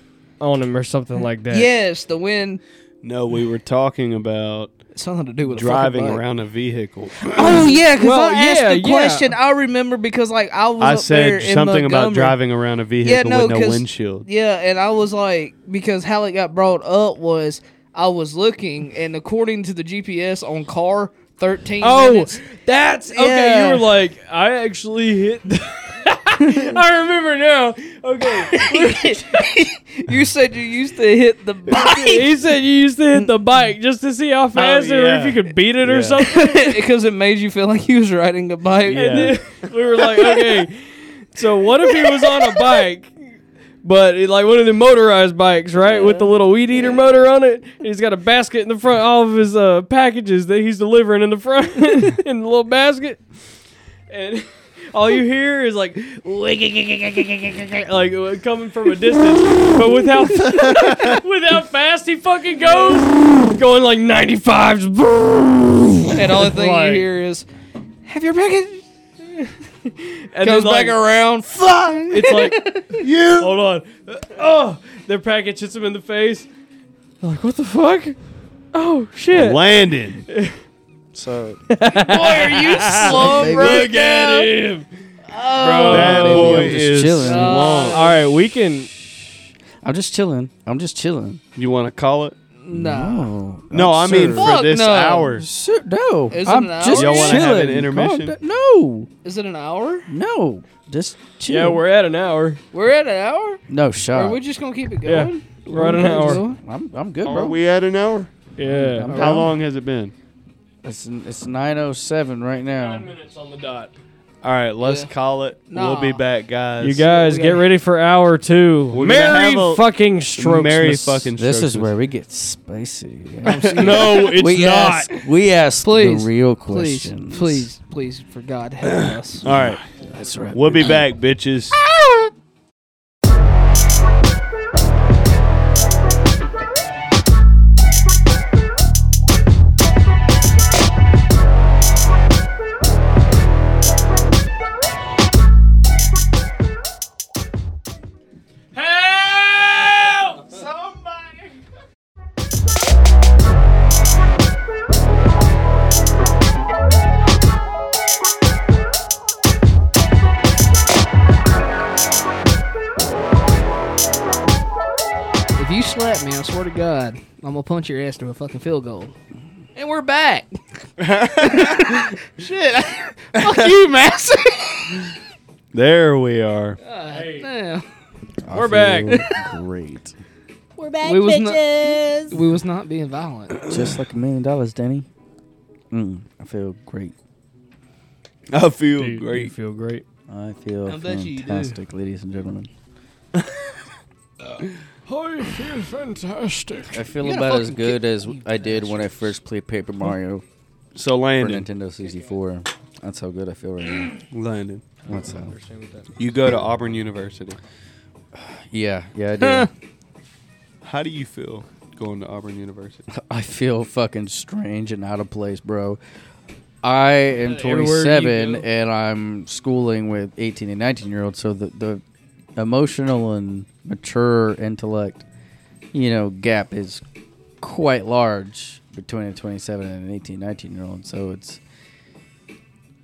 [SPEAKER 2] on him or something like that.
[SPEAKER 3] Yes, the wind.
[SPEAKER 1] No, we were talking about
[SPEAKER 3] Something to do with a fucking
[SPEAKER 1] driving
[SPEAKER 3] bike.
[SPEAKER 1] around a vehicle.
[SPEAKER 3] Oh yeah, because
[SPEAKER 2] Well,
[SPEAKER 3] I asked
[SPEAKER 2] yeah,
[SPEAKER 3] the
[SPEAKER 2] yeah.
[SPEAKER 3] question. I remember because like I was.
[SPEAKER 1] I
[SPEAKER 3] up there
[SPEAKER 1] said
[SPEAKER 3] in
[SPEAKER 1] something about
[SPEAKER 3] Montgomery.
[SPEAKER 1] driving around a vehicle
[SPEAKER 3] Yeah, no,
[SPEAKER 1] with no
[SPEAKER 3] 'cause-
[SPEAKER 1] windshield.
[SPEAKER 3] Yeah, and I was like, because how it got brought up was I was looking, and according to the GPS on car thirteen.
[SPEAKER 2] Oh,
[SPEAKER 3] minutes,
[SPEAKER 2] that's okay.
[SPEAKER 3] Yeah.
[SPEAKER 2] You were like, I actually hit. The I remember now. Okay,
[SPEAKER 3] you said you used to hit the bike
[SPEAKER 2] he said you used to hit the bike just to see how fast or
[SPEAKER 1] Oh, yeah.
[SPEAKER 2] if you could beat it
[SPEAKER 1] Yeah.
[SPEAKER 2] or something.
[SPEAKER 3] because it made you feel like you was riding a bike.
[SPEAKER 1] Yeah.
[SPEAKER 2] And then we were like, okay, so what if he was on a bike, but it, like one of the motorized bikes, right, with the little weed eater motor on it? and he's got a basket in the front, all of his uh, packages that he's delivering in the front in the little basket, and. All you hear is like, like uh, coming from a distance, but without without fast he fucking goes, going like ninety fives.
[SPEAKER 3] And all the thing
[SPEAKER 2] Right.
[SPEAKER 3] you hear is, "Have your package."
[SPEAKER 2] And then,
[SPEAKER 3] Goes
[SPEAKER 2] like,
[SPEAKER 3] back around.
[SPEAKER 2] It's like Hold on. Oh, their package hits him in the face. They're like, what the fuck? Oh shit!
[SPEAKER 1] Landon. So
[SPEAKER 3] Boy, are you slow, bro?
[SPEAKER 2] Look at him, bro.
[SPEAKER 1] that
[SPEAKER 4] baby,
[SPEAKER 1] boy
[SPEAKER 4] I'm just
[SPEAKER 1] is
[SPEAKER 4] chilling.
[SPEAKER 1] long.
[SPEAKER 2] All right, we can.
[SPEAKER 4] I'm just chilling. I'm just chilling.
[SPEAKER 1] You want to call it?
[SPEAKER 3] No.
[SPEAKER 4] Oh
[SPEAKER 1] No, I mean
[SPEAKER 3] Fuck
[SPEAKER 1] for this
[SPEAKER 3] no.
[SPEAKER 1] hour.
[SPEAKER 4] Sure, no.
[SPEAKER 3] Is it
[SPEAKER 4] I'm
[SPEAKER 3] an hour?
[SPEAKER 4] just
[SPEAKER 3] Y'all
[SPEAKER 1] wanna
[SPEAKER 4] chilling.
[SPEAKER 1] have an
[SPEAKER 4] Calm
[SPEAKER 1] intermission?
[SPEAKER 4] down. No,
[SPEAKER 3] Is it an hour?
[SPEAKER 4] no. Just chill.
[SPEAKER 2] Yeah, we're at an hour.
[SPEAKER 3] We're at an hour.
[SPEAKER 4] no
[SPEAKER 3] Or
[SPEAKER 4] shot.
[SPEAKER 3] are we just gonna keep it
[SPEAKER 2] Yeah.
[SPEAKER 3] going?
[SPEAKER 2] We're at an hour.
[SPEAKER 4] I'm, I'm good,
[SPEAKER 1] Are
[SPEAKER 4] bro.
[SPEAKER 1] we at an hour?
[SPEAKER 2] Yeah.
[SPEAKER 4] I'm
[SPEAKER 1] How
[SPEAKER 4] down.
[SPEAKER 1] long has it been?
[SPEAKER 4] It's it's 9:07 right now.
[SPEAKER 2] Nine minutes on the dot.
[SPEAKER 1] All right, let's
[SPEAKER 3] Yeah.
[SPEAKER 1] call it. We'll be
[SPEAKER 3] Nah.
[SPEAKER 1] back, guys.
[SPEAKER 2] You guys
[SPEAKER 3] we
[SPEAKER 2] get
[SPEAKER 3] gotta-
[SPEAKER 2] ready for hour two.
[SPEAKER 1] We're gonna
[SPEAKER 2] Merry
[SPEAKER 1] have a-
[SPEAKER 2] fucking strokes.
[SPEAKER 1] Merry
[SPEAKER 2] Miss-
[SPEAKER 1] fucking
[SPEAKER 4] This is
[SPEAKER 1] Strokes.
[SPEAKER 4] where we get spicy.
[SPEAKER 2] No, it's
[SPEAKER 4] we
[SPEAKER 2] not.
[SPEAKER 4] ask we ask
[SPEAKER 3] Please,
[SPEAKER 4] the real
[SPEAKER 3] Please,
[SPEAKER 4] questions.
[SPEAKER 3] please, please, for God help us.
[SPEAKER 1] All right,
[SPEAKER 4] That's right.
[SPEAKER 1] we'll be back, bitches.
[SPEAKER 2] Help!
[SPEAKER 3] If you slap me, I swear to God, I'm gonna punch your ass to a fucking field goal. And we're back. Shit, fuck you, Massey.
[SPEAKER 1] There we are.
[SPEAKER 3] Damn.
[SPEAKER 2] We're back.
[SPEAKER 4] Great.
[SPEAKER 7] We're back,
[SPEAKER 3] We was not-
[SPEAKER 7] bitches.
[SPEAKER 3] We was not being violent.
[SPEAKER 4] Just like a million dollars, Danny. Mm, I feel great.
[SPEAKER 1] I feel
[SPEAKER 2] Dude, You
[SPEAKER 1] great.
[SPEAKER 2] feel great.
[SPEAKER 4] I feel
[SPEAKER 3] I bet you do.
[SPEAKER 4] fantastic, ladies and gentlemen.
[SPEAKER 2] I feel fantastic.
[SPEAKER 4] I feel
[SPEAKER 3] You gotta
[SPEAKER 4] about as
[SPEAKER 3] fucking
[SPEAKER 4] good
[SPEAKER 3] get-
[SPEAKER 4] as I did when I first played Paper Mario
[SPEAKER 1] So
[SPEAKER 4] for
[SPEAKER 1] Landon,
[SPEAKER 4] Nintendo 64. That's how good I feel right now.
[SPEAKER 1] Landon,
[SPEAKER 4] What's up?
[SPEAKER 1] you go to Auburn University.
[SPEAKER 4] Yeah, yeah, I do.
[SPEAKER 1] How do you feel going to Auburn University?
[SPEAKER 4] I feel fucking strange and out of place, bro. I am
[SPEAKER 2] Everywhere you go.
[SPEAKER 4] 27 and I'm schooling with 18 and 19 year olds, so the, the emotional and mature intellect, you know, gap is quite large between a 27 and an 18, 19 year old. So it's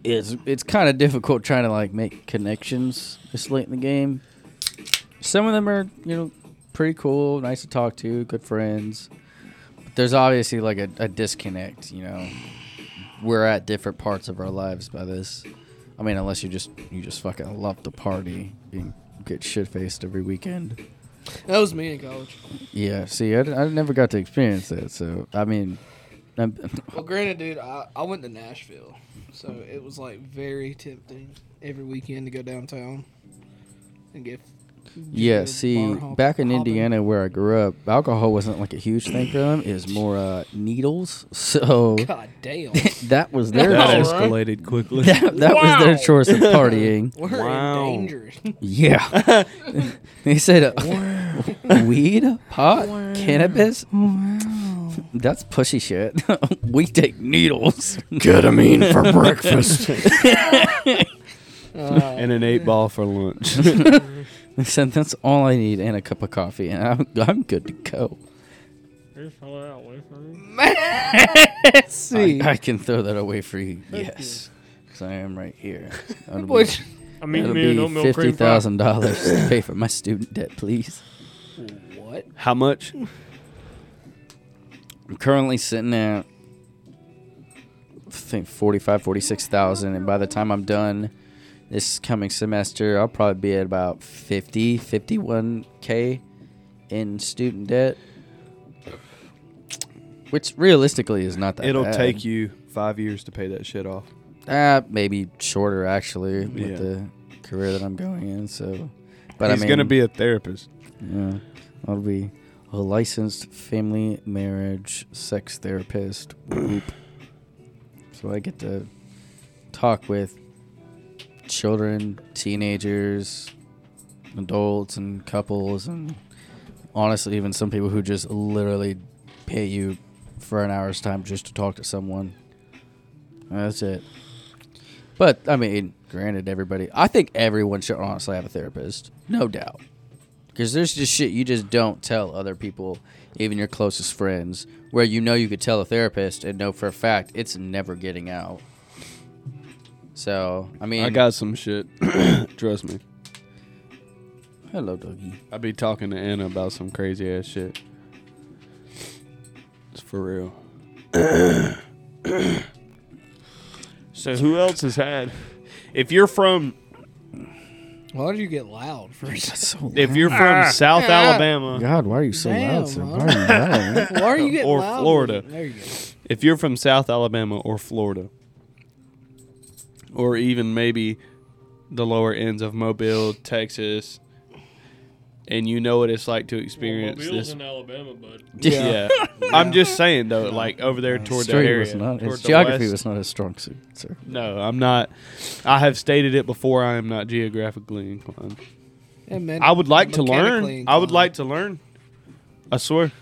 [SPEAKER 4] it's it's kind of difficult trying to like make connections this late in the game. Some of them are, you know, pretty cool, nice to talk to, good friends there's obviously like a, a disconnect you know we're at different parts of our lives by this i mean unless you just you just fucking love the party and get shit faced every weekend
[SPEAKER 2] That was me in college.
[SPEAKER 4] yeah see I, I never got to experience that so i mean um, I'm,
[SPEAKER 3] Well, granted, dude, I, I went to Nashville, so it was like very tempting every weekend to go downtown and get.
[SPEAKER 4] yeah
[SPEAKER 3] get
[SPEAKER 4] see
[SPEAKER 3] bar hop-
[SPEAKER 4] back in
[SPEAKER 3] hopping.
[SPEAKER 4] indiana where i grew up alcohol wasn't like a huge thing for them it was more uh, needles so
[SPEAKER 3] God damn.
[SPEAKER 4] that was their
[SPEAKER 1] That
[SPEAKER 4] that,
[SPEAKER 1] escalated quickly.
[SPEAKER 4] that was their choice of partying
[SPEAKER 3] We're
[SPEAKER 1] Wow.
[SPEAKER 3] in danger.
[SPEAKER 4] Yeah. they said uh, weed, pot, cannabis. That's pushy shit. we take needles.
[SPEAKER 5] Ketamine for breakfast.
[SPEAKER 3] Uh,
[SPEAKER 1] and an eight ball for lunch.
[SPEAKER 4] I said that's all I need and a cup of coffee, and I'm, I'm good to go. I,
[SPEAKER 3] See,
[SPEAKER 4] I can throw that away for you. Yes, because I am right here. That'll be,
[SPEAKER 3] Which-
[SPEAKER 2] I mean,
[SPEAKER 4] that'll
[SPEAKER 2] me and
[SPEAKER 4] be
[SPEAKER 2] oatmeal
[SPEAKER 4] fifty
[SPEAKER 2] cream pie.
[SPEAKER 4] thousand dollars to pay for my student debt, please.
[SPEAKER 3] what?
[SPEAKER 1] How much?
[SPEAKER 4] I'm currently sitting at I think 45 46,000 and by the time I'm done this coming semester I'll probably be at about 50 51k in student debt which realistically is not that
[SPEAKER 1] It'll
[SPEAKER 4] bad.
[SPEAKER 1] take you five years to pay that shit off.
[SPEAKER 4] uh, maybe shorter actually with
[SPEAKER 1] Yeah.
[SPEAKER 4] the career that I'm going in so but
[SPEAKER 1] He's
[SPEAKER 4] I mean
[SPEAKER 1] gonna be a therapist.
[SPEAKER 4] yeah, I'll be a licensed family marriage sex therapist. Whoop. so I get to talk with children, teenagers, adults, and couples, and honestly, even some people who just literally pay you for an hour's time just to talk to someone. That's it. But I mean, granted, everybody. I think everyone should honestly have a therapist, no doubt because there's just shit you just don't tell other people, even your closest friends, where you know you could tell a therapist and know for a fact it's never getting out. So I mean,
[SPEAKER 1] I got some shit. Trust me.
[SPEAKER 4] hello, doggy.
[SPEAKER 1] I be talking to Anna about some crazy ass shit. It's for real. so who else has had? If you're from
[SPEAKER 3] Why did you get loud for a second?
[SPEAKER 1] if you're
[SPEAKER 4] Ah.
[SPEAKER 1] from South Alabama,
[SPEAKER 4] God, why are you so
[SPEAKER 3] Damn,
[SPEAKER 4] loud? Sir?
[SPEAKER 3] huh?
[SPEAKER 4] Why are you loud? man?
[SPEAKER 3] Why are you getting
[SPEAKER 1] Or
[SPEAKER 3] loud?
[SPEAKER 1] Florida.
[SPEAKER 3] There you go.
[SPEAKER 1] if you're from South Alabama or Florida, or even maybe the lower ends of Mobile, Texas, and you know what it's like to experience
[SPEAKER 2] Mobile's
[SPEAKER 1] this
[SPEAKER 2] in Alabama, bud.
[SPEAKER 1] Yeah. I'm just saying though, like over there toward that
[SPEAKER 4] History
[SPEAKER 1] area,
[SPEAKER 4] was not,
[SPEAKER 1] toward
[SPEAKER 4] his
[SPEAKER 1] the
[SPEAKER 4] geography
[SPEAKER 1] west.
[SPEAKER 4] was not his strong suit, sir.
[SPEAKER 1] No, I'm not. I have stated it before. I am not geographically inclined.
[SPEAKER 3] Yeah, man,
[SPEAKER 1] I would like to learn.
[SPEAKER 3] mechanically
[SPEAKER 1] I would
[SPEAKER 3] inclined.
[SPEAKER 1] like to learn. I swear.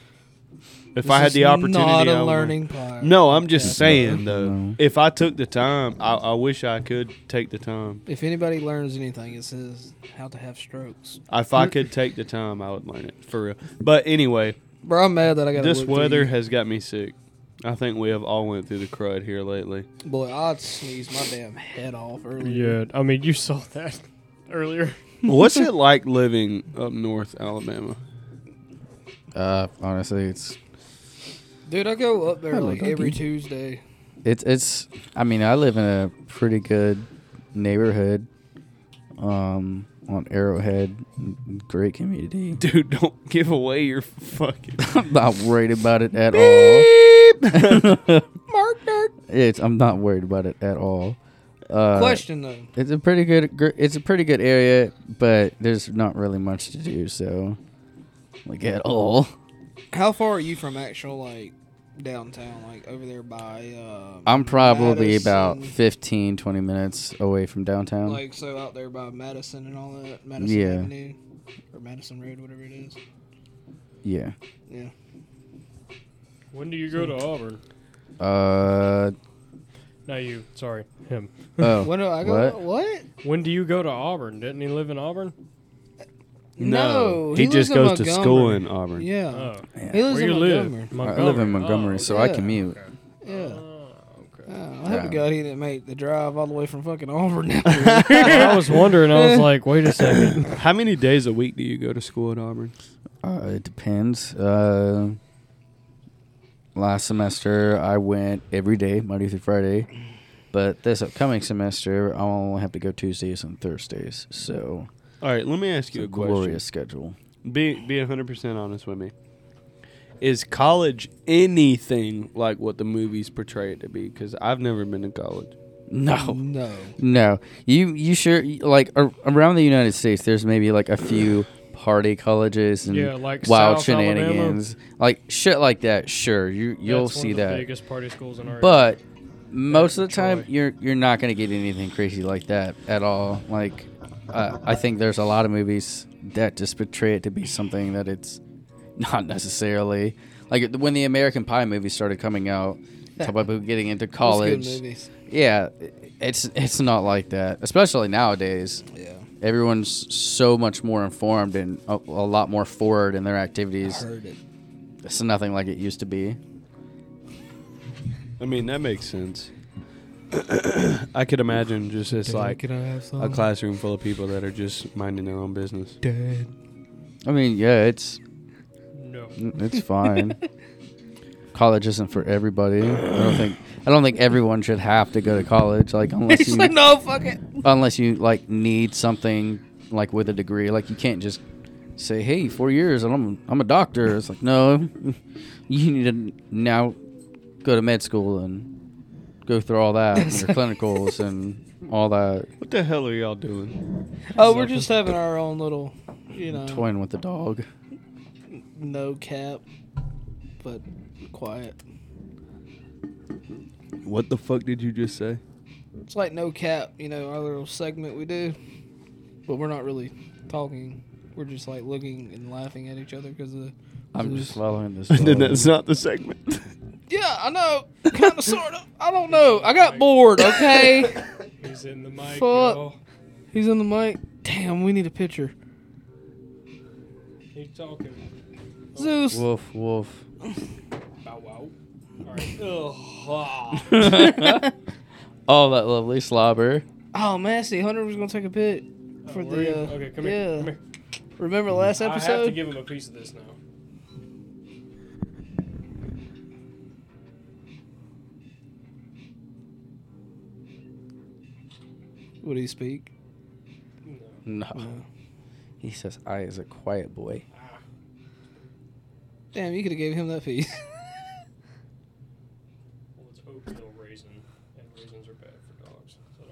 [SPEAKER 1] If
[SPEAKER 3] This
[SPEAKER 1] I had
[SPEAKER 3] is
[SPEAKER 1] the opportunity,
[SPEAKER 3] Not
[SPEAKER 1] I
[SPEAKER 3] a
[SPEAKER 1] would.
[SPEAKER 3] learning pod.
[SPEAKER 1] No, I'm just saying though.
[SPEAKER 4] No.
[SPEAKER 1] If I took the time, I, I wish I could take the time.
[SPEAKER 3] If anybody learns anything, it says how to have strokes.
[SPEAKER 1] If
[SPEAKER 3] Mm.
[SPEAKER 1] I could take the time, I would learn it for real. But anyway,
[SPEAKER 3] Bro, I'm mad that I got
[SPEAKER 1] this weather has got me sick. I think we have all went through the crud here lately.
[SPEAKER 3] Boy, I sneezed my damn head off earlier.
[SPEAKER 2] Yeah, I mean, you saw that earlier.
[SPEAKER 1] What's it like living up north Alabama?
[SPEAKER 4] Uh, honestly, it's
[SPEAKER 3] Dude, I go up there
[SPEAKER 4] Hello,
[SPEAKER 3] like every
[SPEAKER 4] donkey.
[SPEAKER 3] Tuesday.
[SPEAKER 4] it's it's i mean i live in a pretty good neighborhood um on arrowhead great community
[SPEAKER 1] Dude, don't give away your fucking.
[SPEAKER 4] i'm not worried about it at all
[SPEAKER 3] Mark Dirk.
[SPEAKER 4] it's i'm not worried about it at all uh
[SPEAKER 3] Question though.
[SPEAKER 4] it's a pretty good gr- it's a pretty good area but there's not really much to do so Like at all.
[SPEAKER 3] How far are you from actual like downtown? Like over there by. Um,
[SPEAKER 4] I'm probably about
[SPEAKER 3] Madison?
[SPEAKER 4] 15, 20 minutes away from downtown.
[SPEAKER 3] Like so out there by Madison and all that. Madison
[SPEAKER 4] Yeah.
[SPEAKER 3] Avenue or Madison Road, whatever it is.
[SPEAKER 4] yeah.
[SPEAKER 3] Yeah.
[SPEAKER 2] When do you go to Auburn?
[SPEAKER 4] Uh
[SPEAKER 2] Not you. Sorry, him.
[SPEAKER 4] oh.
[SPEAKER 3] When do I go?
[SPEAKER 4] what?
[SPEAKER 3] What?
[SPEAKER 2] When do you go to Auburn? Didn't he live in Auburn?
[SPEAKER 3] No,
[SPEAKER 1] he,
[SPEAKER 3] lives
[SPEAKER 1] just
[SPEAKER 3] in
[SPEAKER 1] goes to
[SPEAKER 3] Montgomery.
[SPEAKER 1] school in Auburn.
[SPEAKER 3] Yeah.
[SPEAKER 2] Oh,
[SPEAKER 3] He lives
[SPEAKER 2] where you
[SPEAKER 3] Uh, in
[SPEAKER 2] live?
[SPEAKER 3] Montgomery.
[SPEAKER 4] I live in Montgomery,
[SPEAKER 2] Oh,
[SPEAKER 4] so
[SPEAKER 3] okay.
[SPEAKER 4] I
[SPEAKER 3] Yeah.
[SPEAKER 4] commute.
[SPEAKER 3] Yeah.
[SPEAKER 2] okay.
[SPEAKER 3] Oh, I hope to
[SPEAKER 4] Yeah.
[SPEAKER 3] God he didn't make the drive all the way from fucking Auburn.
[SPEAKER 2] Well, Oh. I was wondering. I was like, wait a second.
[SPEAKER 1] How many days a week do you go to school at Auburn?
[SPEAKER 4] Uh, it depends. Uh, last semester I went every day, Monday through Friday, but this upcoming semester I'll only have to go Tuesdays and Thursdays. So
[SPEAKER 1] All right, let me ask
[SPEAKER 4] it's
[SPEAKER 1] you
[SPEAKER 4] a
[SPEAKER 1] a question.
[SPEAKER 4] glorious schedule.
[SPEAKER 1] Be be 100% honest with me. Is college anything like what the movies portray it to be? Because I've never been to college.
[SPEAKER 4] No,
[SPEAKER 3] no.
[SPEAKER 4] no. You you sure like ar- around the United States? There's maybe like a few party colleges and
[SPEAKER 2] Yeah, like
[SPEAKER 4] wild
[SPEAKER 2] South Alabama.
[SPEAKER 4] shenanigans, like shit like that. Sure, you you'll
[SPEAKER 2] That's one
[SPEAKER 4] see
[SPEAKER 2] of the
[SPEAKER 4] that.
[SPEAKER 2] Biggest party schools in our
[SPEAKER 4] But most of the time,
[SPEAKER 2] Detroit.
[SPEAKER 4] you're you're not gonna get anything crazy like that at all. Like, uh, I think there's a lot of movies that just portray it to be something that it's not necessarily. Like when the American Pie movie started coming out, talk about people getting into
[SPEAKER 3] It's good
[SPEAKER 4] college.
[SPEAKER 3] movies.
[SPEAKER 4] Yeah, it's it's not like that, especially nowadays.
[SPEAKER 3] Yeah.
[SPEAKER 4] Everyone's so much more informed and a, a lot more forward in their activities.
[SPEAKER 3] Heard it.
[SPEAKER 4] It's nothing like it used to be.
[SPEAKER 1] I mean, that makes sense. I could imagine just it's like
[SPEAKER 3] I have some?
[SPEAKER 1] a classroom full of people that are just minding their own business.
[SPEAKER 4] I mean, yeah, it's
[SPEAKER 2] No.
[SPEAKER 4] N- It's fine. college isn't for everybody. I don't think I don't think everyone should have to go to college like unless you
[SPEAKER 3] He's like, no, fuck it.
[SPEAKER 4] unless you like need something like with a degree. Like you can't just say, "Hey, 4 years and I'm I'm a doctor." It's like, "No. You need to now go to med school and go through all that and your clinicals and all that
[SPEAKER 1] What the hell are y'all doing?
[SPEAKER 3] Oh, we're just having our own little, you know,
[SPEAKER 4] toying with the dog."
[SPEAKER 3] no cap, but quiet.
[SPEAKER 1] What the fuck did you just say?
[SPEAKER 3] It's like no cap, you know, our little segment we do, but we're not really talking. We're just like looking and laughing at each other uh, because of.
[SPEAKER 4] I'm just following this.
[SPEAKER 1] then
[SPEAKER 4] dog.
[SPEAKER 1] that's not the segment.
[SPEAKER 3] Yeah, I know. Kind of, sort of. I don't know. I got bored. Okay.
[SPEAKER 2] He's in the mic.
[SPEAKER 3] Fuck.
[SPEAKER 2] y'all.
[SPEAKER 3] He's in the mic. Damn, we need a picture.
[SPEAKER 2] He's talking.
[SPEAKER 3] Zeus.
[SPEAKER 4] Woof woof.
[SPEAKER 2] Bow wow. All right. Ugh. Ah.
[SPEAKER 4] All Oh, that lovely slobber.
[SPEAKER 3] Oh, Massey, Hunter was gonna take a pic for
[SPEAKER 2] Oh, were you?
[SPEAKER 3] the. Uh,
[SPEAKER 2] okay, come
[SPEAKER 3] yeah.
[SPEAKER 2] here. Come here.
[SPEAKER 3] Remember last
[SPEAKER 2] I have to
[SPEAKER 3] episode?
[SPEAKER 2] give him a piece of this now.
[SPEAKER 3] Would he speak?
[SPEAKER 4] No. He says, I is a quiet boy.
[SPEAKER 3] Damn, you could have gave him that piece.
[SPEAKER 2] Well, it's oatmeal raisin, and raisins are bad for dogs, so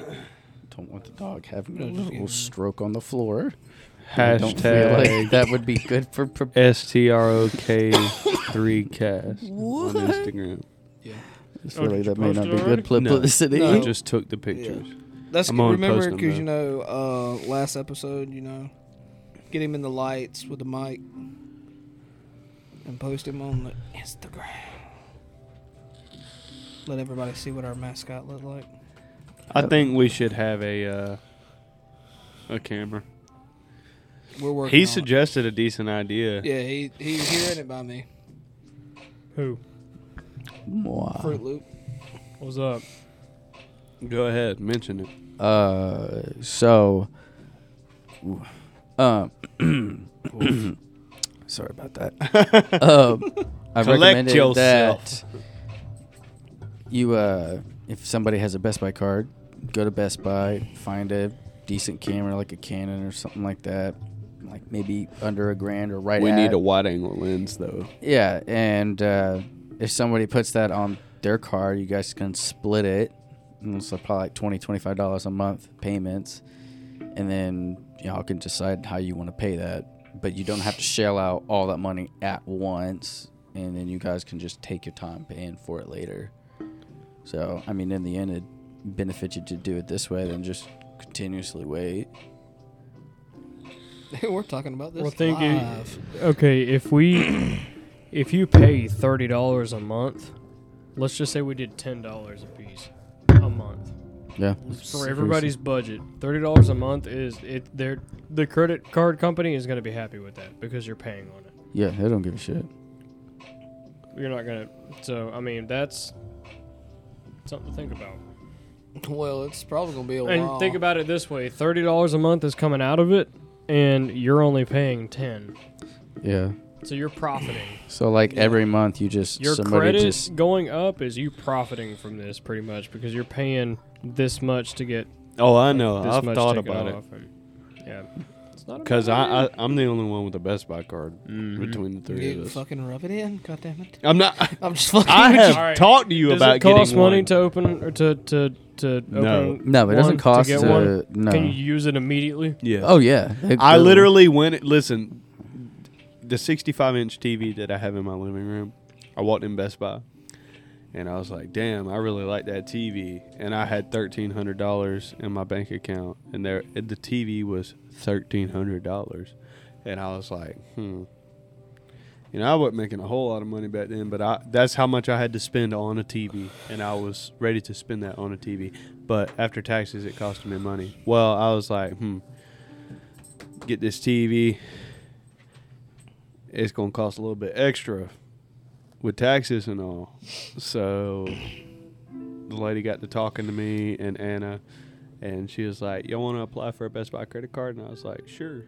[SPEAKER 2] I don't want
[SPEAKER 4] Don't want the dog having
[SPEAKER 3] No,
[SPEAKER 4] a
[SPEAKER 3] just give him-
[SPEAKER 4] little stroke on the floor. I don't feel like
[SPEAKER 1] Hashtag
[SPEAKER 4] that would be good for. Pro-
[SPEAKER 1] S T R O K three cast on
[SPEAKER 3] What?
[SPEAKER 1] Instagram.
[SPEAKER 4] I
[SPEAKER 2] Oh,
[SPEAKER 4] feel
[SPEAKER 2] did
[SPEAKER 4] like
[SPEAKER 2] you
[SPEAKER 4] that may
[SPEAKER 2] post
[SPEAKER 4] not
[SPEAKER 2] it
[SPEAKER 4] be
[SPEAKER 2] already?
[SPEAKER 4] good publicity.
[SPEAKER 1] I
[SPEAKER 3] No.
[SPEAKER 1] just took the pictures.
[SPEAKER 3] That's
[SPEAKER 1] I'm
[SPEAKER 3] good.
[SPEAKER 1] on
[SPEAKER 3] Remember,
[SPEAKER 1] posting
[SPEAKER 3] because
[SPEAKER 1] that.
[SPEAKER 3] you know, uh, last episode, you know, get him in the lights with the mic and post him on the Instagram. Let everybody see what our mascot looked like.
[SPEAKER 1] I think we should have a uh, a camera.
[SPEAKER 3] We're working.
[SPEAKER 1] He
[SPEAKER 3] on it.
[SPEAKER 1] suggested a decent idea.
[SPEAKER 3] Yeah, he he's hearing it by me.
[SPEAKER 2] to. Who?
[SPEAKER 4] Mwah.
[SPEAKER 3] Fruit Loop.
[SPEAKER 2] What's up?
[SPEAKER 1] Go ahead, mention it.
[SPEAKER 4] Uh, so, um, sorry about that. um, I
[SPEAKER 1] Collect
[SPEAKER 4] recommended
[SPEAKER 1] yourself.
[SPEAKER 4] that you, uh, if somebody has a Best Buy card, go to Best Buy, find a decent camera like a Canon or something like that, like maybe under a grand or right.
[SPEAKER 1] We
[SPEAKER 4] at.
[SPEAKER 1] need a wide angle lens though.
[SPEAKER 4] Yeah, and uh, if somebody puts that on their card, you guys can split it. And it's like probably like $20, $25 a month payments. And then y'all can decide how you want to pay that. but you don't have to shell out all that money at once, and then you guys can just take your time paying for it later. So, I mean, in the end, it benefits you to do it this way than just continuously wait.
[SPEAKER 3] We're talking about this
[SPEAKER 2] Well, thank you.
[SPEAKER 3] live.
[SPEAKER 2] Okay, if we if you pay thirty dollars a month, let's just say we did ten dollars a piece a month
[SPEAKER 4] Yeah,
[SPEAKER 2] for everybody's budget. Thirty dollars a month is it? Their the credit card company is going to be happy with that because you're paying on it.
[SPEAKER 4] Yeah, they don't give a shit.
[SPEAKER 2] You're not gonna. So I mean, that's something to think about.
[SPEAKER 3] Well, it's probably gonna be a
[SPEAKER 2] And
[SPEAKER 3] while.
[SPEAKER 2] think about it this way: thirty dollars a month is coming out of it, and you're only paying ten.
[SPEAKER 4] Yeah.
[SPEAKER 2] So you're profiting.
[SPEAKER 4] So like every month, you just
[SPEAKER 2] Your
[SPEAKER 4] somebody
[SPEAKER 2] credit
[SPEAKER 4] just
[SPEAKER 2] going up is you profiting from this pretty much because you're paying this much to get
[SPEAKER 1] Oh, I know.
[SPEAKER 2] this
[SPEAKER 1] I've
[SPEAKER 2] much
[SPEAKER 1] thought
[SPEAKER 2] taken
[SPEAKER 1] about it
[SPEAKER 2] off. And- Yeah, it's not a
[SPEAKER 1] because
[SPEAKER 2] bad
[SPEAKER 1] I,
[SPEAKER 2] idea.
[SPEAKER 1] I I'm the only one with a Best Buy card between the three
[SPEAKER 3] You
[SPEAKER 1] of us.
[SPEAKER 3] fucking rub it in. God damn it.
[SPEAKER 1] I'm not.
[SPEAKER 3] I'm just fucking.
[SPEAKER 1] I
[SPEAKER 3] with
[SPEAKER 1] have
[SPEAKER 2] All right.
[SPEAKER 1] talked to you
[SPEAKER 2] Does
[SPEAKER 1] about
[SPEAKER 2] it cost
[SPEAKER 1] getting
[SPEAKER 2] money
[SPEAKER 1] one.
[SPEAKER 2] to open or to to to open?
[SPEAKER 1] No.
[SPEAKER 4] no, it
[SPEAKER 2] one
[SPEAKER 4] doesn't cost.
[SPEAKER 2] To get
[SPEAKER 4] uh,
[SPEAKER 2] one?
[SPEAKER 4] No.
[SPEAKER 2] Can you use it immediately?
[SPEAKER 1] yeah.
[SPEAKER 4] oh yeah. They-
[SPEAKER 1] I
[SPEAKER 4] they'll-
[SPEAKER 1] literally went. Listen, the 65 inch TV that I have in my living room, I walked in Best Buy, and I was like, "Damn, I really like that TV." And I had thirteen hundred dollars in my bank account, and there and the TV was thirteen hundred dollars, and I was like, "Hmm." You know, I wasn't making a whole lot of money back then, but I, that's how much I had to spend on a TV, and I was ready to spend that on a TV. But after taxes, it cost me money. Well, I was like, hmm, get this TV. It's gonna cost a little bit extra with taxes and all. So the lady got to talking to me and Anna, and she was like, "You want to apply for a Best Buy credit card?" And I was like, "Sure."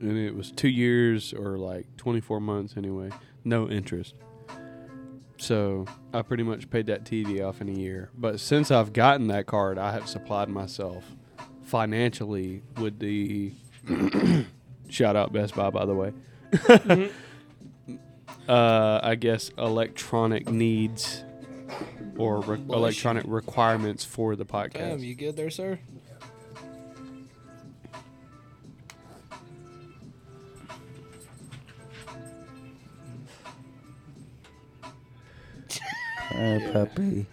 [SPEAKER 1] And it was two years or like 24 months anyway, no interest. So I pretty much paid that TV off in a year. But since I've gotten that card, I have supplied myself financially with the shout out Best Buy by the way.
[SPEAKER 3] Mm-hmm.
[SPEAKER 1] uh, I guess electronic needs or re- electronic requirements for the podcast.
[SPEAKER 3] Damn, you good there, sir?
[SPEAKER 4] Uh, puppy.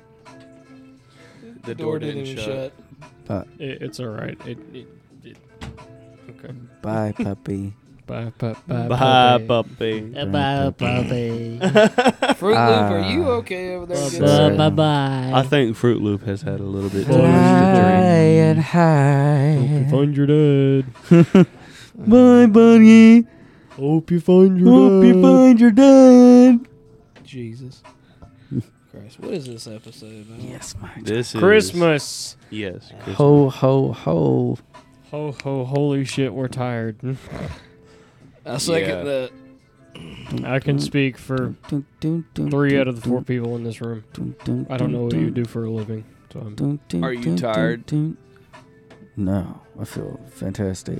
[SPEAKER 1] the
[SPEAKER 3] Door didn't even shut.
[SPEAKER 2] It, it's all right. It, it, it- okay.
[SPEAKER 4] Bye, puppy.
[SPEAKER 2] Bye, bye, bye,
[SPEAKER 1] Bye, puppy.
[SPEAKER 4] Bye,
[SPEAKER 7] puppy.
[SPEAKER 3] Fruit Loop, are you
[SPEAKER 4] Ah.
[SPEAKER 3] okay over there? good
[SPEAKER 4] Bye.
[SPEAKER 3] sir?
[SPEAKER 4] Bye,
[SPEAKER 1] I
[SPEAKER 7] bye.
[SPEAKER 1] think Fruit Loop has had a little bit too
[SPEAKER 2] Bye.
[SPEAKER 1] much to
[SPEAKER 4] and hi.
[SPEAKER 2] Find your dad.
[SPEAKER 4] Bye, bunny.
[SPEAKER 2] Hope you find your
[SPEAKER 4] Hope you find your dad.
[SPEAKER 3] Jesus. Christ, what is this episode, man?
[SPEAKER 4] Yes, my
[SPEAKER 1] drink. This is
[SPEAKER 2] Christmas.
[SPEAKER 1] Yes, Christmas.
[SPEAKER 4] Ho, ho, ho.
[SPEAKER 2] Ho ho! Holy shit! We're tired.
[SPEAKER 3] I second
[SPEAKER 1] Yeah.
[SPEAKER 3] that.
[SPEAKER 2] I
[SPEAKER 1] Mm-hmm.
[SPEAKER 2] can speak for three out of the four people in this room. I don't know what you do for a living. So I'm
[SPEAKER 1] Are you tired?
[SPEAKER 4] No, I feel fantastic.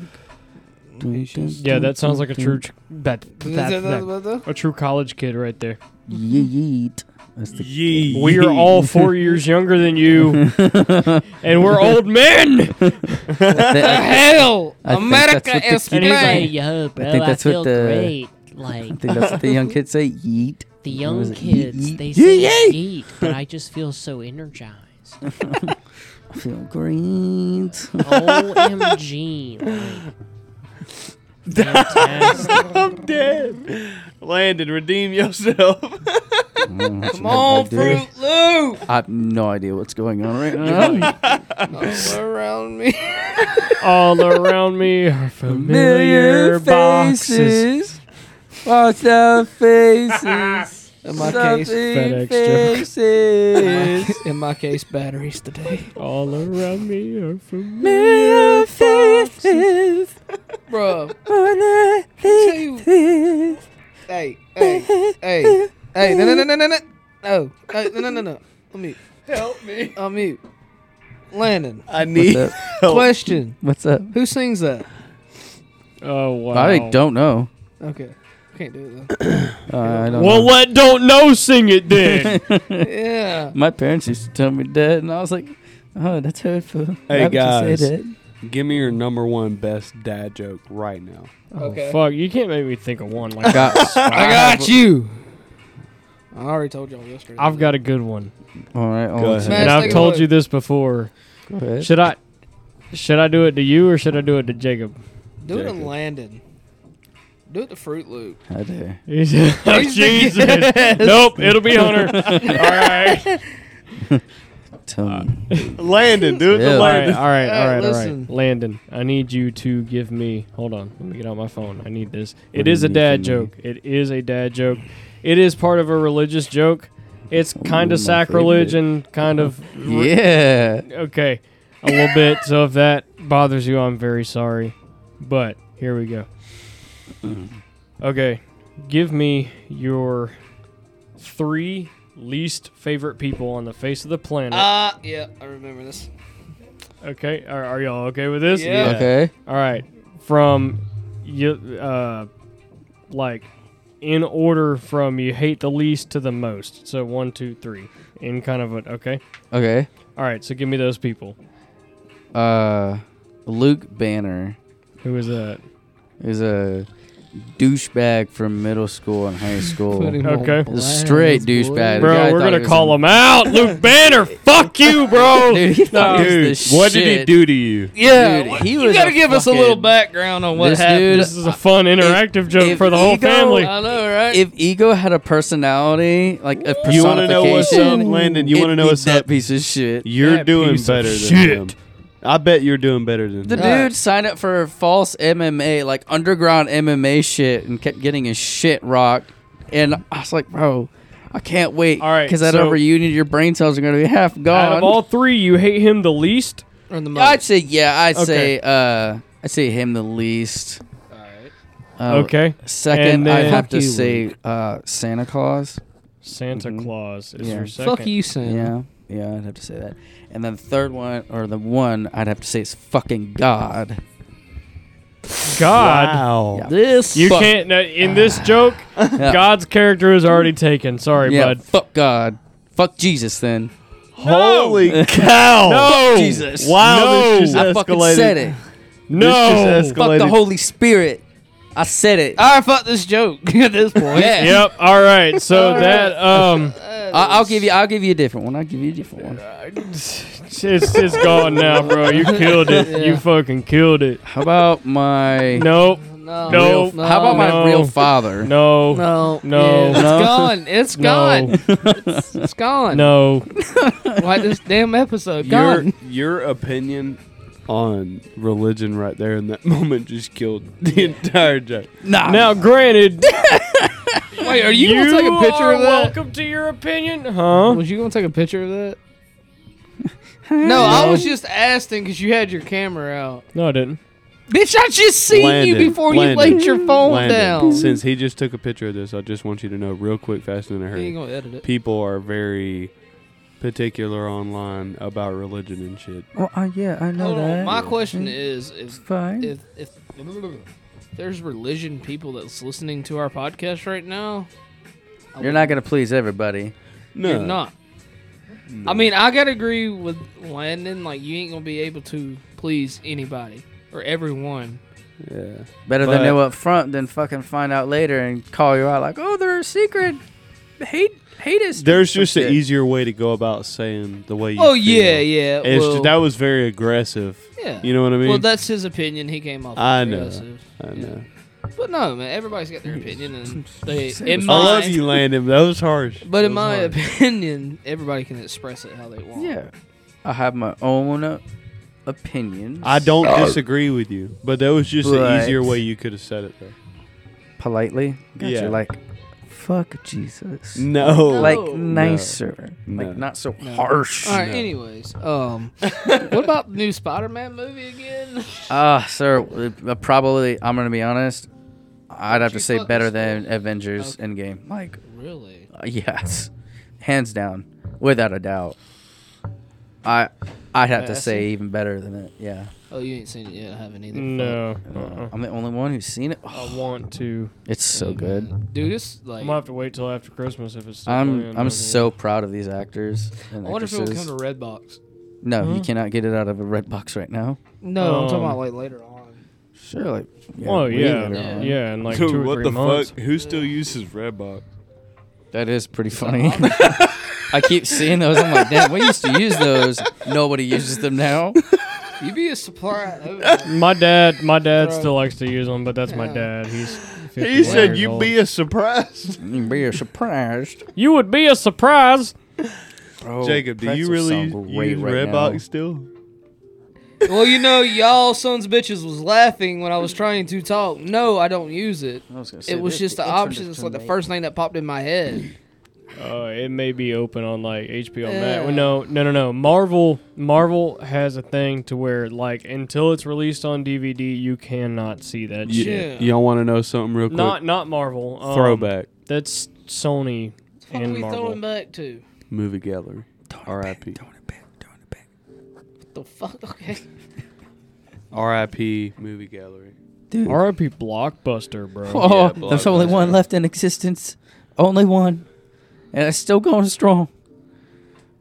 [SPEAKER 2] Yeah, that sounds like a true ch- that, that, that-
[SPEAKER 3] That's
[SPEAKER 2] a true college kid right there.
[SPEAKER 4] Yeet. That's the
[SPEAKER 1] Yeet.
[SPEAKER 2] We are all four years yougar than you, and we're old men.
[SPEAKER 3] Hell,
[SPEAKER 4] I think that's what
[SPEAKER 3] America
[SPEAKER 4] the
[SPEAKER 3] is
[SPEAKER 4] kid-
[SPEAKER 7] And he's like,
[SPEAKER 3] mine.
[SPEAKER 7] yo, bro, I,
[SPEAKER 4] think that's what
[SPEAKER 7] feel
[SPEAKER 4] the-
[SPEAKER 7] great.
[SPEAKER 4] I
[SPEAKER 7] Like
[SPEAKER 4] think that's what the young kids say. Yeet.
[SPEAKER 7] the
[SPEAKER 4] was
[SPEAKER 7] young
[SPEAKER 4] it?
[SPEAKER 7] kids,
[SPEAKER 4] Yeet,
[SPEAKER 7] they
[SPEAKER 4] yeet,
[SPEAKER 7] say
[SPEAKER 4] yeet.
[SPEAKER 7] yeet, but I just feel so energized.
[SPEAKER 4] I feel great.
[SPEAKER 7] OMG. Like, fantastic.
[SPEAKER 1] I'm dead. Landon, redeem yourself.
[SPEAKER 4] Come
[SPEAKER 3] Come on, Fruit Loop.
[SPEAKER 4] I have no idea what's going on right now.
[SPEAKER 3] All around me.
[SPEAKER 2] All around me are familiar boxes.
[SPEAKER 4] Watch out, faces.
[SPEAKER 3] In my case,
[SPEAKER 2] FedEx joke.
[SPEAKER 4] faces.
[SPEAKER 3] in my case, batteries today.
[SPEAKER 2] All around me are familiar.
[SPEAKER 4] faces.
[SPEAKER 3] Bruh. Tell you- Hey, hey, hey, hey, no, no, no, no, no, no. No, hey, no, no, no, no. I'm mute.
[SPEAKER 1] Help me.
[SPEAKER 3] I'm mute. Landon,
[SPEAKER 1] I need
[SPEAKER 4] What's
[SPEAKER 1] help.
[SPEAKER 3] question.
[SPEAKER 4] What's up?
[SPEAKER 3] Who sings that?
[SPEAKER 2] Oh wow!
[SPEAKER 4] I don't know.
[SPEAKER 3] Okay. Can't do it
[SPEAKER 4] Uh, I don't
[SPEAKER 2] Well,
[SPEAKER 4] know.
[SPEAKER 2] let don't know sing it then.
[SPEAKER 3] though. yeah.
[SPEAKER 4] My parents used to tell me that, and I was like, "Oh, that's hurtful."
[SPEAKER 1] Hey,
[SPEAKER 4] Why would you
[SPEAKER 1] guys.
[SPEAKER 4] say that?
[SPEAKER 1] Give me your number one best dad joke right now.
[SPEAKER 3] Okay.
[SPEAKER 2] Fuck, you can't make me think of one like that.
[SPEAKER 4] Got,
[SPEAKER 3] I got you. I already told y'all yesterday.
[SPEAKER 2] I've got a good one,
[SPEAKER 4] all right.
[SPEAKER 1] Go
[SPEAKER 4] on to-
[SPEAKER 1] ahead.
[SPEAKER 2] and
[SPEAKER 3] Let's
[SPEAKER 2] I've
[SPEAKER 3] take a
[SPEAKER 2] told
[SPEAKER 3] look.
[SPEAKER 2] you this before.
[SPEAKER 4] Go ahead.
[SPEAKER 2] Should I, should I do it to you or should I do it to Jacob?
[SPEAKER 3] do it to
[SPEAKER 1] Jacob.
[SPEAKER 3] Landon. Do it to Fruit Loop.
[SPEAKER 4] I dare.
[SPEAKER 2] He said, oh,
[SPEAKER 3] He's the
[SPEAKER 2] Jesus.
[SPEAKER 3] guest.
[SPEAKER 2] Nope, it'll be Hunter. all right.
[SPEAKER 4] Tell
[SPEAKER 1] Uh,
[SPEAKER 4] me.
[SPEAKER 1] Landon, do it to
[SPEAKER 4] Yeah.
[SPEAKER 2] All right,
[SPEAKER 1] Landon.
[SPEAKER 2] all right, all right, all
[SPEAKER 3] listen.
[SPEAKER 2] right. Landon, I need you to give me. Hold on, let me get out my phone. I need this.
[SPEAKER 4] What
[SPEAKER 2] It
[SPEAKER 4] do
[SPEAKER 2] is
[SPEAKER 4] you
[SPEAKER 2] a
[SPEAKER 4] need
[SPEAKER 2] dad
[SPEAKER 4] from me?
[SPEAKER 2] joke. It is a dad joke. It is part of a religious joke. It's kind
[SPEAKER 4] my
[SPEAKER 2] of sacrilege
[SPEAKER 4] favorite.
[SPEAKER 2] and kind of
[SPEAKER 4] Yeah.
[SPEAKER 2] okay, a little bit. So if that bothers you, I'm very sorry. But here we go. Okay, give me your three least favorite people on the face of the planet.
[SPEAKER 3] Ah, yeah, I remember this.
[SPEAKER 2] okay, are, are y'all okay with this?
[SPEAKER 3] Yeah.
[SPEAKER 4] Okay.
[SPEAKER 2] All right, from you, uh, like in order from you hate the least to the most. So one, two, three, in kind of a okay.
[SPEAKER 4] Okay.
[SPEAKER 2] All right, so give me those people.
[SPEAKER 4] Uh, Luke Banner
[SPEAKER 2] Who is that?
[SPEAKER 4] is a douchebag from middle school and high school.
[SPEAKER 2] Okay.
[SPEAKER 4] A straight douchebag. The
[SPEAKER 2] Bro,
[SPEAKER 4] guy
[SPEAKER 2] we're
[SPEAKER 4] thought he
[SPEAKER 2] gonna
[SPEAKER 4] was
[SPEAKER 2] call
[SPEAKER 4] a-
[SPEAKER 2] him out. Luke Banner, fuck you, bro.
[SPEAKER 4] Dude, he thought he
[SPEAKER 1] Dude,
[SPEAKER 4] was Oh, the
[SPEAKER 1] what did he
[SPEAKER 4] shit.
[SPEAKER 1] do to you?
[SPEAKER 3] Yeah,
[SPEAKER 4] Dude,
[SPEAKER 3] what-
[SPEAKER 4] he
[SPEAKER 3] you
[SPEAKER 4] was
[SPEAKER 3] gotta
[SPEAKER 4] a
[SPEAKER 3] give us a little
[SPEAKER 4] fucking-
[SPEAKER 3] background on what
[SPEAKER 4] this
[SPEAKER 3] happened.
[SPEAKER 4] dude-
[SPEAKER 2] This is a fun interactive joke
[SPEAKER 4] if
[SPEAKER 2] for the whole
[SPEAKER 4] ego-
[SPEAKER 2] family.
[SPEAKER 3] I know, right?
[SPEAKER 4] If Ego had a personality, like a personification,
[SPEAKER 1] You want to know what's up, Landon? You
[SPEAKER 4] it'd
[SPEAKER 1] want to know
[SPEAKER 4] be
[SPEAKER 1] what's
[SPEAKER 4] that
[SPEAKER 1] up?
[SPEAKER 4] piece of shit.
[SPEAKER 1] You're
[SPEAKER 2] That
[SPEAKER 1] doing
[SPEAKER 2] piece of
[SPEAKER 1] better
[SPEAKER 2] shit.
[SPEAKER 1] than him. I bet you're doing better than
[SPEAKER 4] The
[SPEAKER 1] him.
[SPEAKER 4] dude signed up for false MMA, like underground MMA shit, and kept getting his shit rocked. And I was like, bro, I can't wait.
[SPEAKER 2] All right,
[SPEAKER 4] because at
[SPEAKER 2] so-
[SPEAKER 4] a reunion, your brain cells are gonna be half gone.
[SPEAKER 2] Out of all three, you hate him the least.
[SPEAKER 3] Or the
[SPEAKER 4] I'd
[SPEAKER 3] most.
[SPEAKER 4] say yeah. I'd
[SPEAKER 2] Okay.
[SPEAKER 4] say uh, I'd say him the least. All right.
[SPEAKER 2] Okay,
[SPEAKER 4] Second,
[SPEAKER 2] And
[SPEAKER 4] I'd
[SPEAKER 2] then-
[SPEAKER 4] have to
[SPEAKER 3] Fuck you,
[SPEAKER 4] say uh, Santa Claus.
[SPEAKER 2] Santa Claus is
[SPEAKER 4] Mm-hmm. Yeah.
[SPEAKER 2] your second.
[SPEAKER 3] Fuck you, Sam.
[SPEAKER 4] Yeah, yeah, I'd have to say that. And then the third one, or the one I'd have to say is fucking God.
[SPEAKER 2] God.
[SPEAKER 7] Oh.
[SPEAKER 1] Wow.
[SPEAKER 4] Yeah.
[SPEAKER 3] This
[SPEAKER 2] You can't no, in this joke. God's character is already taken. Sorry,
[SPEAKER 4] yeah,
[SPEAKER 2] bud.
[SPEAKER 4] fuck God. Fuck Jesus then.
[SPEAKER 1] Holy cow.
[SPEAKER 2] No,
[SPEAKER 4] Jesus.
[SPEAKER 1] Wow.
[SPEAKER 2] No.
[SPEAKER 1] This just
[SPEAKER 4] I fucking
[SPEAKER 1] escalated.
[SPEAKER 4] said it.
[SPEAKER 2] no.
[SPEAKER 1] This just
[SPEAKER 4] Fuck the
[SPEAKER 1] Escalated.
[SPEAKER 4] Holy Spirit. I said it.
[SPEAKER 3] I fuck this joke at this point.
[SPEAKER 4] yeah.
[SPEAKER 2] Yep. All right. So that um,
[SPEAKER 4] I, will give you. I'll give you a different one. I'll give you a different one.
[SPEAKER 2] it's, it's gone now, bro. You killed it. You fucking killed it.
[SPEAKER 4] How about my?
[SPEAKER 2] Nope.
[SPEAKER 3] No.
[SPEAKER 2] No.
[SPEAKER 3] No.
[SPEAKER 4] How
[SPEAKER 2] No.
[SPEAKER 4] about my real father?
[SPEAKER 2] No.
[SPEAKER 3] No.
[SPEAKER 2] No.
[SPEAKER 3] Yeah, it's
[SPEAKER 4] No.
[SPEAKER 3] gone. It's gone.
[SPEAKER 2] No.
[SPEAKER 3] It's gone.
[SPEAKER 2] No.
[SPEAKER 3] Like this damn episode.
[SPEAKER 1] Your,
[SPEAKER 3] Gone.
[SPEAKER 1] your opinion on religion right there in that moment just killed the entire joke.
[SPEAKER 4] Nah.
[SPEAKER 2] Now, granted,
[SPEAKER 3] Wait, are you, gonna take a picture
[SPEAKER 2] are
[SPEAKER 3] of that?
[SPEAKER 2] Welcome to your opinion, huh?
[SPEAKER 3] Was you gonna take a picture of that? No, I was just asking because you had your camera out.
[SPEAKER 2] No, I didn't.
[SPEAKER 3] Bitch, I just seen
[SPEAKER 1] Landon,
[SPEAKER 3] you before
[SPEAKER 1] Landon,
[SPEAKER 3] you laid your phone
[SPEAKER 1] Landon,
[SPEAKER 3] down.
[SPEAKER 1] Since he just took a picture of this, I just want you to know real quick, fast and in a
[SPEAKER 3] You ain't
[SPEAKER 1] hurry.
[SPEAKER 3] gonna edit it.
[SPEAKER 1] People are very particular online about religion and shit.
[SPEAKER 4] Well, uh, yeah, I know
[SPEAKER 3] Hold
[SPEAKER 4] that.
[SPEAKER 3] on. My question is if
[SPEAKER 4] Fine.
[SPEAKER 3] if if if there's religion people that's listening to our podcast right now, I
[SPEAKER 4] You're
[SPEAKER 3] would-
[SPEAKER 4] not gonna please everybody.
[SPEAKER 1] No,
[SPEAKER 3] You're not. I mean, I gotta agree with Landon. Like, you ain't gonna be able to please anybody or everyone.
[SPEAKER 1] Yeah.
[SPEAKER 4] Better
[SPEAKER 1] But-
[SPEAKER 4] than know up front than fucking find out later and call you out like, oh, they're a secret. Hate, hate is.
[SPEAKER 1] There's just an easier way to go about saying the way you.
[SPEAKER 3] Oh
[SPEAKER 1] feel.
[SPEAKER 3] yeah, yeah.
[SPEAKER 1] It's
[SPEAKER 3] well,
[SPEAKER 1] ju- that was very aggressive.
[SPEAKER 3] yeah.
[SPEAKER 1] You know what I mean?
[SPEAKER 3] well, that's his opinion. He came off.
[SPEAKER 1] I know.
[SPEAKER 3] aggressive.
[SPEAKER 1] I know.
[SPEAKER 3] But no, man. Everybody's got their opinion, and they in
[SPEAKER 1] I love
[SPEAKER 3] my
[SPEAKER 1] you, Landon. That was harsh.
[SPEAKER 3] but in
[SPEAKER 2] Those
[SPEAKER 3] my
[SPEAKER 2] hard.
[SPEAKER 3] opinion, everybody can express it how they want.
[SPEAKER 4] Yeah, I have my own uh, opinions.
[SPEAKER 1] I don't disagree with you, but that was just an
[SPEAKER 4] But-
[SPEAKER 1] easier way you could have said it, though.
[SPEAKER 4] politely. Gotcha.
[SPEAKER 1] Yeah.
[SPEAKER 4] Like, fuck Jesus.
[SPEAKER 1] No.
[SPEAKER 4] Like
[SPEAKER 3] No.
[SPEAKER 4] nicer.
[SPEAKER 1] No.
[SPEAKER 4] Like not so
[SPEAKER 3] No.
[SPEAKER 4] harsh.
[SPEAKER 3] All right.
[SPEAKER 1] No.
[SPEAKER 3] Anyways, um, what about the new Spider-Man movie again?
[SPEAKER 4] Ah, sir. uh, probably. I'm gonna be honest. I'd have
[SPEAKER 3] You
[SPEAKER 4] to say
[SPEAKER 3] fuck
[SPEAKER 4] better
[SPEAKER 3] this
[SPEAKER 4] than Avengers
[SPEAKER 3] Okay.
[SPEAKER 4] Endgame. Like,
[SPEAKER 3] really?
[SPEAKER 4] Uh, yes, hands down, without a doubt. I I'd have to
[SPEAKER 3] Passing?
[SPEAKER 4] say even better than it. Yeah,
[SPEAKER 3] Oh, you ain't seen it yet. I haven't either.
[SPEAKER 2] No. Uh-uh.
[SPEAKER 4] I'm the only one who's seen it. Oh,
[SPEAKER 2] I want to.
[SPEAKER 4] It's so good.
[SPEAKER 3] Dude, it's
[SPEAKER 2] I'm
[SPEAKER 3] like
[SPEAKER 2] gonna have to wait till after Christmas if it's. Still playing
[SPEAKER 4] I'm
[SPEAKER 2] over
[SPEAKER 4] I'm so proud of these actors and
[SPEAKER 3] I wonder if it'll come
[SPEAKER 4] actresses.
[SPEAKER 3] to Redbox.
[SPEAKER 4] No, you cannot get it out of a red box right now.
[SPEAKER 3] No, I'm talking
[SPEAKER 2] Um,
[SPEAKER 3] about like later on.
[SPEAKER 4] Sure, like yeah,
[SPEAKER 2] Oh
[SPEAKER 4] way
[SPEAKER 2] yeah,
[SPEAKER 4] later
[SPEAKER 2] yeah,
[SPEAKER 4] on.
[SPEAKER 2] in like
[SPEAKER 1] Dude,
[SPEAKER 2] two or
[SPEAKER 1] what
[SPEAKER 2] three
[SPEAKER 1] the
[SPEAKER 2] months.
[SPEAKER 1] fuck? Who still uses Redbox?
[SPEAKER 4] that is pretty funny. I keep seeing those. I'm like, damn, we used to use those. Nobody uses them now.
[SPEAKER 3] You be a supplier. I
[SPEAKER 2] My dad, my dad
[SPEAKER 3] Throw-
[SPEAKER 2] still likes to use them, but that's my
[SPEAKER 3] Yeah.
[SPEAKER 2] dad. He's 51
[SPEAKER 1] He said
[SPEAKER 2] years
[SPEAKER 1] you
[SPEAKER 2] old.
[SPEAKER 1] be a surprise.
[SPEAKER 4] You'd be surprised.
[SPEAKER 2] You would be a surprise.
[SPEAKER 4] Bro,
[SPEAKER 1] Jacob, do you
[SPEAKER 4] pretzels
[SPEAKER 1] really
[SPEAKER 4] sound great
[SPEAKER 1] use
[SPEAKER 4] right
[SPEAKER 1] Redbox
[SPEAKER 4] now.
[SPEAKER 1] still?
[SPEAKER 3] well, you know, y'all sons of bitches was laughing when I was trying to talk. No, I don't use it.
[SPEAKER 4] I was gonna say,
[SPEAKER 3] It was
[SPEAKER 4] this-
[SPEAKER 3] just the
[SPEAKER 4] turned
[SPEAKER 3] option. It's
[SPEAKER 4] into
[SPEAKER 3] like the
[SPEAKER 4] a-
[SPEAKER 3] first thing that popped in my head.
[SPEAKER 2] Uh, it may be open on like HBO
[SPEAKER 3] Yeah.
[SPEAKER 2] Max. Well, no, no, no, no. Marvel, Marvel has a thing to where like until it's released on DVD, you cannot see that
[SPEAKER 1] You,
[SPEAKER 2] shit.
[SPEAKER 3] Yeah.
[SPEAKER 1] y'all want to know something real quick?
[SPEAKER 2] Not, not Marvel. Um,
[SPEAKER 1] Throwback
[SPEAKER 2] That's Sony
[SPEAKER 3] What are
[SPEAKER 2] and
[SPEAKER 3] we throwing
[SPEAKER 2] Marvel.
[SPEAKER 3] back to?
[SPEAKER 1] movie gallery. R.I.P.
[SPEAKER 3] What the fuck? Okay.
[SPEAKER 1] R.I.P. movie gallery.
[SPEAKER 4] Dude.
[SPEAKER 2] R.I.P. Blockbuster, bro.
[SPEAKER 4] Oh,
[SPEAKER 1] Yeah,
[SPEAKER 4] there's only
[SPEAKER 1] Blockbuster.
[SPEAKER 4] one left in existence. Only one. And it's still going strong.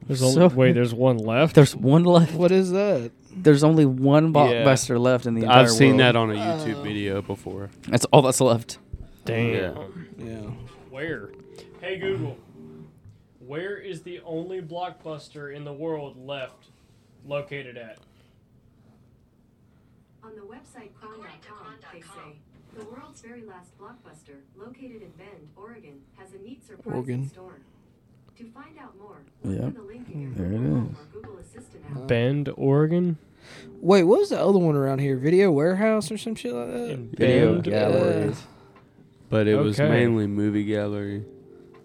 [SPEAKER 2] There's only,
[SPEAKER 4] So-
[SPEAKER 2] wait, there's one left.
[SPEAKER 4] There's one left.
[SPEAKER 3] What is that?
[SPEAKER 4] There's only one blockbuster left in the entire
[SPEAKER 1] I've seen that
[SPEAKER 4] world.
[SPEAKER 1] on a YouTube video before.
[SPEAKER 4] That's all that's left.
[SPEAKER 2] Damn.
[SPEAKER 1] Yeah.
[SPEAKER 3] Yeah.
[SPEAKER 2] Where? Hey Google, where is the only blockbuster in the world left located at?
[SPEAKER 6] On the website con.com, they say the world's very last blockbuster, located in Bend, Oregon, has a neat surprise
[SPEAKER 3] Oregon.
[SPEAKER 6] in store. To find out more, look
[SPEAKER 4] Yep.
[SPEAKER 6] for the link in your
[SPEAKER 4] There it
[SPEAKER 6] Google Home or Google Assistant app.
[SPEAKER 2] Bend, Oregon.
[SPEAKER 3] Wait, what was the other one around here? Video warehouse or some shit like that?
[SPEAKER 4] Video
[SPEAKER 2] Bend,
[SPEAKER 4] galleries.
[SPEAKER 1] But it was
[SPEAKER 2] Okay.
[SPEAKER 1] mainly movie gallery.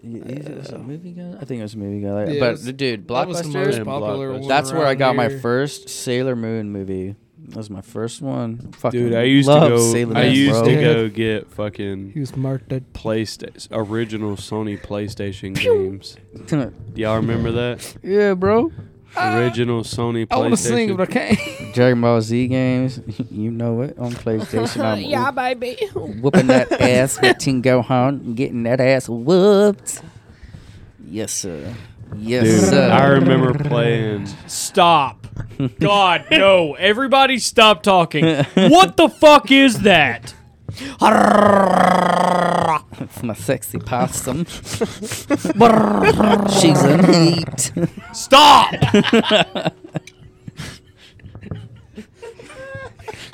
[SPEAKER 4] a movie guy? I think it was a movie guy.
[SPEAKER 3] Yeah,
[SPEAKER 4] but
[SPEAKER 3] it's-
[SPEAKER 4] dude,
[SPEAKER 3] That was the most
[SPEAKER 4] blockbuster.
[SPEAKER 1] Yeah,
[SPEAKER 3] popular
[SPEAKER 1] Blockbuster.
[SPEAKER 3] one
[SPEAKER 4] That's where I
[SPEAKER 3] around
[SPEAKER 4] got my
[SPEAKER 3] here.
[SPEAKER 4] first Sailor Moon movie. That was my first one. Fucking
[SPEAKER 1] Dude, I used to
[SPEAKER 4] love
[SPEAKER 1] go.
[SPEAKER 4] Sailor
[SPEAKER 1] I
[SPEAKER 4] Moon,
[SPEAKER 1] used to
[SPEAKER 4] bro.
[SPEAKER 1] go get fucking
[SPEAKER 3] He was marked dead.
[SPEAKER 1] PlayStation original Sony PlayStation games. Y'all remember that
[SPEAKER 4] yeah, bro.
[SPEAKER 1] Ah. original Sony PlayStation?
[SPEAKER 3] I want to sing, but I can't.
[SPEAKER 4] Dragon Ball Z games, you know it on PlayStation.
[SPEAKER 3] Um,
[SPEAKER 4] I'm
[SPEAKER 7] yeah, baby.
[SPEAKER 4] whooping that ass with Teen Gohan, getting that ass whooped. Yes, sir. Yes,
[SPEAKER 1] Dude,
[SPEAKER 4] sir.
[SPEAKER 1] I remember playing.
[SPEAKER 2] Stop. God, no. Everybody stop talking. What the fuck is that?
[SPEAKER 4] It's my sexy possum. She's a neat.
[SPEAKER 2] Stop.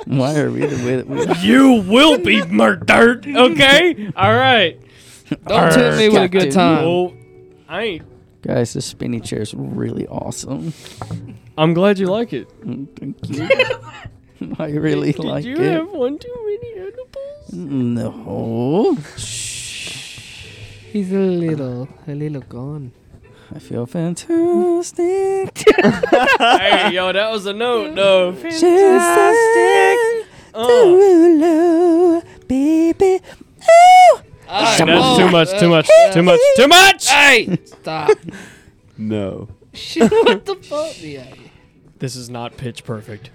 [SPEAKER 4] Why are we the way that
[SPEAKER 2] You will be murdered, okay? All right.
[SPEAKER 3] Don't tempt me with a good
[SPEAKER 4] Captain.
[SPEAKER 3] time.
[SPEAKER 2] Well, I ain't.
[SPEAKER 4] we? Guys, this spinny chair is really awesome.
[SPEAKER 2] I'm glad you like it.
[SPEAKER 4] Thank you. I really
[SPEAKER 2] Did
[SPEAKER 4] like
[SPEAKER 2] you
[SPEAKER 4] it.
[SPEAKER 2] have one too many edibles?
[SPEAKER 4] no.
[SPEAKER 3] He's a little, a little gone.
[SPEAKER 4] I feel fantastic.
[SPEAKER 2] hey, yo, that was a note, though.
[SPEAKER 4] Fantastic.
[SPEAKER 2] Uh,
[SPEAKER 3] Oh.
[SPEAKER 4] baby.
[SPEAKER 2] that's too much, too much, too much, too much.
[SPEAKER 3] Hey, stop.
[SPEAKER 1] No,
[SPEAKER 3] Shit, what the fuck? Yeah.
[SPEAKER 2] This is not pitch perfect.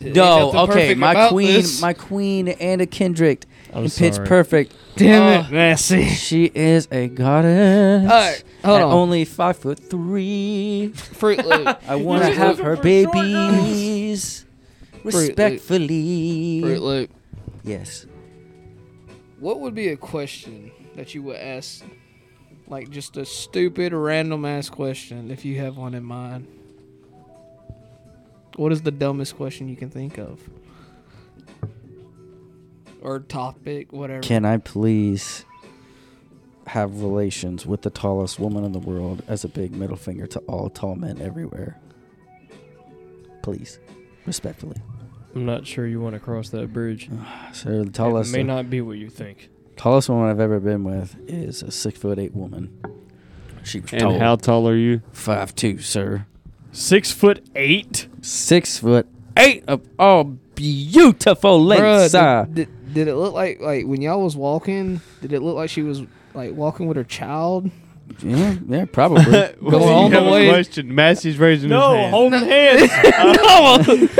[SPEAKER 4] No,
[SPEAKER 3] Ain't nothing
[SPEAKER 4] okay,
[SPEAKER 3] perfect
[SPEAKER 4] my
[SPEAKER 3] about
[SPEAKER 4] queen,
[SPEAKER 3] this.
[SPEAKER 4] my queen, Anna Kendrick
[SPEAKER 2] I'm
[SPEAKER 4] in Pitch
[SPEAKER 2] sorry.
[SPEAKER 4] Perfect.
[SPEAKER 3] Damn
[SPEAKER 4] Oh,
[SPEAKER 3] it, Nancy.
[SPEAKER 4] She is a goddess.
[SPEAKER 3] All right, hold
[SPEAKER 4] At
[SPEAKER 3] on.
[SPEAKER 4] Only five foot three.
[SPEAKER 3] Fruit Loop.
[SPEAKER 4] I want to
[SPEAKER 2] just
[SPEAKER 4] have
[SPEAKER 2] looking for
[SPEAKER 4] her
[SPEAKER 2] short
[SPEAKER 4] babies respectfully.
[SPEAKER 2] uh,
[SPEAKER 3] Fruit Loop.
[SPEAKER 4] Yes.
[SPEAKER 3] What would be a question that you would ask? Like just a stupid, random ass question, if you have one in mind. What is the dumbest question you can think of? Or topic, whatever.
[SPEAKER 4] Can I please have relations with the tallest woman in the world as a big middle finger to all tall men everywhere? Please. Respectfully.
[SPEAKER 2] I'm not sure you want to cross that bridge.
[SPEAKER 4] Uh, So the
[SPEAKER 2] It
[SPEAKER 4] tallest uh,
[SPEAKER 2] may not be what you think.
[SPEAKER 4] tallest woman I've ever been with is a six foot eight woman. She was
[SPEAKER 1] and
[SPEAKER 4] tall.
[SPEAKER 1] how tall are you?
[SPEAKER 4] five two, sir.
[SPEAKER 2] Six foot eight.
[SPEAKER 4] Six foot eight of all beautiful
[SPEAKER 3] Bruh,
[SPEAKER 4] lengths. sir.
[SPEAKER 3] did, did, did it look like like when y'all was walking? Did it look like she was like walking with her child?
[SPEAKER 4] yeah, yeah, probably.
[SPEAKER 1] Go
[SPEAKER 3] all the way-
[SPEAKER 1] Question. Massey's raising his
[SPEAKER 2] No,
[SPEAKER 1] hand.
[SPEAKER 2] holding hands.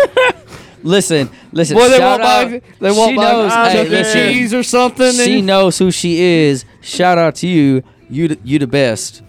[SPEAKER 4] listen, listen.
[SPEAKER 3] Boy, they
[SPEAKER 4] shout
[SPEAKER 3] won't buy.
[SPEAKER 4] out-
[SPEAKER 3] They won't
[SPEAKER 4] she
[SPEAKER 3] buy
[SPEAKER 4] knows.
[SPEAKER 3] ah,
[SPEAKER 4] hey,
[SPEAKER 3] Chuck E.
[SPEAKER 4] listen,
[SPEAKER 3] Cheese or something.
[SPEAKER 4] she knows who she is. Shout out to you. You, the, you the best.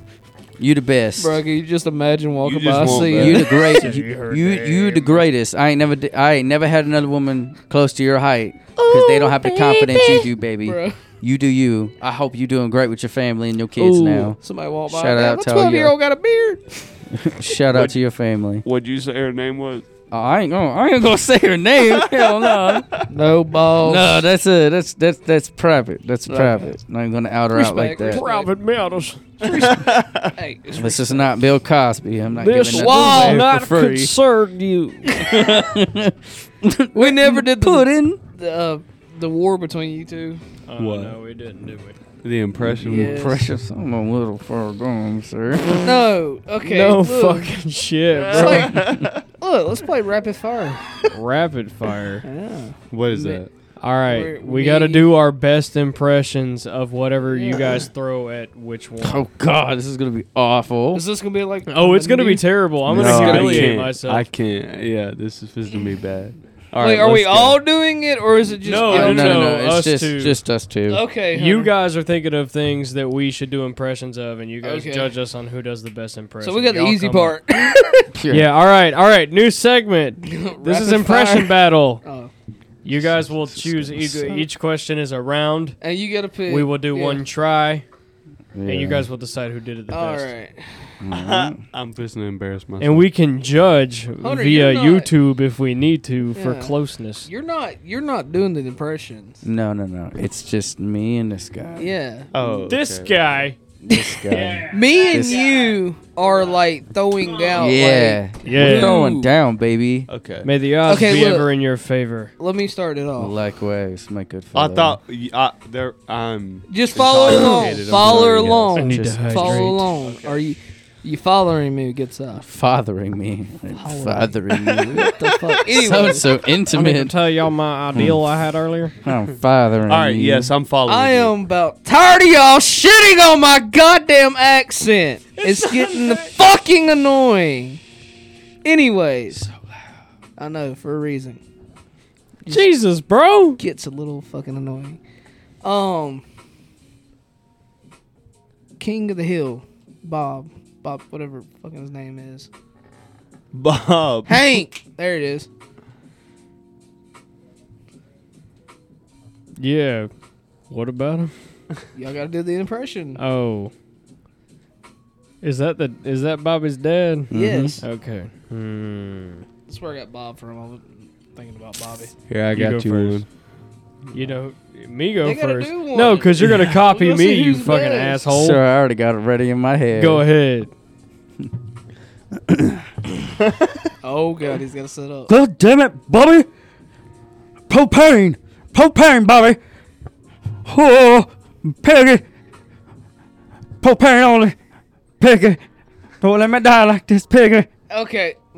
[SPEAKER 4] You the best.
[SPEAKER 2] Bro, can you just imagine walking
[SPEAKER 1] just
[SPEAKER 2] by? I
[SPEAKER 1] want
[SPEAKER 2] see
[SPEAKER 1] that.
[SPEAKER 4] You
[SPEAKER 2] you.
[SPEAKER 4] the great. you you, you the greatest. I ain't never d- I ain't never had another woman close to your height because they don't have the confidence you do, baby.
[SPEAKER 2] Bruh.
[SPEAKER 4] You do you. I hope you doing great with your family and your kids
[SPEAKER 2] Ooh,
[SPEAKER 4] now.
[SPEAKER 2] Somebody walk by.
[SPEAKER 4] Shout
[SPEAKER 2] Shout
[SPEAKER 4] out
[SPEAKER 2] out
[SPEAKER 4] to
[SPEAKER 2] a
[SPEAKER 4] all y'all.
[SPEAKER 2] twelve year old got a beard.
[SPEAKER 4] Shout out to your family.
[SPEAKER 1] What'd you say her name was?
[SPEAKER 4] Oh, I ain't gonna I ain't gonna say her name. Hell no.
[SPEAKER 2] No
[SPEAKER 3] Oh.
[SPEAKER 2] balls.
[SPEAKER 4] No, that's a that's that's that's private. That's private. I'm not gonna out her out
[SPEAKER 2] Respect,
[SPEAKER 4] like that.
[SPEAKER 2] respect. Private
[SPEAKER 1] matters.
[SPEAKER 2] Hey, it's
[SPEAKER 4] This is not Bill Cosby. I'm not
[SPEAKER 2] This
[SPEAKER 4] giving
[SPEAKER 2] law
[SPEAKER 4] that
[SPEAKER 2] not
[SPEAKER 4] for free.
[SPEAKER 2] concerned you.
[SPEAKER 4] we never did put in.
[SPEAKER 2] The, uh, the war between you two.
[SPEAKER 8] Uh,
[SPEAKER 1] What?
[SPEAKER 8] No, we didn't, did we?
[SPEAKER 1] The impression.
[SPEAKER 2] Yes.
[SPEAKER 4] Precious, I'm a little far gone, sir.
[SPEAKER 3] No. Okay.
[SPEAKER 2] no
[SPEAKER 3] look.
[SPEAKER 2] fucking shit,
[SPEAKER 3] It's
[SPEAKER 2] bro.
[SPEAKER 3] like, look, let's play rapid fire.
[SPEAKER 2] Rapid fire.
[SPEAKER 1] What is that?
[SPEAKER 2] All right,
[SPEAKER 3] We're-
[SPEAKER 2] we got to
[SPEAKER 3] we-
[SPEAKER 2] do our best impressions of whatever you guys throw at which one.
[SPEAKER 4] Oh God, this is gonna be awful.
[SPEAKER 3] Is this gonna be like?
[SPEAKER 2] Oh, it's gonna be
[SPEAKER 3] Wait,
[SPEAKER 2] terrible. I'm
[SPEAKER 1] No,
[SPEAKER 2] gonna
[SPEAKER 1] I
[SPEAKER 2] humiliate
[SPEAKER 1] can't.
[SPEAKER 2] myself.
[SPEAKER 1] I can't. Yeah, this is, this is gonna be bad.
[SPEAKER 3] are we
[SPEAKER 1] let's go.
[SPEAKER 3] all doing it, or is it just?
[SPEAKER 2] No,
[SPEAKER 4] no,
[SPEAKER 3] Oh,
[SPEAKER 4] no, no,
[SPEAKER 2] no,
[SPEAKER 4] It's
[SPEAKER 2] us
[SPEAKER 4] just
[SPEAKER 2] two.
[SPEAKER 4] just us two.
[SPEAKER 3] Okay.
[SPEAKER 2] you
[SPEAKER 3] Hunter.
[SPEAKER 2] guys are thinking of things that we should do impressions of, and you guys
[SPEAKER 3] Okay.
[SPEAKER 2] judge us on who does the best impression.
[SPEAKER 3] So we got the
[SPEAKER 2] Y'all
[SPEAKER 3] easy
[SPEAKER 2] come up-
[SPEAKER 3] part.
[SPEAKER 2] Yeah. All right. All right. New segment. This
[SPEAKER 3] Rapid
[SPEAKER 2] is impression
[SPEAKER 3] fire.
[SPEAKER 2] battle.
[SPEAKER 3] Oh.
[SPEAKER 2] You guys will choose each, each question is a round.
[SPEAKER 3] And you gotta pick.
[SPEAKER 2] We will do
[SPEAKER 3] yeah.
[SPEAKER 2] one try,
[SPEAKER 4] Yeah.
[SPEAKER 2] and you guys will decide who did it the
[SPEAKER 3] All
[SPEAKER 2] best.
[SPEAKER 3] right.
[SPEAKER 1] Mm-hmm. I'm just gonna embarrass myself.
[SPEAKER 2] And we can judge via
[SPEAKER 3] you're not-
[SPEAKER 2] YouTube if we need to for
[SPEAKER 3] Yeah.
[SPEAKER 2] closeness.
[SPEAKER 3] You're not. You're not doing the impressions.
[SPEAKER 4] No, no, no. It's just me and this guy.
[SPEAKER 3] Yeah.
[SPEAKER 1] oh,
[SPEAKER 2] This
[SPEAKER 1] okay.
[SPEAKER 2] guy.
[SPEAKER 4] This guy.
[SPEAKER 3] Me and
[SPEAKER 4] This-
[SPEAKER 3] you are like throwing down.
[SPEAKER 4] yeah. We're
[SPEAKER 2] Yeah.
[SPEAKER 4] going down, baby.
[SPEAKER 1] Okay.
[SPEAKER 2] May the odds
[SPEAKER 3] Okay,
[SPEAKER 2] be
[SPEAKER 3] look.
[SPEAKER 2] ever in your favor.
[SPEAKER 3] Like, let me start it off.
[SPEAKER 4] Likewise, my good fellow.
[SPEAKER 1] I thought y- I, there. I'm.
[SPEAKER 3] Just follow along.
[SPEAKER 1] Intoxicated, I'm
[SPEAKER 3] Follow
[SPEAKER 1] sorry,
[SPEAKER 3] along.
[SPEAKER 2] I need
[SPEAKER 4] Just
[SPEAKER 2] to hydrate.
[SPEAKER 3] Follow along. Are you? You following me? Good stuff.
[SPEAKER 4] fathering me, fathering me.
[SPEAKER 3] What the fuck? Anyway,
[SPEAKER 4] Sounds so
[SPEAKER 2] I'm going to
[SPEAKER 4] intimate.
[SPEAKER 2] tell y'all my ideal I had earlier.
[SPEAKER 4] I'm fathering.
[SPEAKER 1] All right.
[SPEAKER 4] you.
[SPEAKER 1] Yes, I'm following.
[SPEAKER 3] I
[SPEAKER 1] you.
[SPEAKER 3] am about tired of y'all shitting on my goddamn accent. It's, getting fucking annoying. Anyways, I know for a reason.
[SPEAKER 2] Jesus, bro.
[SPEAKER 3] Gets a little fucking annoying. Um, King of the Hill, Bob, Bob, whatever fucking his name is.
[SPEAKER 1] Bob.
[SPEAKER 3] Hank. There it is.
[SPEAKER 2] Yeah. What about him?
[SPEAKER 3] Y'all gotta do the impression.
[SPEAKER 2] Oh. Is that the is that Bobby's dad?
[SPEAKER 3] Yes.
[SPEAKER 2] Okay. Hmm.
[SPEAKER 3] That's where I got Bob from. I was thinking about Bobby.
[SPEAKER 1] Here, I
[SPEAKER 2] You
[SPEAKER 1] got
[SPEAKER 2] go
[SPEAKER 1] you,
[SPEAKER 2] first.
[SPEAKER 1] one.
[SPEAKER 2] You know, me go
[SPEAKER 3] They gotta
[SPEAKER 2] first.
[SPEAKER 3] do one.
[SPEAKER 2] No, because you're gonna copy
[SPEAKER 3] We'll
[SPEAKER 2] me,
[SPEAKER 3] see
[SPEAKER 2] you
[SPEAKER 3] who's
[SPEAKER 2] fucking
[SPEAKER 3] best.
[SPEAKER 2] asshole.
[SPEAKER 4] Sure, I already got it ready in my head.
[SPEAKER 2] Go ahead.
[SPEAKER 3] Oh god, he's gotta set up.
[SPEAKER 5] God damn it, Bobby! Propane! Propane, Bobby! Oh, Peggy! Propane only! Peggy! Don't let me die like this, Peggy!
[SPEAKER 3] Okay.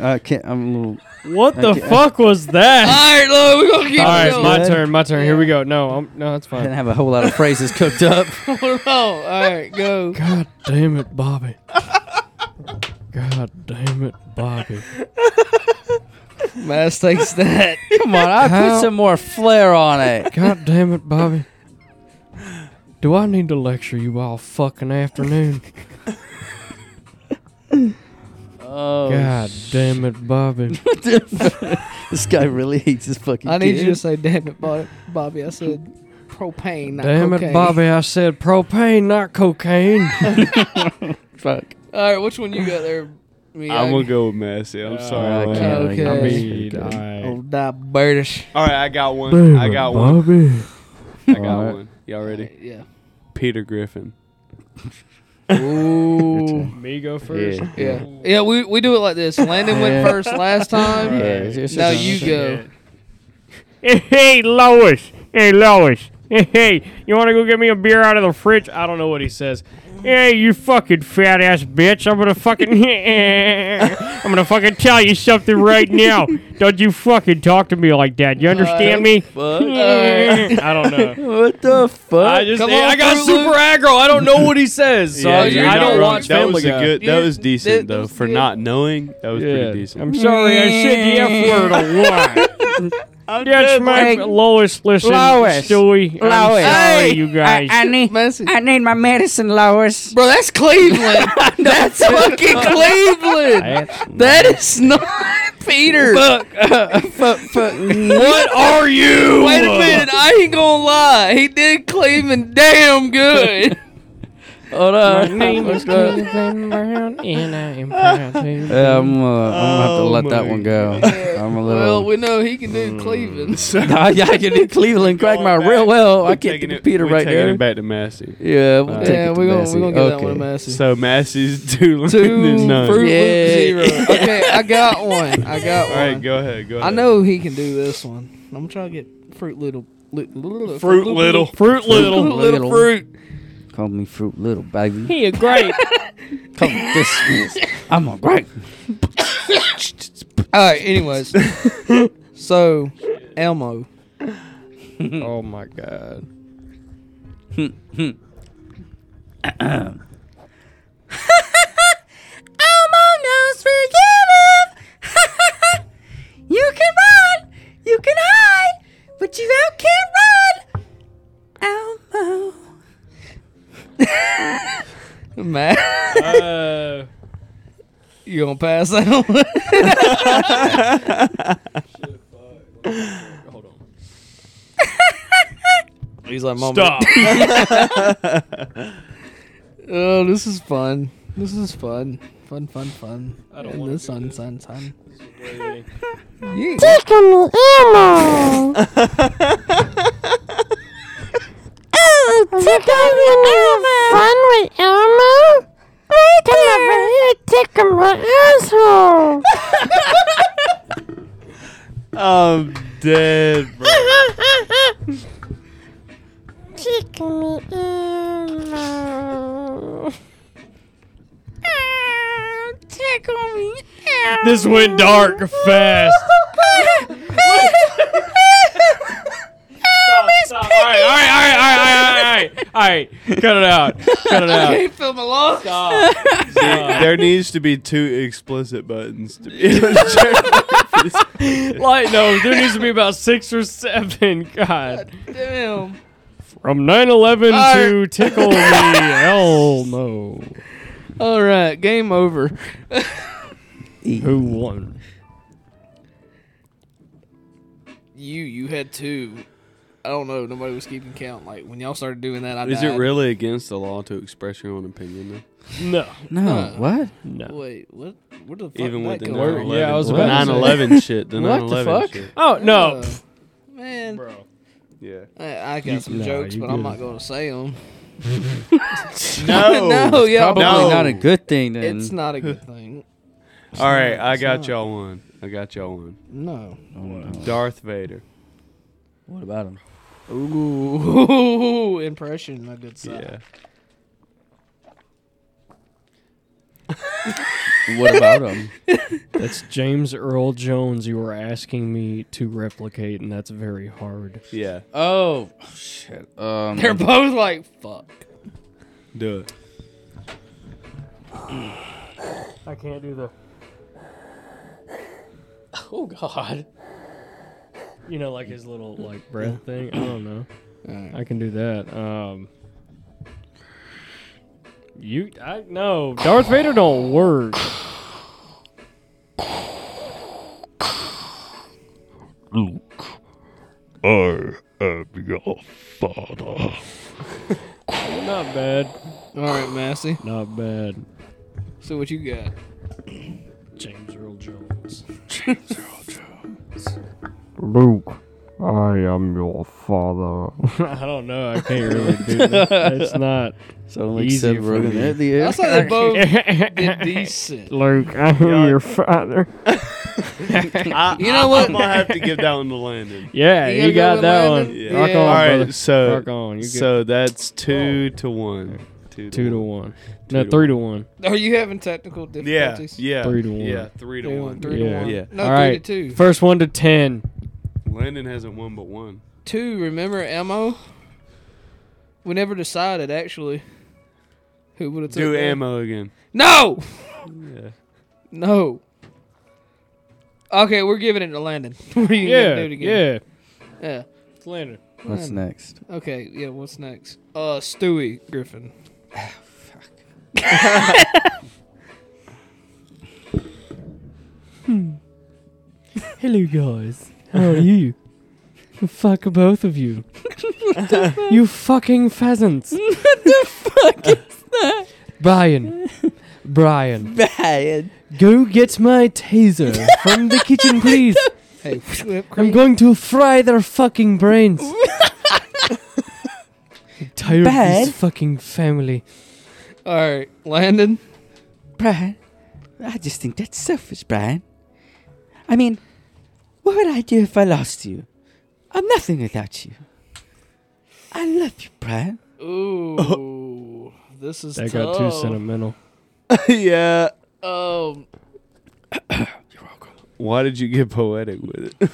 [SPEAKER 4] I can't. I'm a little.
[SPEAKER 2] What the
[SPEAKER 4] Okay.
[SPEAKER 2] fuck was that?
[SPEAKER 3] All right, Lord, we're gonna keep
[SPEAKER 2] All right,
[SPEAKER 3] going.
[SPEAKER 2] my turn. My turn. Here we go. No, I'm, no, it's
[SPEAKER 4] I didn't
[SPEAKER 2] fine.
[SPEAKER 4] have a whole lot of phrases cooked up.
[SPEAKER 3] Hold on. All right, go.
[SPEAKER 2] God damn it, Bobby. God damn it, Bobby.
[SPEAKER 3] Mass takes that.
[SPEAKER 4] Come on, I
[SPEAKER 2] How-
[SPEAKER 4] put some more flair on it.
[SPEAKER 2] God damn it, Bobby. Do I need to lecture you all fucking afternoon?
[SPEAKER 4] Oh,
[SPEAKER 2] God damn it, Bobby.
[SPEAKER 4] this guy really hates his fucking.
[SPEAKER 3] I need you to
[SPEAKER 4] kids.
[SPEAKER 3] say, "Damn it, Bob- Bobby." I said, "Propane, not
[SPEAKER 2] Damn
[SPEAKER 3] cocaine."
[SPEAKER 2] it, Bobby. I said propane, not cocaine.
[SPEAKER 4] Fuck.
[SPEAKER 3] All right, which one you got there? Me,
[SPEAKER 1] I'm gonna go with Massey. I'm sorry.
[SPEAKER 4] I
[SPEAKER 1] man.
[SPEAKER 4] can't.
[SPEAKER 3] Okay.
[SPEAKER 4] I
[SPEAKER 2] I
[SPEAKER 4] can't.
[SPEAKER 2] mean,
[SPEAKER 4] Good.
[SPEAKER 2] I,
[SPEAKER 3] Oh, die, British.
[SPEAKER 1] All right. I got one.
[SPEAKER 2] Damn
[SPEAKER 1] I
[SPEAKER 2] it,
[SPEAKER 1] got one.
[SPEAKER 2] Bobby.
[SPEAKER 1] I got
[SPEAKER 4] All right.
[SPEAKER 1] one. Y'all ready?
[SPEAKER 3] Yeah.
[SPEAKER 1] Peter Griffin.
[SPEAKER 3] Ooh.
[SPEAKER 2] Me go first.
[SPEAKER 4] Yeah.
[SPEAKER 3] Yeah. Yeah. We we do it like this. Landon went
[SPEAKER 4] Yeah.
[SPEAKER 3] first last time.
[SPEAKER 4] Yeah, it's- it's
[SPEAKER 3] Now
[SPEAKER 4] just-
[SPEAKER 3] you go.
[SPEAKER 2] Hey, Lois. Hey, Lois. Hey, you want to go get me a beer out of the fridge? I don't know what he says. Hey, you fucking fat ass bitch. I'm gonna fucking. I'm gonna fucking tell you something right now. Don't you fucking talk to me like that. You understand me? I don't know.
[SPEAKER 4] Uh, What the fuck?
[SPEAKER 2] I just.
[SPEAKER 3] Come
[SPEAKER 2] hey,
[SPEAKER 3] on,
[SPEAKER 2] I got
[SPEAKER 3] Fruit
[SPEAKER 2] super
[SPEAKER 3] Loops.
[SPEAKER 2] aggro. I don't know what he says. So
[SPEAKER 1] Yeah,
[SPEAKER 2] I,
[SPEAKER 1] you're
[SPEAKER 2] I
[SPEAKER 1] not
[SPEAKER 2] don't
[SPEAKER 1] wrong.
[SPEAKER 2] watch
[SPEAKER 1] that
[SPEAKER 2] Family
[SPEAKER 1] was
[SPEAKER 2] Guy.
[SPEAKER 1] A good, that
[SPEAKER 3] Yeah,
[SPEAKER 1] was decent
[SPEAKER 3] that
[SPEAKER 1] though.
[SPEAKER 3] was
[SPEAKER 1] For
[SPEAKER 3] good.
[SPEAKER 1] not knowing, that was pretty decent.
[SPEAKER 2] I'm sorry I said the F word a lot.
[SPEAKER 1] I'm
[SPEAKER 2] That's
[SPEAKER 1] dead.
[SPEAKER 2] my
[SPEAKER 3] Hey,
[SPEAKER 2] lowest. Listen,
[SPEAKER 5] Lois.
[SPEAKER 2] Stewie. I'm
[SPEAKER 5] Lois.
[SPEAKER 2] sorry,
[SPEAKER 3] Hey,
[SPEAKER 2] you guys.
[SPEAKER 5] need,
[SPEAKER 3] Message.
[SPEAKER 5] need my medicine, Lois.
[SPEAKER 3] Bro, that's Cleveland. that's fucking Cleveland. That is not Peter.
[SPEAKER 2] what are you?
[SPEAKER 3] Wait a minute. I ain't gonna lie. He did Cleveland damn good.
[SPEAKER 4] Hold
[SPEAKER 7] My
[SPEAKER 4] on.
[SPEAKER 7] name is Cleveland Brown, and I am proud to.
[SPEAKER 4] Yeah, I'm, uh, I'm gonna have to
[SPEAKER 1] Oh
[SPEAKER 4] let that
[SPEAKER 1] my
[SPEAKER 4] one go. I'm a
[SPEAKER 3] Well,
[SPEAKER 4] little.
[SPEAKER 3] we know he can do Cleveland.
[SPEAKER 1] So-
[SPEAKER 4] yeah, I can do Cleveland Quagmire
[SPEAKER 1] Going
[SPEAKER 4] real
[SPEAKER 1] back.
[SPEAKER 4] well. I
[SPEAKER 1] We're
[SPEAKER 4] can't
[SPEAKER 1] taking
[SPEAKER 4] get
[SPEAKER 1] it-
[SPEAKER 4] Peter
[SPEAKER 1] we're
[SPEAKER 4] right
[SPEAKER 1] taking
[SPEAKER 4] there.
[SPEAKER 1] it back to Massey.
[SPEAKER 4] Yeah, we'll
[SPEAKER 1] Uh,
[SPEAKER 4] take
[SPEAKER 3] Yeah,
[SPEAKER 4] it to
[SPEAKER 3] we're gonna
[SPEAKER 4] Bessie.
[SPEAKER 3] we're gonna get that
[SPEAKER 4] Okay.
[SPEAKER 3] one to Massey.
[SPEAKER 1] So Massey's two
[SPEAKER 3] Two
[SPEAKER 1] and none.
[SPEAKER 3] fruit loop
[SPEAKER 4] Yeah.
[SPEAKER 3] zero. Okay, I got one. I got
[SPEAKER 1] All
[SPEAKER 3] one.
[SPEAKER 1] right, go ahead. Go ahead.
[SPEAKER 3] I know he can do this one. I'm trying to get Fruit Little. Li- little
[SPEAKER 1] Fruit Little.
[SPEAKER 2] Fruit
[SPEAKER 3] Little,
[SPEAKER 2] Little.
[SPEAKER 3] little,
[SPEAKER 4] Little.
[SPEAKER 3] Fruit.
[SPEAKER 4] Call me Fruit Little, baby.
[SPEAKER 2] He a great.
[SPEAKER 4] Call me this. I'm a great.
[SPEAKER 3] All right. Anyways, so Elmo.
[SPEAKER 1] Oh my god.
[SPEAKER 8] Elmo knows where you live. you can run, you can hide, but you out can't run. Elmo.
[SPEAKER 3] Matt,
[SPEAKER 2] Uh,
[SPEAKER 3] you gonna pass that one?
[SPEAKER 2] hold on.
[SPEAKER 3] He's like, Mom.
[SPEAKER 2] Stop.
[SPEAKER 3] Oh, this is fun. This is fun. Fun, fun, fun. I
[SPEAKER 2] don't
[SPEAKER 3] don't
[SPEAKER 2] wanna
[SPEAKER 3] this
[SPEAKER 2] do
[SPEAKER 3] sun,
[SPEAKER 2] this.
[SPEAKER 3] sun, sun.
[SPEAKER 2] Wait,
[SPEAKER 3] Yeah.
[SPEAKER 8] Tickle Elmo. oh, tickle Elmo. Fun with Elmo? Come over here, tickle my asshole.
[SPEAKER 1] I'm dead, bro.
[SPEAKER 8] Tickle me Elmo. Oh, tickle me Elmo.
[SPEAKER 2] this went dark fast. Stop. All right, all right, all right, all right, all right, all right. All right. Cut it out. Cut it out.
[SPEAKER 3] can't feel my lungs.
[SPEAKER 2] Stop. Stop.
[SPEAKER 1] there needs to be two explicit buttons. To be
[SPEAKER 2] Like, no, there needs to be about six or seven. God.
[SPEAKER 3] Damn.
[SPEAKER 2] From 9 11 to
[SPEAKER 3] Alright.
[SPEAKER 2] Tickle Me Elmo.
[SPEAKER 3] All right, game over.
[SPEAKER 2] Who won?
[SPEAKER 3] You, you had two. I don't know. Nobody was keeping count. Like when y'all started doing that, I
[SPEAKER 1] Is
[SPEAKER 3] died.
[SPEAKER 1] it really against the law to express your own opinion?
[SPEAKER 2] No.
[SPEAKER 4] No, what?
[SPEAKER 2] No.
[SPEAKER 3] Wait, what? Where the fuck
[SPEAKER 1] Though? Even
[SPEAKER 3] did
[SPEAKER 1] with
[SPEAKER 3] that
[SPEAKER 1] the
[SPEAKER 3] come
[SPEAKER 2] nine
[SPEAKER 3] from?
[SPEAKER 1] 9/11,
[SPEAKER 2] Yeah, I was about to say.
[SPEAKER 1] 9/11 shit. The
[SPEAKER 3] What the
[SPEAKER 1] 9/11
[SPEAKER 3] fuck?
[SPEAKER 1] shit.
[SPEAKER 2] Oh, no.
[SPEAKER 3] Uh, man,
[SPEAKER 2] Bro.
[SPEAKER 1] Yeah.
[SPEAKER 3] I, I got some
[SPEAKER 2] nah,
[SPEAKER 3] jokes,
[SPEAKER 2] you
[SPEAKER 3] but
[SPEAKER 2] good.
[SPEAKER 3] I'm not gonna say them.
[SPEAKER 1] No.
[SPEAKER 3] no, Oh, yeah,
[SPEAKER 4] Probably
[SPEAKER 1] No.
[SPEAKER 4] not a good thing then.
[SPEAKER 3] it's not a good thing.
[SPEAKER 1] All right, I got y'all one. I got y'all one.
[SPEAKER 3] No.
[SPEAKER 1] Darth Vader.
[SPEAKER 4] What about him?
[SPEAKER 3] Ooh, impression, a good side.
[SPEAKER 1] Yeah.
[SPEAKER 4] What about him?
[SPEAKER 2] That's James Earl Jones you were asking me to replicate, and that's very hard.
[SPEAKER 1] Yeah.
[SPEAKER 3] Uh,
[SPEAKER 4] Oh, shit. Um,
[SPEAKER 3] They're both like, fuck.
[SPEAKER 1] Do it.
[SPEAKER 2] I can't do the.
[SPEAKER 3] Oh God.
[SPEAKER 2] You know, like his little like breath thing. I don't know. I can do that. Um, you, I no. Darth Vader don't work. I am your father. not bad.
[SPEAKER 3] All right, Massey.
[SPEAKER 2] Not bad.
[SPEAKER 3] So what you got?
[SPEAKER 2] James Earl Jones.
[SPEAKER 9] Luke, I am your father.
[SPEAKER 2] I don't know. I can't really do that. It's not.
[SPEAKER 4] so like
[SPEAKER 2] Easy
[SPEAKER 4] Seth
[SPEAKER 2] for
[SPEAKER 4] Rogen eh?
[SPEAKER 2] me.
[SPEAKER 4] at the end.
[SPEAKER 3] I saw they both did decent.
[SPEAKER 9] Luke, I am
[SPEAKER 1] Yeah.
[SPEAKER 9] your father.
[SPEAKER 1] I,
[SPEAKER 3] You know what?
[SPEAKER 1] I'm gonna have to give that one to Landon.
[SPEAKER 2] yeah,
[SPEAKER 3] You
[SPEAKER 2] you,
[SPEAKER 3] gotta
[SPEAKER 2] got
[SPEAKER 3] go with
[SPEAKER 2] that
[SPEAKER 3] Landon?
[SPEAKER 2] one.
[SPEAKER 1] Yeah.
[SPEAKER 2] Rock on,
[SPEAKER 1] All right,
[SPEAKER 2] brother.
[SPEAKER 1] so
[SPEAKER 2] Rock on. You get
[SPEAKER 1] so that's two to one. Two to,
[SPEAKER 2] two to
[SPEAKER 1] one.
[SPEAKER 2] one.
[SPEAKER 1] Two
[SPEAKER 2] no,
[SPEAKER 1] to
[SPEAKER 2] three to one.
[SPEAKER 3] Are you having technical
[SPEAKER 1] Yeah.
[SPEAKER 3] difficulties?
[SPEAKER 1] Yeah.
[SPEAKER 2] Three to one.
[SPEAKER 1] Yeah. Three to
[SPEAKER 3] Three to
[SPEAKER 1] one.
[SPEAKER 3] one, three to
[SPEAKER 2] Yeah.
[SPEAKER 3] one.
[SPEAKER 1] Yeah.
[SPEAKER 3] No,
[SPEAKER 2] All
[SPEAKER 3] three
[SPEAKER 2] right.
[SPEAKER 3] to two.
[SPEAKER 2] First one to ten.
[SPEAKER 1] Landon hasn't won but one.
[SPEAKER 3] Two, remember ammo? We never decided, actually. Who would have
[SPEAKER 1] Do ammo again.
[SPEAKER 3] No!
[SPEAKER 1] Yeah.
[SPEAKER 3] No. Okay, we're giving it to Landon. What are you
[SPEAKER 2] Yeah,
[SPEAKER 3] gonna do it again?
[SPEAKER 2] yeah.
[SPEAKER 3] Yeah.
[SPEAKER 2] It's Landon.
[SPEAKER 4] What's next?
[SPEAKER 3] Okay, yeah, what's next? Uh Stewie Griffin.
[SPEAKER 2] Hello, guys. How are you? Fuck both of you. you fucking pheasants. what the fuck is that? Brian. Brian.
[SPEAKER 8] Bad.
[SPEAKER 2] Go get my taser from the kitchen, please.
[SPEAKER 3] Hey, whipped
[SPEAKER 2] I'm
[SPEAKER 3] cream.
[SPEAKER 2] going to fry their fucking brains. I'm tired of
[SPEAKER 8] Bad.
[SPEAKER 2] this fucking family.
[SPEAKER 3] All right, Landon.
[SPEAKER 8] Brian, I just think that's selfish, Brian. I mean, what would I do if I lost you? I'm nothing without you. I love you, Brian.
[SPEAKER 3] Ooh, this is
[SPEAKER 2] Oh. That
[SPEAKER 3] tough.
[SPEAKER 2] got
[SPEAKER 4] Oh.
[SPEAKER 2] too sentimental.
[SPEAKER 4] yeah.
[SPEAKER 3] Um,
[SPEAKER 1] Why did you get poetic with it?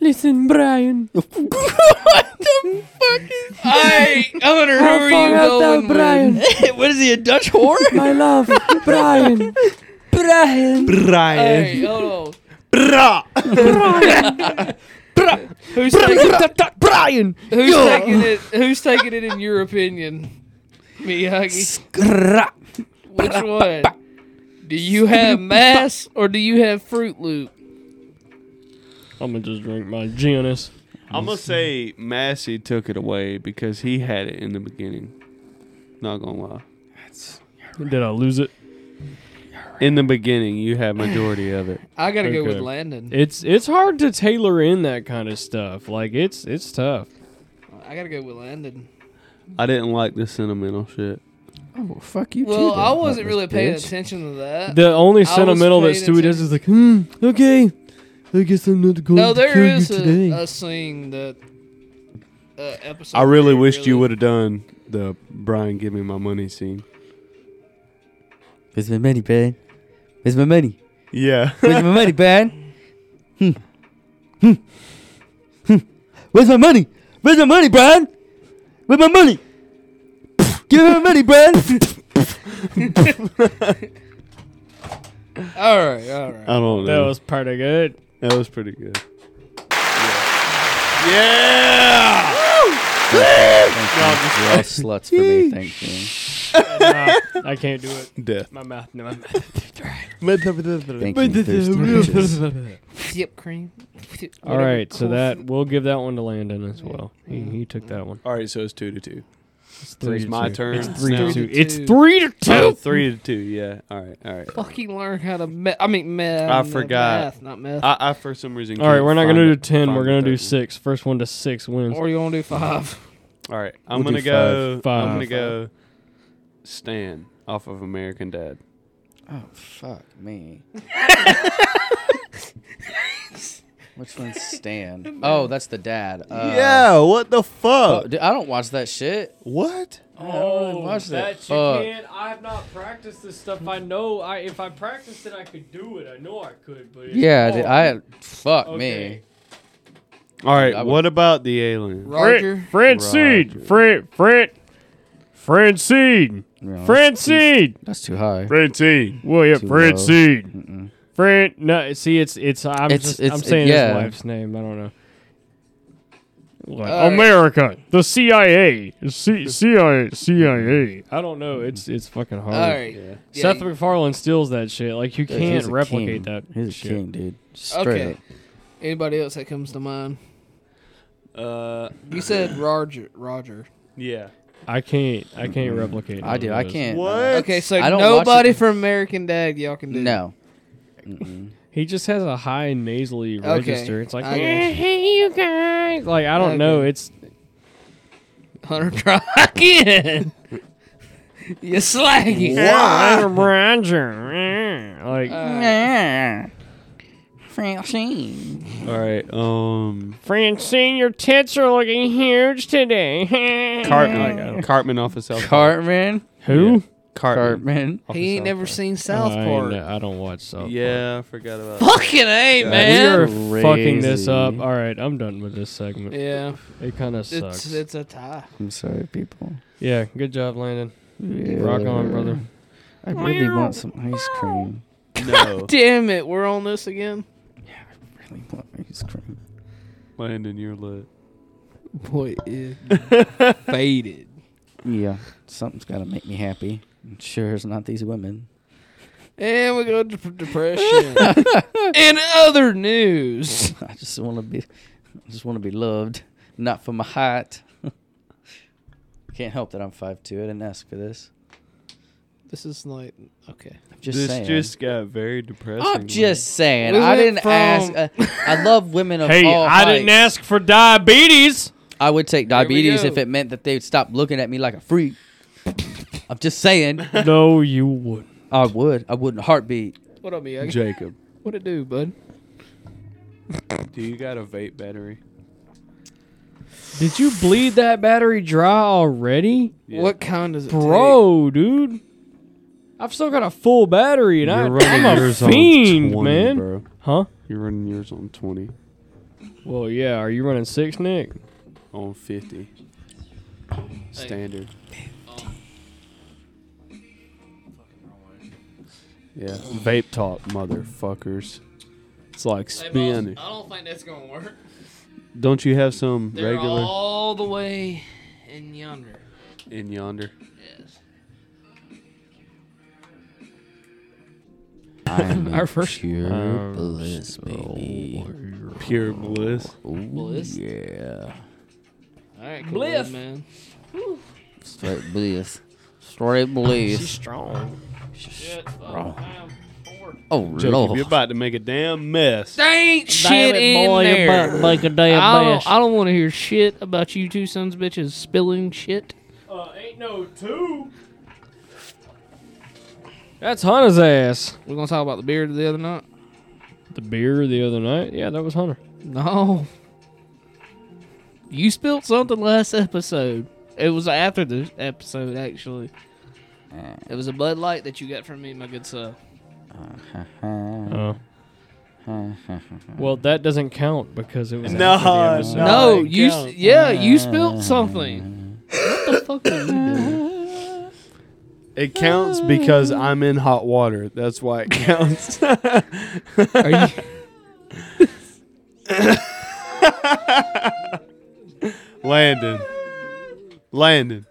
[SPEAKER 2] Listen, Brian.
[SPEAKER 3] hey, Hunter, who
[SPEAKER 2] How
[SPEAKER 3] are
[SPEAKER 2] far
[SPEAKER 3] you
[SPEAKER 2] out thou,
[SPEAKER 3] going with?
[SPEAKER 2] Brian?
[SPEAKER 3] what is he, a Dutch whore?
[SPEAKER 2] My love, Brian.
[SPEAKER 8] Brian.
[SPEAKER 3] hey, hold on. Who's, taking,
[SPEAKER 2] Brian.
[SPEAKER 3] who's taking it? Who's taking it in your opinion, Miyagi? Which one? Do you have mass or do you have Fruit Loop?
[SPEAKER 2] I'm gonna just drink my Giannis.
[SPEAKER 1] I'm gonna say Massey took it away because he had it in the beginning. Not gonna lie.
[SPEAKER 2] Did I lose it?
[SPEAKER 1] In the beginning, you had majority of it.
[SPEAKER 3] I gotta go with
[SPEAKER 2] Okay.
[SPEAKER 3] Landon.
[SPEAKER 2] It's it's hard to tailor in that kind of stuff. Like it's it's tough.
[SPEAKER 3] I gotta go with Landon.
[SPEAKER 1] I didn't like the sentimental shit.
[SPEAKER 4] Oh, well, fuck you too.
[SPEAKER 3] Well,
[SPEAKER 4] then,
[SPEAKER 3] I wasn't
[SPEAKER 4] heartless
[SPEAKER 3] really paying
[SPEAKER 4] bitch.
[SPEAKER 3] attention to that.
[SPEAKER 2] The only
[SPEAKER 3] was
[SPEAKER 2] sentimental that
[SPEAKER 3] paying
[SPEAKER 2] Stewie does is like, hmm, okay. I guess I'm not going
[SPEAKER 3] no,
[SPEAKER 2] to kill
[SPEAKER 3] there is
[SPEAKER 2] you today.
[SPEAKER 3] a, a scene that uh, episode.
[SPEAKER 1] I really
[SPEAKER 3] three
[SPEAKER 1] wished you
[SPEAKER 3] really-
[SPEAKER 1] would have done the Brian give me my money scene.
[SPEAKER 4] Where's my money, Brian? Where's my money?
[SPEAKER 1] Yeah.
[SPEAKER 4] Where's my money, Brian? Hmm. Hmm. Hmm. Where's my money? Where's my money, Brian? Where's my money? Give me my money, Brian.
[SPEAKER 3] All right, all right.
[SPEAKER 1] I don't know.
[SPEAKER 2] that was pretty good.
[SPEAKER 1] That was pretty good. Yeah.
[SPEAKER 4] You're all sluts for me. Thank you.
[SPEAKER 2] Nah, I can't do it.
[SPEAKER 1] Death.
[SPEAKER 2] My mouth, no, my mouth.
[SPEAKER 4] Thank you, thirsty bitches.
[SPEAKER 3] Whipped cream.
[SPEAKER 2] All right, so that we'll give that one to Landon as well. He, he took that one.
[SPEAKER 1] All right, so it's two to two.
[SPEAKER 2] It's
[SPEAKER 1] So it's
[SPEAKER 2] to
[SPEAKER 1] my
[SPEAKER 2] two.
[SPEAKER 1] turn.
[SPEAKER 2] It's three
[SPEAKER 1] now.
[SPEAKER 2] to two. It's
[SPEAKER 3] two.
[SPEAKER 2] three to
[SPEAKER 1] Oh,
[SPEAKER 2] two.
[SPEAKER 1] three to two. Yeah. All right. All right.
[SPEAKER 3] Fucking learn how to. Me- I mean, meth.
[SPEAKER 1] I forgot.
[SPEAKER 3] Math, not meth.
[SPEAKER 1] I, I for some reason.
[SPEAKER 2] All right, we're not gonna do ten.
[SPEAKER 1] find
[SPEAKER 2] We're
[SPEAKER 1] the
[SPEAKER 2] gonna do
[SPEAKER 1] third.
[SPEAKER 2] six. First one to six wins.
[SPEAKER 3] or you want to do five?
[SPEAKER 1] All right, I'm
[SPEAKER 4] We'll
[SPEAKER 1] gonna
[SPEAKER 4] do
[SPEAKER 1] go.
[SPEAKER 2] five.
[SPEAKER 1] I'm gonna
[SPEAKER 2] Five.
[SPEAKER 1] go. Stan off of American Dad.
[SPEAKER 4] Oh fuck me. Which one's Stan? Oh, that's the dad. Uh,
[SPEAKER 1] what the
[SPEAKER 4] oh,
[SPEAKER 1] fuck?
[SPEAKER 4] dude, I don't watch that shit.
[SPEAKER 1] What?
[SPEAKER 4] Oh, I don't really watch that.
[SPEAKER 2] you
[SPEAKER 4] Fuck.
[SPEAKER 2] Oh, can't. I have not practiced this stuff. I know. I if I practiced it, I could do it. I know I could. But it's
[SPEAKER 4] Yeah,
[SPEAKER 2] hard.
[SPEAKER 4] dude, I fuck me.
[SPEAKER 2] Okay.
[SPEAKER 1] All right,
[SPEAKER 4] I would-
[SPEAKER 1] what about the alien?
[SPEAKER 3] Roger.
[SPEAKER 1] Francine,
[SPEAKER 2] Fred, Fred, Francine,
[SPEAKER 4] Yeah,
[SPEAKER 2] Francine,
[SPEAKER 4] That's too high.
[SPEAKER 1] Francine.
[SPEAKER 2] William,
[SPEAKER 4] Too low. Mm-mm.
[SPEAKER 2] Fran. No, see, it's it's. I'm
[SPEAKER 4] It's-
[SPEAKER 2] just.
[SPEAKER 4] it's-
[SPEAKER 2] I'm saying
[SPEAKER 4] yeah.
[SPEAKER 2] his wife's name. I don't know. Like,
[SPEAKER 3] Alright.
[SPEAKER 2] uh, America, the CIA, C- CIA, CIA. I don't know. It's
[SPEAKER 4] Mm-hmm.
[SPEAKER 2] it's fucking hard.
[SPEAKER 3] All right.
[SPEAKER 1] Yeah.
[SPEAKER 2] Seth
[SPEAKER 3] Yeah,
[SPEAKER 2] MacFarlane steals that shit. Like you
[SPEAKER 4] Dude,
[SPEAKER 2] can't
[SPEAKER 4] he's a
[SPEAKER 2] replicate
[SPEAKER 4] king.
[SPEAKER 2] that.
[SPEAKER 4] He's a
[SPEAKER 2] shit.
[SPEAKER 4] king, dude. Straight
[SPEAKER 3] Okay.
[SPEAKER 4] up.
[SPEAKER 3] Anybody else that comes to mind?
[SPEAKER 1] Uh,
[SPEAKER 3] You said Roger. Roger.
[SPEAKER 1] yeah.
[SPEAKER 2] I can't. I can't replicate.
[SPEAKER 4] Mm-hmm. I
[SPEAKER 2] none
[SPEAKER 4] do.
[SPEAKER 2] of
[SPEAKER 4] I
[SPEAKER 2] this.
[SPEAKER 4] can't.
[SPEAKER 3] Okay, so
[SPEAKER 4] I don't watch
[SPEAKER 3] nobody
[SPEAKER 4] it.
[SPEAKER 3] from American Dad, y'all can do.
[SPEAKER 4] No. Mm-mm.
[SPEAKER 2] He just has a high nasally
[SPEAKER 3] Okay.
[SPEAKER 2] register. It's like, "Eh,
[SPEAKER 3] I guess.
[SPEAKER 2] hey, you guys. Like I don't
[SPEAKER 3] Okay.
[SPEAKER 2] know. It's
[SPEAKER 3] Hunter, try again. you slaggy.
[SPEAKER 2] Wow, Roger. Eh, Like
[SPEAKER 3] Uh,
[SPEAKER 8] Yeah. Francine.
[SPEAKER 1] All right. Um,
[SPEAKER 2] Francine, your tits are looking huge today.
[SPEAKER 1] Cartman. Cartman off of South. Park.
[SPEAKER 4] Cartman.
[SPEAKER 2] Who?
[SPEAKER 1] Cartman.
[SPEAKER 4] Cartman.
[SPEAKER 1] off of
[SPEAKER 3] He ain't
[SPEAKER 1] South
[SPEAKER 3] never
[SPEAKER 1] Park.
[SPEAKER 3] seen South
[SPEAKER 2] I,
[SPEAKER 3] Park.
[SPEAKER 2] ain't- I don't watch
[SPEAKER 1] Oh,
[SPEAKER 2] South.
[SPEAKER 1] Yeah, I forgot about. that.
[SPEAKER 3] Fucking a man.
[SPEAKER 2] Man, we are fucking this
[SPEAKER 4] Crazy.
[SPEAKER 2] up. All right, I'm done with this segment.
[SPEAKER 3] Yeah,
[SPEAKER 2] It kind of sucks.
[SPEAKER 3] it's it's a tie.
[SPEAKER 4] I'm sorry, people.
[SPEAKER 2] yeah, good job, Landon.
[SPEAKER 4] Yeah.
[SPEAKER 2] Rock on, brother.
[SPEAKER 4] I really want some ice cream.
[SPEAKER 1] No.
[SPEAKER 3] Damn it, we're on this again.
[SPEAKER 4] me. Let me scream.
[SPEAKER 1] Landon, you're lit.
[SPEAKER 2] Boy, it faded.
[SPEAKER 4] Yeah, something's got to make me happy. Sure, it's not these women.
[SPEAKER 2] And we go to p- depression. In other news,
[SPEAKER 4] I just want to be, I just want to be loved, not for my height. Can't help that I'm 5'2". I didn't ask for this.
[SPEAKER 2] this is like okay.
[SPEAKER 4] I'm just
[SPEAKER 1] this
[SPEAKER 4] saying.
[SPEAKER 1] just got very depressing.
[SPEAKER 4] I'm
[SPEAKER 1] man.
[SPEAKER 4] just saying.
[SPEAKER 2] We
[SPEAKER 4] I
[SPEAKER 2] went
[SPEAKER 4] didn't
[SPEAKER 2] from-
[SPEAKER 4] ask. uh, I love women of
[SPEAKER 2] Hey,
[SPEAKER 4] all
[SPEAKER 2] I didn't
[SPEAKER 4] heights.
[SPEAKER 2] ask for diabetes.
[SPEAKER 4] I would take
[SPEAKER 2] There we
[SPEAKER 4] diabetes
[SPEAKER 2] go.
[SPEAKER 4] if it meant that they'd stop looking at me like a freak. I'm just saying.
[SPEAKER 2] no, you wouldn't.
[SPEAKER 4] I would. I wouldn't heartbeat.
[SPEAKER 2] What up, Miyagi?
[SPEAKER 1] Jacob,
[SPEAKER 2] What it do, bud?
[SPEAKER 1] do you got a vape battery?
[SPEAKER 2] Did you bleed that battery dry already,
[SPEAKER 3] What kind is it?
[SPEAKER 2] bro, dude? I've still got a full battery, and I,
[SPEAKER 1] running
[SPEAKER 2] I'm a
[SPEAKER 1] yours on
[SPEAKER 2] fiend,
[SPEAKER 1] 20,
[SPEAKER 2] man.
[SPEAKER 1] Bro.
[SPEAKER 2] Huh?
[SPEAKER 1] You're running yours on 20,
[SPEAKER 2] Well, yeah. Are you running six, Nick?
[SPEAKER 1] on 50. Standard. Yeah, vape talk, motherfuckers. It's like Spanish.
[SPEAKER 2] don't think that's gonna work.
[SPEAKER 1] Don't you have some regular
[SPEAKER 2] all the way in yonder.
[SPEAKER 1] in yonder?
[SPEAKER 2] Yes.
[SPEAKER 4] I'm
[SPEAKER 2] Our first- Oh,
[SPEAKER 4] pure
[SPEAKER 1] Um,
[SPEAKER 4] bliss, baby.
[SPEAKER 1] Pure bliss.
[SPEAKER 4] Ooh,
[SPEAKER 2] Bliss?
[SPEAKER 4] Yeah.
[SPEAKER 2] All right,
[SPEAKER 3] cool, Bliff.
[SPEAKER 2] man.
[SPEAKER 4] Straight bliss. Straight bliss.
[SPEAKER 2] strong.
[SPEAKER 4] Wrong. Oh,
[SPEAKER 1] Jacob,
[SPEAKER 4] Lord.
[SPEAKER 1] you're about to make a damn mess.
[SPEAKER 3] There ain't shit in there.
[SPEAKER 7] like a
[SPEAKER 3] I
[SPEAKER 7] damn
[SPEAKER 3] don't, I don't want to hear shit about you two sons of bitches spilling shit.
[SPEAKER 2] Uh, ain't no two. That's Hunter's ass.
[SPEAKER 3] We're gonna talk about the beard the other night.
[SPEAKER 2] The beer the other night. Yeah, that was Hunter.
[SPEAKER 3] No, you spilled something last episode. It was after the episode, actually. It was a Bud Light that you got from me, my good sir.
[SPEAKER 2] Oh. well, that doesn't count because it was
[SPEAKER 1] No,
[SPEAKER 2] after the episode.
[SPEAKER 1] no.
[SPEAKER 3] No,
[SPEAKER 1] it
[SPEAKER 3] Oh, you. s
[SPEAKER 1] counts.
[SPEAKER 3] Yeah, you spilled something. what the fuck are you doing?
[SPEAKER 1] It counts because I'm in hot water. That's why it counts.
[SPEAKER 2] Are you,
[SPEAKER 1] Landon. Landon.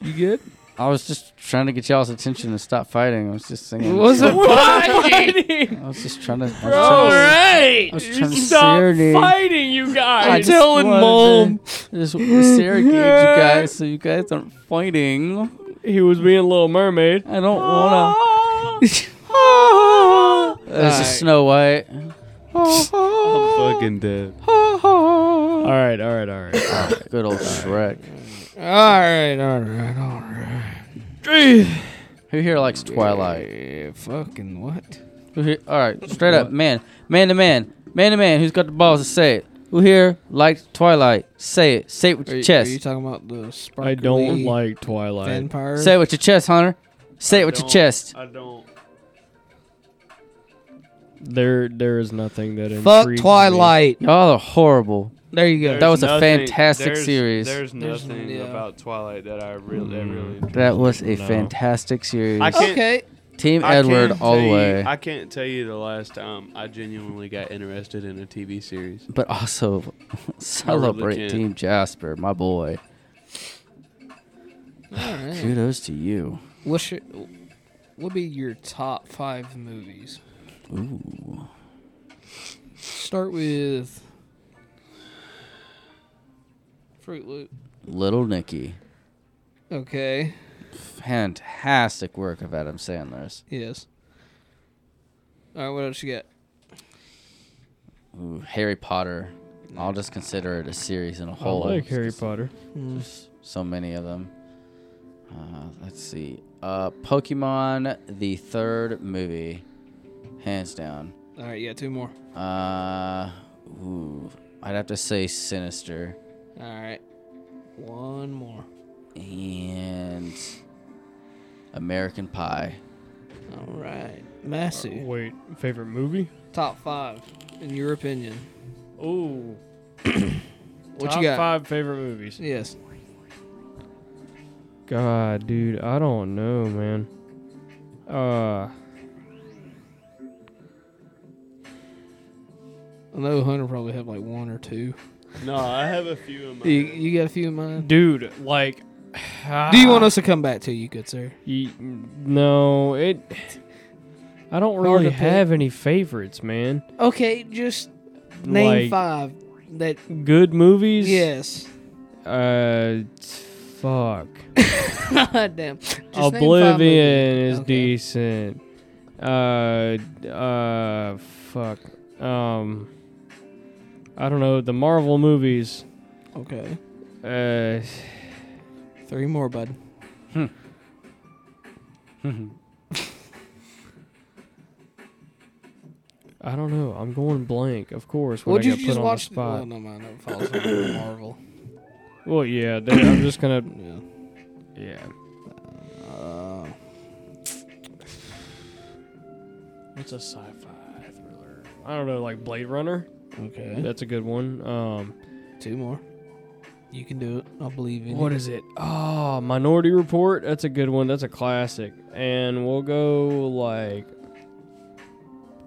[SPEAKER 2] you good?
[SPEAKER 4] I was just trying to get y'all's attention to stop fighting. I was just singing.
[SPEAKER 2] Wasn't
[SPEAKER 4] I was just trying to. I was
[SPEAKER 2] All
[SPEAKER 4] trying to-
[SPEAKER 2] right.
[SPEAKER 4] I was trying to
[SPEAKER 2] Stop
[SPEAKER 4] serenade.
[SPEAKER 2] fighting, you
[SPEAKER 4] I
[SPEAKER 2] guys.
[SPEAKER 4] just wanted to Just wanted to serenade you guys, so you guys aren't fighting.
[SPEAKER 2] He was being Little Mermaid.
[SPEAKER 4] I don't wanna.
[SPEAKER 2] Ah.
[SPEAKER 4] This
[SPEAKER 3] Alright.
[SPEAKER 4] is Snow White.
[SPEAKER 1] I'm fucking dead.
[SPEAKER 2] All right, all right, all right.
[SPEAKER 4] Good old Shrek.
[SPEAKER 3] All right, all right, all right.
[SPEAKER 4] Who here likes Twilight?
[SPEAKER 3] Yeah, fucking what?
[SPEAKER 4] Who here? All right, straight up, man, man to man, man to man. Who's got the balls to say it? Who here likes Twilight? Say it. Say it with
[SPEAKER 3] Are
[SPEAKER 4] your
[SPEAKER 3] you,
[SPEAKER 4] chest.
[SPEAKER 3] are you talking about the sparkly
[SPEAKER 2] I don't like Twilight.
[SPEAKER 3] vampire?
[SPEAKER 4] say it with your chest, Hunter. Say it with your
[SPEAKER 1] don't-
[SPEAKER 4] chest.
[SPEAKER 1] I don't.
[SPEAKER 2] There, there is nothing that intrigues
[SPEAKER 3] Fuck
[SPEAKER 2] me.
[SPEAKER 3] Twilight.
[SPEAKER 4] Y'all are horrible.
[SPEAKER 3] There you go.
[SPEAKER 4] That was a fantastic series.
[SPEAKER 1] There's
[SPEAKER 3] There's-
[SPEAKER 1] nothing
[SPEAKER 3] yeah.
[SPEAKER 1] about Twilight that I really, that really.
[SPEAKER 4] That was
[SPEAKER 2] No.
[SPEAKER 4] a fantastic series.
[SPEAKER 1] I can't-
[SPEAKER 3] okay.
[SPEAKER 4] Team
[SPEAKER 1] I can't
[SPEAKER 4] Edward all
[SPEAKER 1] tell
[SPEAKER 4] the
[SPEAKER 1] you-
[SPEAKER 4] way.
[SPEAKER 1] I can't tell you the last time I genuinely got interested in a TV series.
[SPEAKER 4] but also celebrate
[SPEAKER 1] can't.
[SPEAKER 4] Team Jasper, my boy.
[SPEAKER 3] All right.
[SPEAKER 4] Kudos to you.
[SPEAKER 3] What should what be your top five movies?
[SPEAKER 4] Ooh.
[SPEAKER 3] Start with Fruit Loop.
[SPEAKER 4] Little Nicky.
[SPEAKER 3] Okay.
[SPEAKER 4] Fantastic work of Adam Sandler's.
[SPEAKER 3] Yes. All right. What else you got?
[SPEAKER 4] Ooh, Harry Potter. I'll just consider it a series in a
[SPEAKER 2] I
[SPEAKER 4] whole.
[SPEAKER 2] like Harry Potter.
[SPEAKER 3] Hmm.
[SPEAKER 4] There's so many of them. Uh, let's see. Uh, Pokemon, the third movie, hands down.
[SPEAKER 3] All right. Yeah. Two more.
[SPEAKER 4] Uh, ooh, I'd have to say Sinister.
[SPEAKER 3] All right. One more.
[SPEAKER 4] and American Pie.
[SPEAKER 3] All right. Massive.
[SPEAKER 2] Wait, favorite movie?
[SPEAKER 3] Top five in your opinion.
[SPEAKER 2] Ooh.
[SPEAKER 3] What
[SPEAKER 2] Top
[SPEAKER 3] you got?
[SPEAKER 2] five favorite movies.
[SPEAKER 3] Yes.
[SPEAKER 2] God, dude, I don't know, man. Uh,
[SPEAKER 3] I know Hunter probably have like one or two.
[SPEAKER 1] No, I have a few in my.
[SPEAKER 3] You, you got a few in mind?
[SPEAKER 2] dude. Like,
[SPEAKER 3] Do you want us to come back to you, good sir?
[SPEAKER 2] You, no, it. I don't
[SPEAKER 3] Hard
[SPEAKER 2] really
[SPEAKER 3] to pick.
[SPEAKER 2] have any favorites, man.
[SPEAKER 3] Okay, just
[SPEAKER 2] Like-
[SPEAKER 3] name five. That
[SPEAKER 2] Good movies.
[SPEAKER 3] yes.
[SPEAKER 2] Uh, fuck.
[SPEAKER 3] Damn. Just name five
[SPEAKER 2] Oblivion
[SPEAKER 3] movies.
[SPEAKER 2] is
[SPEAKER 3] Okay.
[SPEAKER 2] decent. Uh, uh, fuck. Um, I don't know the Marvel movies.
[SPEAKER 3] Okay,
[SPEAKER 2] Uh,
[SPEAKER 3] three more, bud.
[SPEAKER 2] I don't know. I'm going blank. Of course. When
[SPEAKER 3] Would
[SPEAKER 2] I
[SPEAKER 3] you
[SPEAKER 2] got put
[SPEAKER 3] just
[SPEAKER 2] on
[SPEAKER 3] watch?
[SPEAKER 2] the
[SPEAKER 3] um,
[SPEAKER 2] spot.
[SPEAKER 3] Well, no, mine it falls under Marvel.
[SPEAKER 2] Well, yeah. they- I'm just gonna.
[SPEAKER 3] Yeah.
[SPEAKER 2] Yeah.
[SPEAKER 3] Uh, what's a sci-fi thriller?
[SPEAKER 2] I don't know, like Blade Runner.
[SPEAKER 3] Okay,
[SPEAKER 2] That's a good one. Um,
[SPEAKER 3] two more. You can do it. I believe in
[SPEAKER 2] what
[SPEAKER 3] you.
[SPEAKER 2] is it? Oh, Minority Report. That's a good one. That's a classic. And we'll go like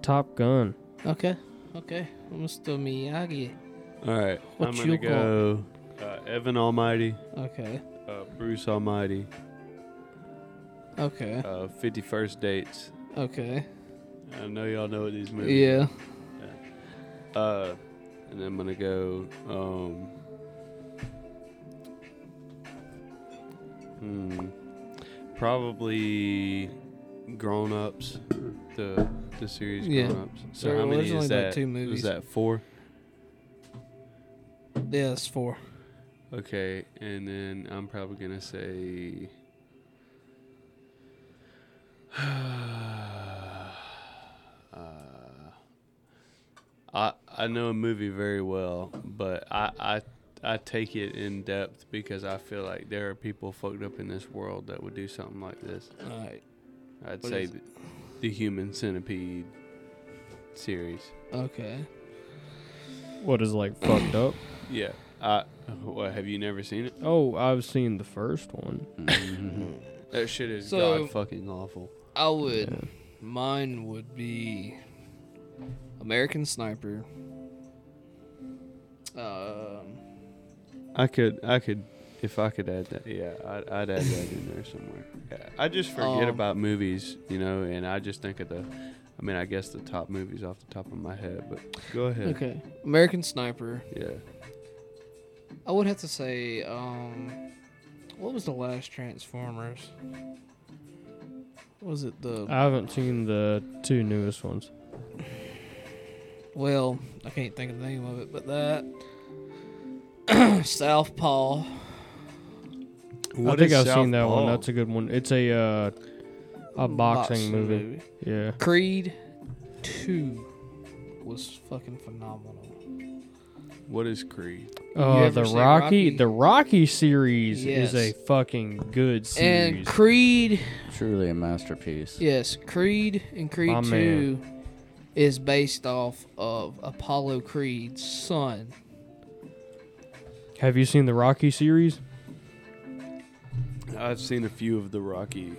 [SPEAKER 2] Top Gun.
[SPEAKER 3] Okay, okay. Mr. Miyagi.
[SPEAKER 1] All right,
[SPEAKER 3] What
[SPEAKER 1] I'm
[SPEAKER 3] you
[SPEAKER 1] gonna go. Uh, Evan Almighty,
[SPEAKER 3] Okay,
[SPEAKER 1] uh, Bruce Almighty,
[SPEAKER 3] okay,
[SPEAKER 1] uh, 51st Dates.
[SPEAKER 3] okay.
[SPEAKER 1] I know y'all know what these movies.
[SPEAKER 3] Yeah.
[SPEAKER 1] Uh, and I'm gonna go. Um, hmm, probably Grown Ups, the the series
[SPEAKER 3] Yeah.
[SPEAKER 1] Grown Ups. So
[SPEAKER 3] There
[SPEAKER 1] how
[SPEAKER 3] was
[SPEAKER 1] many
[SPEAKER 3] only
[SPEAKER 1] is
[SPEAKER 3] about
[SPEAKER 1] that?
[SPEAKER 3] two movies.
[SPEAKER 1] Was that four?
[SPEAKER 3] Yeah, it's four.
[SPEAKER 1] Okay, and then I'm probably gonna say. Uh, I I know a movie very well, but I, I I take it in depth because I feel like there are people fucked up in this world that would do something like this.
[SPEAKER 3] All right.
[SPEAKER 1] I'd
[SPEAKER 3] What
[SPEAKER 1] say
[SPEAKER 3] is
[SPEAKER 1] th- the Human Centipede series.
[SPEAKER 3] Okay.
[SPEAKER 2] What is like fucked up?
[SPEAKER 1] Yeah. I, what, have you never seen it?
[SPEAKER 2] Oh, I've seen the first one.
[SPEAKER 1] That shit is
[SPEAKER 3] So-
[SPEAKER 1] god fucking awful.
[SPEAKER 3] I would. Mine would be American Sniper. Um,
[SPEAKER 1] I could, I could, if I could add that, yeah, I'd, I'd add that in there somewhere. Yeah, I just forget
[SPEAKER 3] Um,
[SPEAKER 1] about movies, you know, and I just think of the, I mean, I guess the top movies off the top of my head, but go ahead.
[SPEAKER 3] okay. American Sniper.
[SPEAKER 1] Yeah.
[SPEAKER 3] I would have to say, um, what was the last Transformers? Was it the.
[SPEAKER 2] I haven't seen the two newest ones.
[SPEAKER 3] well, I can't think of the name of it, but that. Southpaw.
[SPEAKER 2] I think I've seen that one. That's a good one. It's a uh, a boxing, movie. Yeah.
[SPEAKER 3] Creed 2 was fucking phenomenal.
[SPEAKER 1] What is Creed?
[SPEAKER 2] Oh,
[SPEAKER 3] ever
[SPEAKER 2] the
[SPEAKER 3] seen
[SPEAKER 2] Rocky,
[SPEAKER 3] Rocky?
[SPEAKER 2] the Rocky series
[SPEAKER 3] Yes.
[SPEAKER 2] is a fucking good
[SPEAKER 3] And
[SPEAKER 2] series.
[SPEAKER 3] Creed,
[SPEAKER 4] Truly a masterpiece.
[SPEAKER 3] yes, Creed and Creed
[SPEAKER 2] My
[SPEAKER 3] 2
[SPEAKER 2] man.
[SPEAKER 3] is based off of Apollo Creed's son.
[SPEAKER 2] Have you seen the Rocky series?
[SPEAKER 1] I've seen a few of the Rocky.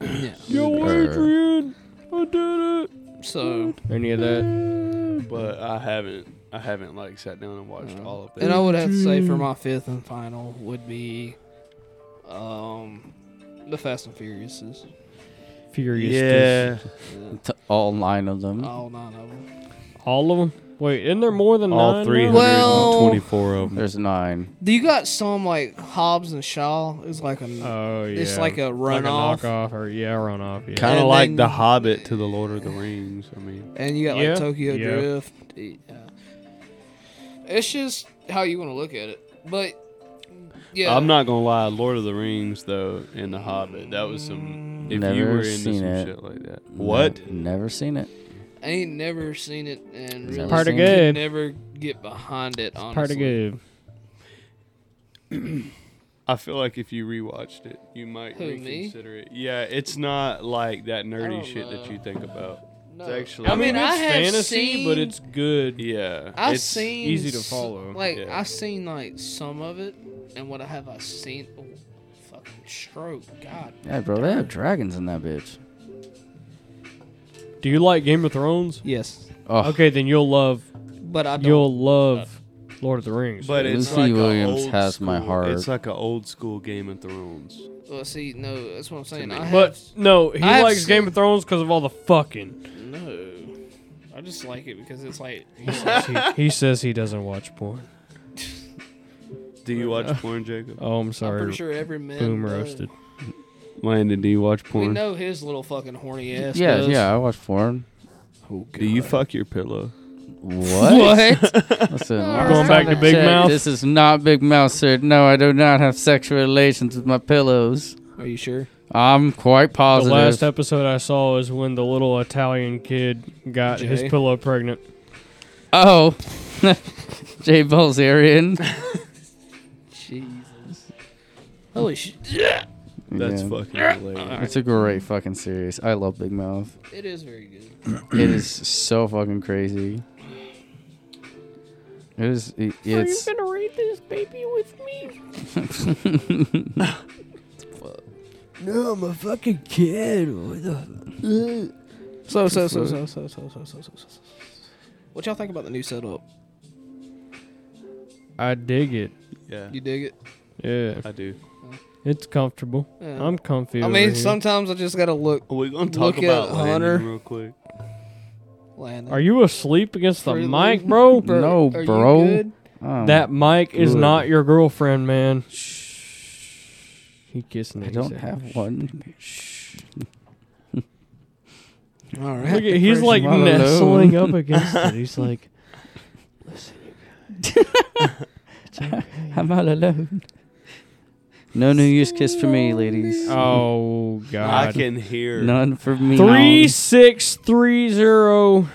[SPEAKER 3] yeah.
[SPEAKER 2] Yo, Adrian, I did it.
[SPEAKER 3] So,
[SPEAKER 2] Any of that?
[SPEAKER 1] But I haven't, I haven't like sat down and watched all of them.
[SPEAKER 3] Uh-huh. and I would have to say for my fifth and final would be um the Fast and Furiouses.
[SPEAKER 2] Furious.
[SPEAKER 1] yeah.
[SPEAKER 3] Yeah.
[SPEAKER 4] to all nine of them.
[SPEAKER 3] All nine of them.
[SPEAKER 2] All of them. Wait, isn't there more than
[SPEAKER 1] All
[SPEAKER 2] nine?
[SPEAKER 1] three
[SPEAKER 2] now?
[SPEAKER 1] hundred
[SPEAKER 3] Well-
[SPEAKER 1] and twenty-four of them.
[SPEAKER 4] There's nine.
[SPEAKER 3] Do you got some like Hobbs and Shaw? It's like a
[SPEAKER 2] Oh yeah.
[SPEAKER 3] it's like a
[SPEAKER 2] Like a
[SPEAKER 3] runoff.
[SPEAKER 2] knockoff or yeah, runoff. Yeah.
[SPEAKER 1] Kind of
[SPEAKER 3] And
[SPEAKER 1] like
[SPEAKER 3] then-
[SPEAKER 1] the Hobbit to the Lord of the Rings. I mean,
[SPEAKER 3] And you got
[SPEAKER 2] Yeah,
[SPEAKER 3] like Tokyo
[SPEAKER 2] yeah.
[SPEAKER 3] Drift. Yeah. It's just how you want to look at it. But yeah,
[SPEAKER 1] I'm not gonna lie. Lord of the Rings though, and the Hobbit, that was some. If you
[SPEAKER 4] Never
[SPEAKER 1] were into
[SPEAKER 4] seen
[SPEAKER 1] some
[SPEAKER 4] it.
[SPEAKER 1] shit like that, what?
[SPEAKER 4] Ne- never seen it.
[SPEAKER 3] I ain't never seen it, and
[SPEAKER 4] Never
[SPEAKER 3] really
[SPEAKER 4] Part
[SPEAKER 2] of
[SPEAKER 3] could
[SPEAKER 2] good.
[SPEAKER 3] Never get behind it. Honestly,
[SPEAKER 2] Part of good.
[SPEAKER 1] I feel like if you rewatched it, you might
[SPEAKER 3] Who, me?
[SPEAKER 1] reconsider it. Yeah, it's not like that nerdy
[SPEAKER 3] don't
[SPEAKER 1] shit that
[SPEAKER 3] know.
[SPEAKER 1] you think about.
[SPEAKER 3] No.
[SPEAKER 1] It's actually,
[SPEAKER 3] I mean,
[SPEAKER 2] it's
[SPEAKER 3] I have
[SPEAKER 2] fantasy,
[SPEAKER 3] seen-
[SPEAKER 2] but it's good.
[SPEAKER 1] yeah,
[SPEAKER 3] I've
[SPEAKER 1] it's-
[SPEAKER 3] seen
[SPEAKER 2] easy to
[SPEAKER 3] s-
[SPEAKER 2] follow,
[SPEAKER 3] Like
[SPEAKER 1] yeah.
[SPEAKER 3] I've seen like some of it, and what I have I seen? Oh, fucking stroke, God.
[SPEAKER 4] Yeah, bro, they have dragons in that bitch.
[SPEAKER 2] Do you like Game of Thrones?
[SPEAKER 3] Yes.
[SPEAKER 4] Oh,
[SPEAKER 2] Okay, then you'll love
[SPEAKER 3] but I don't.
[SPEAKER 2] You'll love Lord of the Rings.
[SPEAKER 1] But it's
[SPEAKER 4] Lucy
[SPEAKER 1] like a
[SPEAKER 4] Williams
[SPEAKER 1] old
[SPEAKER 4] has my
[SPEAKER 1] school-
[SPEAKER 4] heart.
[SPEAKER 1] It's like an old school Game of Thrones.
[SPEAKER 3] well, see, no, that's what I'm saying. I have,
[SPEAKER 2] But no, he
[SPEAKER 3] I have
[SPEAKER 2] likes
[SPEAKER 3] seen-
[SPEAKER 2] Game of Thrones because of all the fucking.
[SPEAKER 3] no, I just like it because it's like
[SPEAKER 2] he, he says he doesn't watch porn.
[SPEAKER 1] Do you watch porn, Jacob?
[SPEAKER 2] Oh, I'm
[SPEAKER 3] I'm
[SPEAKER 2] sorry.
[SPEAKER 3] pretty sure every man.
[SPEAKER 2] Boom
[SPEAKER 3] does.
[SPEAKER 2] roasted.
[SPEAKER 1] Landon, do you watch
[SPEAKER 3] We
[SPEAKER 1] porn?
[SPEAKER 3] know his little fucking horny ass.
[SPEAKER 4] yeah,
[SPEAKER 3] does.
[SPEAKER 4] yeah, I watch porn.
[SPEAKER 1] Do you fuck your pillow?
[SPEAKER 4] What?
[SPEAKER 10] What?
[SPEAKER 4] Listen,
[SPEAKER 2] Going back to Big
[SPEAKER 4] check,
[SPEAKER 2] Mouth?
[SPEAKER 4] This is not Big Mouth, sir. No, I do not have sexual relations with my pillows.
[SPEAKER 3] Are you sure?
[SPEAKER 4] I'm quite
[SPEAKER 2] The
[SPEAKER 4] positive.
[SPEAKER 2] last episode I saw is when the little Italian kid got his
[SPEAKER 3] Jay.
[SPEAKER 2] pillow pregnant.
[SPEAKER 4] oh, Jay Bolzerian.
[SPEAKER 3] Holy shit!
[SPEAKER 1] That's
[SPEAKER 4] Yeah.
[SPEAKER 1] fucking hilarious.
[SPEAKER 4] It's a great fucking series. I love Big Mouth.
[SPEAKER 3] It is very good.
[SPEAKER 4] it is so fucking crazy. It is. It, it's.
[SPEAKER 2] gonna read this baby with me?
[SPEAKER 11] No, I'm a fucking kid. What the
[SPEAKER 3] So so so so so so so so so. so, so. What y'all think about the new setup?
[SPEAKER 2] I dig it.
[SPEAKER 1] Yeah,
[SPEAKER 3] You dig it?
[SPEAKER 2] Yeah,
[SPEAKER 1] I do.
[SPEAKER 2] it's comfortable.
[SPEAKER 3] Yeah.
[SPEAKER 2] I'm comfy.
[SPEAKER 3] I
[SPEAKER 2] over
[SPEAKER 3] mean,
[SPEAKER 2] here.
[SPEAKER 3] sometimes I just gotta look.
[SPEAKER 1] Are we gonna
[SPEAKER 3] Look
[SPEAKER 1] talk
[SPEAKER 3] at
[SPEAKER 1] about
[SPEAKER 3] Hunter.
[SPEAKER 1] Landon real quick?
[SPEAKER 3] Landon.
[SPEAKER 2] Are you asleep against the
[SPEAKER 3] Really?
[SPEAKER 2] mic, bro?
[SPEAKER 3] Bro,
[SPEAKER 4] No,
[SPEAKER 3] are you
[SPEAKER 4] bro.
[SPEAKER 3] good?
[SPEAKER 4] um,
[SPEAKER 2] That mic is
[SPEAKER 4] Good.
[SPEAKER 2] not your girlfriend, man. He kissing.
[SPEAKER 4] I don't have one.
[SPEAKER 3] All right.
[SPEAKER 2] Look at, he's
[SPEAKER 3] First
[SPEAKER 2] like
[SPEAKER 4] one alone.
[SPEAKER 2] nestling up against it. He's like,
[SPEAKER 4] I'm all alone. No New Year's kiss for me, ladies.
[SPEAKER 2] oh
[SPEAKER 1] I
[SPEAKER 2] god.
[SPEAKER 1] can hear.
[SPEAKER 4] None for me.
[SPEAKER 2] Three six three zero.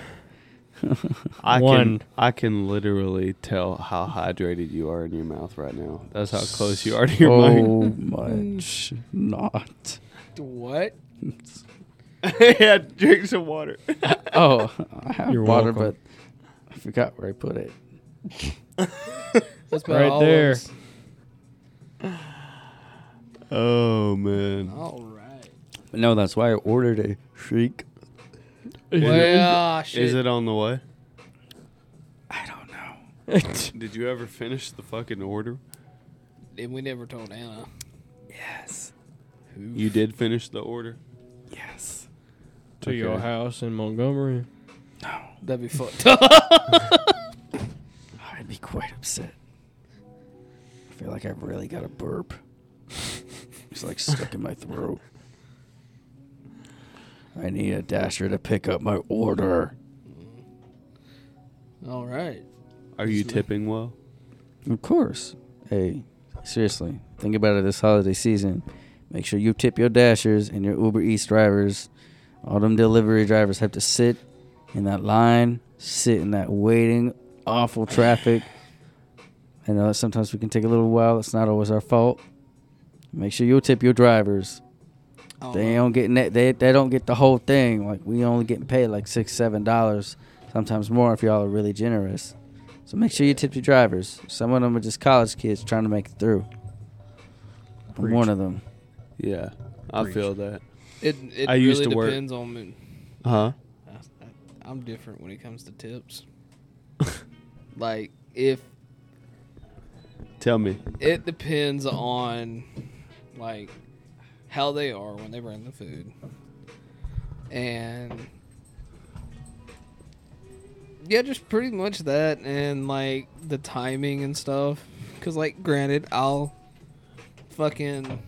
[SPEAKER 1] I
[SPEAKER 2] One.
[SPEAKER 1] can. I can literally tell how hydrated you are in your mouth right now. That's how close you are to your mic.
[SPEAKER 4] Oh much not.
[SPEAKER 3] What?
[SPEAKER 1] yeah, drink some water.
[SPEAKER 4] Oh, I have
[SPEAKER 2] You're
[SPEAKER 4] water,
[SPEAKER 2] welcome.
[SPEAKER 4] but I forgot where I put it.
[SPEAKER 3] That's about
[SPEAKER 2] Right
[SPEAKER 3] all
[SPEAKER 2] there.
[SPEAKER 3] of us.
[SPEAKER 1] Oh man.
[SPEAKER 3] All right.
[SPEAKER 4] No, that's why I ordered a shriek.
[SPEAKER 3] Well, shit.
[SPEAKER 1] Is it on the way?
[SPEAKER 4] I don't know.
[SPEAKER 1] Did you ever finish the fucking order?
[SPEAKER 3] And we never told Anna.
[SPEAKER 4] Yes.
[SPEAKER 1] You did finish the order.
[SPEAKER 4] Yes.
[SPEAKER 2] to your
[SPEAKER 1] Okay.
[SPEAKER 2] house in Montgomery.
[SPEAKER 3] That'd be fucked up.
[SPEAKER 4] I'd be quite upset. I feel like I've really got a burp. it's like stuck in my throat. I need a dasher to pick up my order.
[SPEAKER 3] All right.
[SPEAKER 1] Are you tipping well?
[SPEAKER 4] Of course. Hey, seriously, think about it this holiday season. Make sure you tip your dashers and your Uber Eats drivers. All them delivery drivers have to sit in that line, sit in that waiting, awful traffic. I know that sometimes we can take a little while. It's not always our fault. Make sure you tip your drivers.
[SPEAKER 3] All
[SPEAKER 4] They
[SPEAKER 3] right.
[SPEAKER 4] don't get net. They they don't get the whole thing. Like we only getting paid like six seven dollars, sometimes more if y'all are really generous. So make sure you tip your drivers. Some of them are just college kids trying to make it through. I'm one of them.
[SPEAKER 1] Yeah, I feel that.
[SPEAKER 3] It, it
[SPEAKER 1] I
[SPEAKER 3] really
[SPEAKER 1] used to work-
[SPEAKER 3] depends on me.
[SPEAKER 1] Huh?
[SPEAKER 3] I, I'm different when it comes to tips. like if
[SPEAKER 1] Tell me.
[SPEAKER 3] it depends on like how they are when they bring the food and yeah just pretty much that and like the timing and stuff because like granted i'll fucking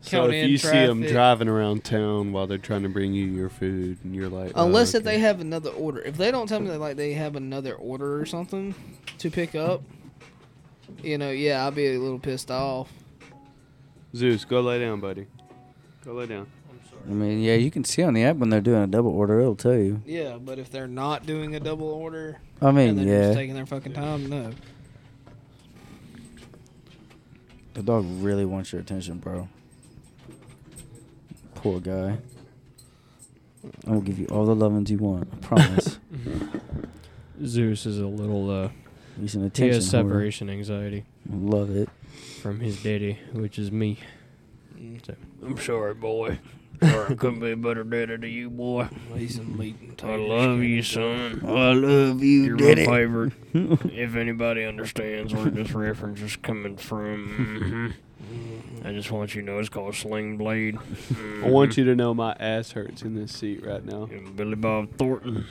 [SPEAKER 1] So
[SPEAKER 3] Count
[SPEAKER 1] if
[SPEAKER 3] in
[SPEAKER 1] you see 'em see them
[SPEAKER 3] traffic.
[SPEAKER 1] driving around town while they're trying to bring you your food, and you're like,
[SPEAKER 3] unless
[SPEAKER 1] oh,
[SPEAKER 3] if they
[SPEAKER 1] okay.
[SPEAKER 3] have another order if they don't tell me that like they have another order or something to pick up you know yeah i'll be a little pissed off
[SPEAKER 1] Zeus, go lay down, buddy. Go lay down.
[SPEAKER 4] I mean, yeah, you can see on the app when they're doing a double order. It'll tell you.
[SPEAKER 3] yeah but if they're not doing a double order
[SPEAKER 4] I
[SPEAKER 3] and
[SPEAKER 4] mean,
[SPEAKER 3] they're
[SPEAKER 4] yeah,
[SPEAKER 3] just taking their fucking time. No,
[SPEAKER 4] the dog really wants your attention, bro. Poor guy. I will give you all the lovings you want. I promise.
[SPEAKER 2] Zeus is a little uh,
[SPEAKER 4] He's an
[SPEAKER 2] he
[SPEAKER 4] attention.
[SPEAKER 2] has
[SPEAKER 4] whore.
[SPEAKER 2] separation anxiety
[SPEAKER 4] Love it.
[SPEAKER 2] from his daddy, which is me.
[SPEAKER 3] Mm,
[SPEAKER 1] I'm sorry, boy.
[SPEAKER 3] Or I couldn't be a better daddy to you, boy. I love you, son.
[SPEAKER 4] I love
[SPEAKER 3] You're
[SPEAKER 4] you,
[SPEAKER 3] my favorite. if anybody understands where this reference is coming from, mhm. I just want you to know it's called Sling Blade.
[SPEAKER 1] I want you to know my ass hurts in this seat right now.
[SPEAKER 3] Mm-hmm. And Billy Bob Thornton.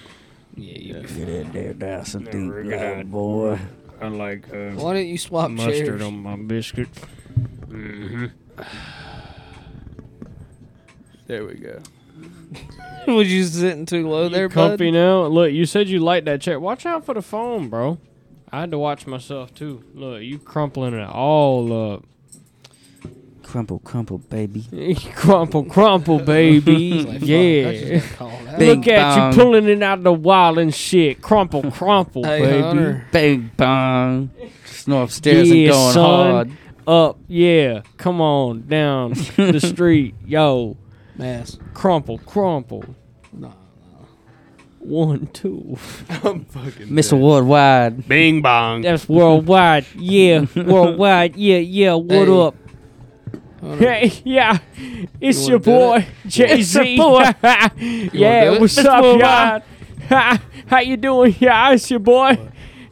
[SPEAKER 4] Get in there now, some
[SPEAKER 3] Never
[SPEAKER 4] deep
[SPEAKER 3] gonna-
[SPEAKER 4] love, boy.
[SPEAKER 3] I like uh,
[SPEAKER 12] Why don't you swap
[SPEAKER 3] mustard
[SPEAKER 12] chairs?
[SPEAKER 3] on my biscuit. Mm-hmm.
[SPEAKER 1] There we go.
[SPEAKER 12] Was you sitting too low there, bud?
[SPEAKER 2] comfy now. Look, you said you liked that chair. Watch out for the phone, bro. I had to watch myself too. Look, you crumpling it all up.
[SPEAKER 4] Crumple, crumple, baby.
[SPEAKER 2] crumple, crumple, baby. yeah.
[SPEAKER 4] Big
[SPEAKER 2] Look at
[SPEAKER 3] um,
[SPEAKER 4] bong.
[SPEAKER 2] you pulling it out of the wall and shit. Crumple, crumple,
[SPEAKER 3] Hey,
[SPEAKER 2] baby.
[SPEAKER 3] Hunter.
[SPEAKER 4] Big bong. Snow upstairs
[SPEAKER 2] Yeah,
[SPEAKER 4] and going
[SPEAKER 2] son.
[SPEAKER 4] hard.
[SPEAKER 2] Up, yeah. Come on down the street, yo.
[SPEAKER 3] Mass.
[SPEAKER 2] Crumple, crumple. One, two.
[SPEAKER 1] I'm fucking.
[SPEAKER 4] Mr. Worldwide.
[SPEAKER 1] Bing bong.
[SPEAKER 2] That's worldwide. Yeah, worldwide. Yeah, yeah. What
[SPEAKER 3] Hey.
[SPEAKER 2] up? Hey, yeah. It's your
[SPEAKER 3] You wanna
[SPEAKER 2] boy, Jay Z. yeah, what's up, y'all? Ha, How you doing? Yeah, it's your boy.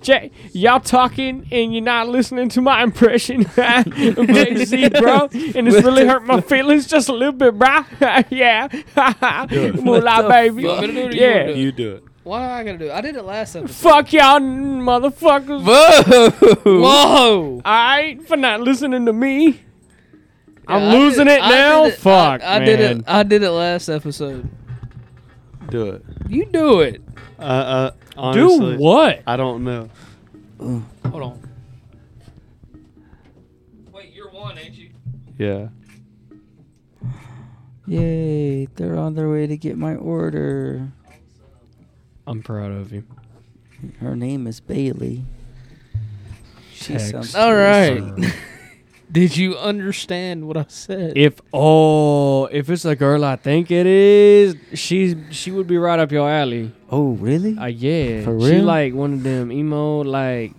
[SPEAKER 2] Jay, y'all talking and you're not listening to my impression. Jay Z, bro. And it's really hurt my feelings just a little bit, bro. yeah. Moolah, baby.
[SPEAKER 3] You want me to do it or you wanna
[SPEAKER 2] yeah.
[SPEAKER 3] do
[SPEAKER 1] You do it.
[SPEAKER 3] What am I gonna do? I did it last episode.
[SPEAKER 2] Fuck y'all, n- motherfuckers.
[SPEAKER 3] Whoa!
[SPEAKER 2] All right, for not listening to me.
[SPEAKER 3] Yeah, I
[SPEAKER 2] I'm
[SPEAKER 3] did-
[SPEAKER 2] losing it
[SPEAKER 3] I
[SPEAKER 2] now.
[SPEAKER 3] did it- I-
[SPEAKER 2] Fuck,
[SPEAKER 3] I,
[SPEAKER 2] man.
[SPEAKER 3] did it. I did it last episode.
[SPEAKER 1] Do it.
[SPEAKER 3] You do it.
[SPEAKER 1] Uh, uh, honestly,
[SPEAKER 2] Do what?
[SPEAKER 1] I don't know.
[SPEAKER 3] Hold on.
[SPEAKER 2] Wait, you're one, ain't you?
[SPEAKER 1] Yeah.
[SPEAKER 4] Yay, they're on their way to get my order.
[SPEAKER 2] I'm proud of you.
[SPEAKER 4] Her name is Bailey. She
[SPEAKER 2] Text.
[SPEAKER 4] sounds
[SPEAKER 3] All right.
[SPEAKER 4] awesome.
[SPEAKER 3] Did you understand what I said?
[SPEAKER 2] If oh, if it's a girl, I think it is. She's she would be right up your alley.
[SPEAKER 4] Oh, really?
[SPEAKER 2] Uh, yeah,
[SPEAKER 4] For
[SPEAKER 2] she
[SPEAKER 4] real? Oh.
[SPEAKER 2] like one of them emo like.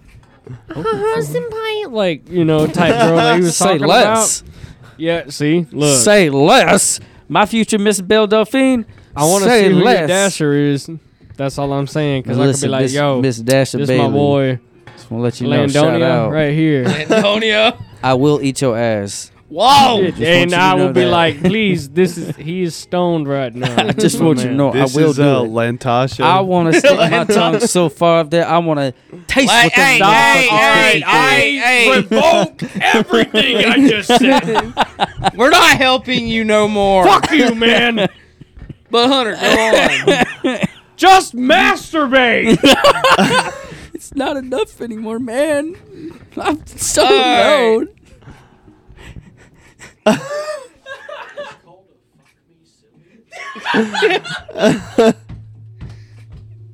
[SPEAKER 2] Uh-huh, senpai. Like you know, type girl that you was
[SPEAKER 4] Say
[SPEAKER 2] talking
[SPEAKER 4] less.
[SPEAKER 2] about. Yeah, see, look,
[SPEAKER 4] Say less. My future Miss Belle Delphine.
[SPEAKER 2] I want to
[SPEAKER 4] say
[SPEAKER 2] see who your
[SPEAKER 4] less.
[SPEAKER 2] dasher is. That's all I'm saying, because I could be
[SPEAKER 4] Listen,
[SPEAKER 2] like,
[SPEAKER 4] Miss,
[SPEAKER 2] yo,
[SPEAKER 4] Miss Dasha
[SPEAKER 2] this my
[SPEAKER 4] Bailey.
[SPEAKER 2] boy,
[SPEAKER 4] Just want to let you know. Shout
[SPEAKER 2] Landonia,
[SPEAKER 4] out.
[SPEAKER 2] right here.
[SPEAKER 3] Antonio.
[SPEAKER 4] I will eat your ass.
[SPEAKER 3] Whoa!
[SPEAKER 2] Shit,
[SPEAKER 4] just want you
[SPEAKER 2] and
[SPEAKER 4] to
[SPEAKER 2] I will
[SPEAKER 4] know
[SPEAKER 2] be
[SPEAKER 4] that.
[SPEAKER 2] like, please, this is he is stoned right now.
[SPEAKER 4] I just want you to know
[SPEAKER 1] This
[SPEAKER 4] I will
[SPEAKER 1] is
[SPEAKER 4] do
[SPEAKER 1] uh,
[SPEAKER 4] it.
[SPEAKER 1] Lantasha.
[SPEAKER 4] I want to stick my tongue so far up there. I want to taste what them
[SPEAKER 3] hey,
[SPEAKER 4] motherfuckers
[SPEAKER 3] hey,
[SPEAKER 4] taste
[SPEAKER 3] hey, hey.
[SPEAKER 2] revoke everything I just said.
[SPEAKER 3] We're not helping you no more.
[SPEAKER 2] Fuck you, man.
[SPEAKER 3] But Hunter, go on.
[SPEAKER 2] Just masturbate.
[SPEAKER 4] It's not enough anymore, man. I'm so
[SPEAKER 3] right.
[SPEAKER 4] old.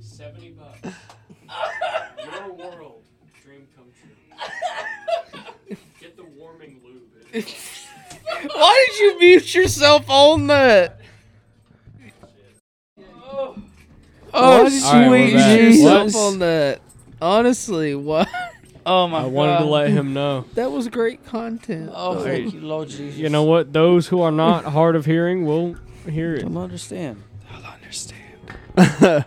[SPEAKER 2] Seventy bucks. Your world dream come true. Get the warming lube.
[SPEAKER 3] Why did you mute yourself on that? Oh,
[SPEAKER 4] What?
[SPEAKER 2] All right, we're
[SPEAKER 3] sweet
[SPEAKER 2] back.
[SPEAKER 3] yourself
[SPEAKER 2] What?
[SPEAKER 3] on that. Honestly, what?
[SPEAKER 4] Oh my
[SPEAKER 2] I wanted to let him know.
[SPEAKER 3] That was great content.
[SPEAKER 4] Oh,
[SPEAKER 2] Hey.
[SPEAKER 4] thank you, Lord Jesus.
[SPEAKER 2] You know what? Those who are not hard of hearing will hear it.
[SPEAKER 4] I'll understand. I'll understand.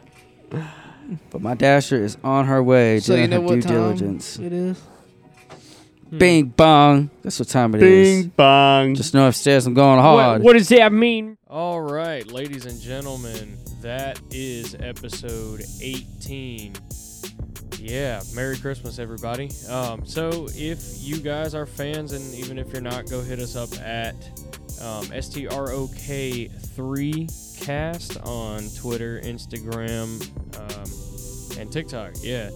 [SPEAKER 4] but my dasher is on her way
[SPEAKER 3] So
[SPEAKER 4] doing
[SPEAKER 3] you know
[SPEAKER 4] her
[SPEAKER 3] what
[SPEAKER 4] due
[SPEAKER 3] time Mm-hmm.
[SPEAKER 4] diligence.
[SPEAKER 3] it is.
[SPEAKER 4] Bing bong. That's what time it is.
[SPEAKER 1] Bing bong.
[SPEAKER 4] Just know upstairs I'm going hard.
[SPEAKER 2] What, what does that mean? All right, ladies and gentlemen, that is episode 18. Yeah, Merry Christmas, everybody. Um, so, if you guys are fans, and even if you're not, go hit us up at um, STROK3Cast on Twitter, Instagram, um, and TikTok. Yeah.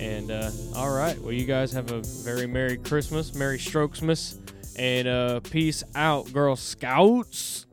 [SPEAKER 2] And uh, all right, well, you guys have a very Merry Christmas, Merry Strokesmas, and uh, peace out, Girl Scouts.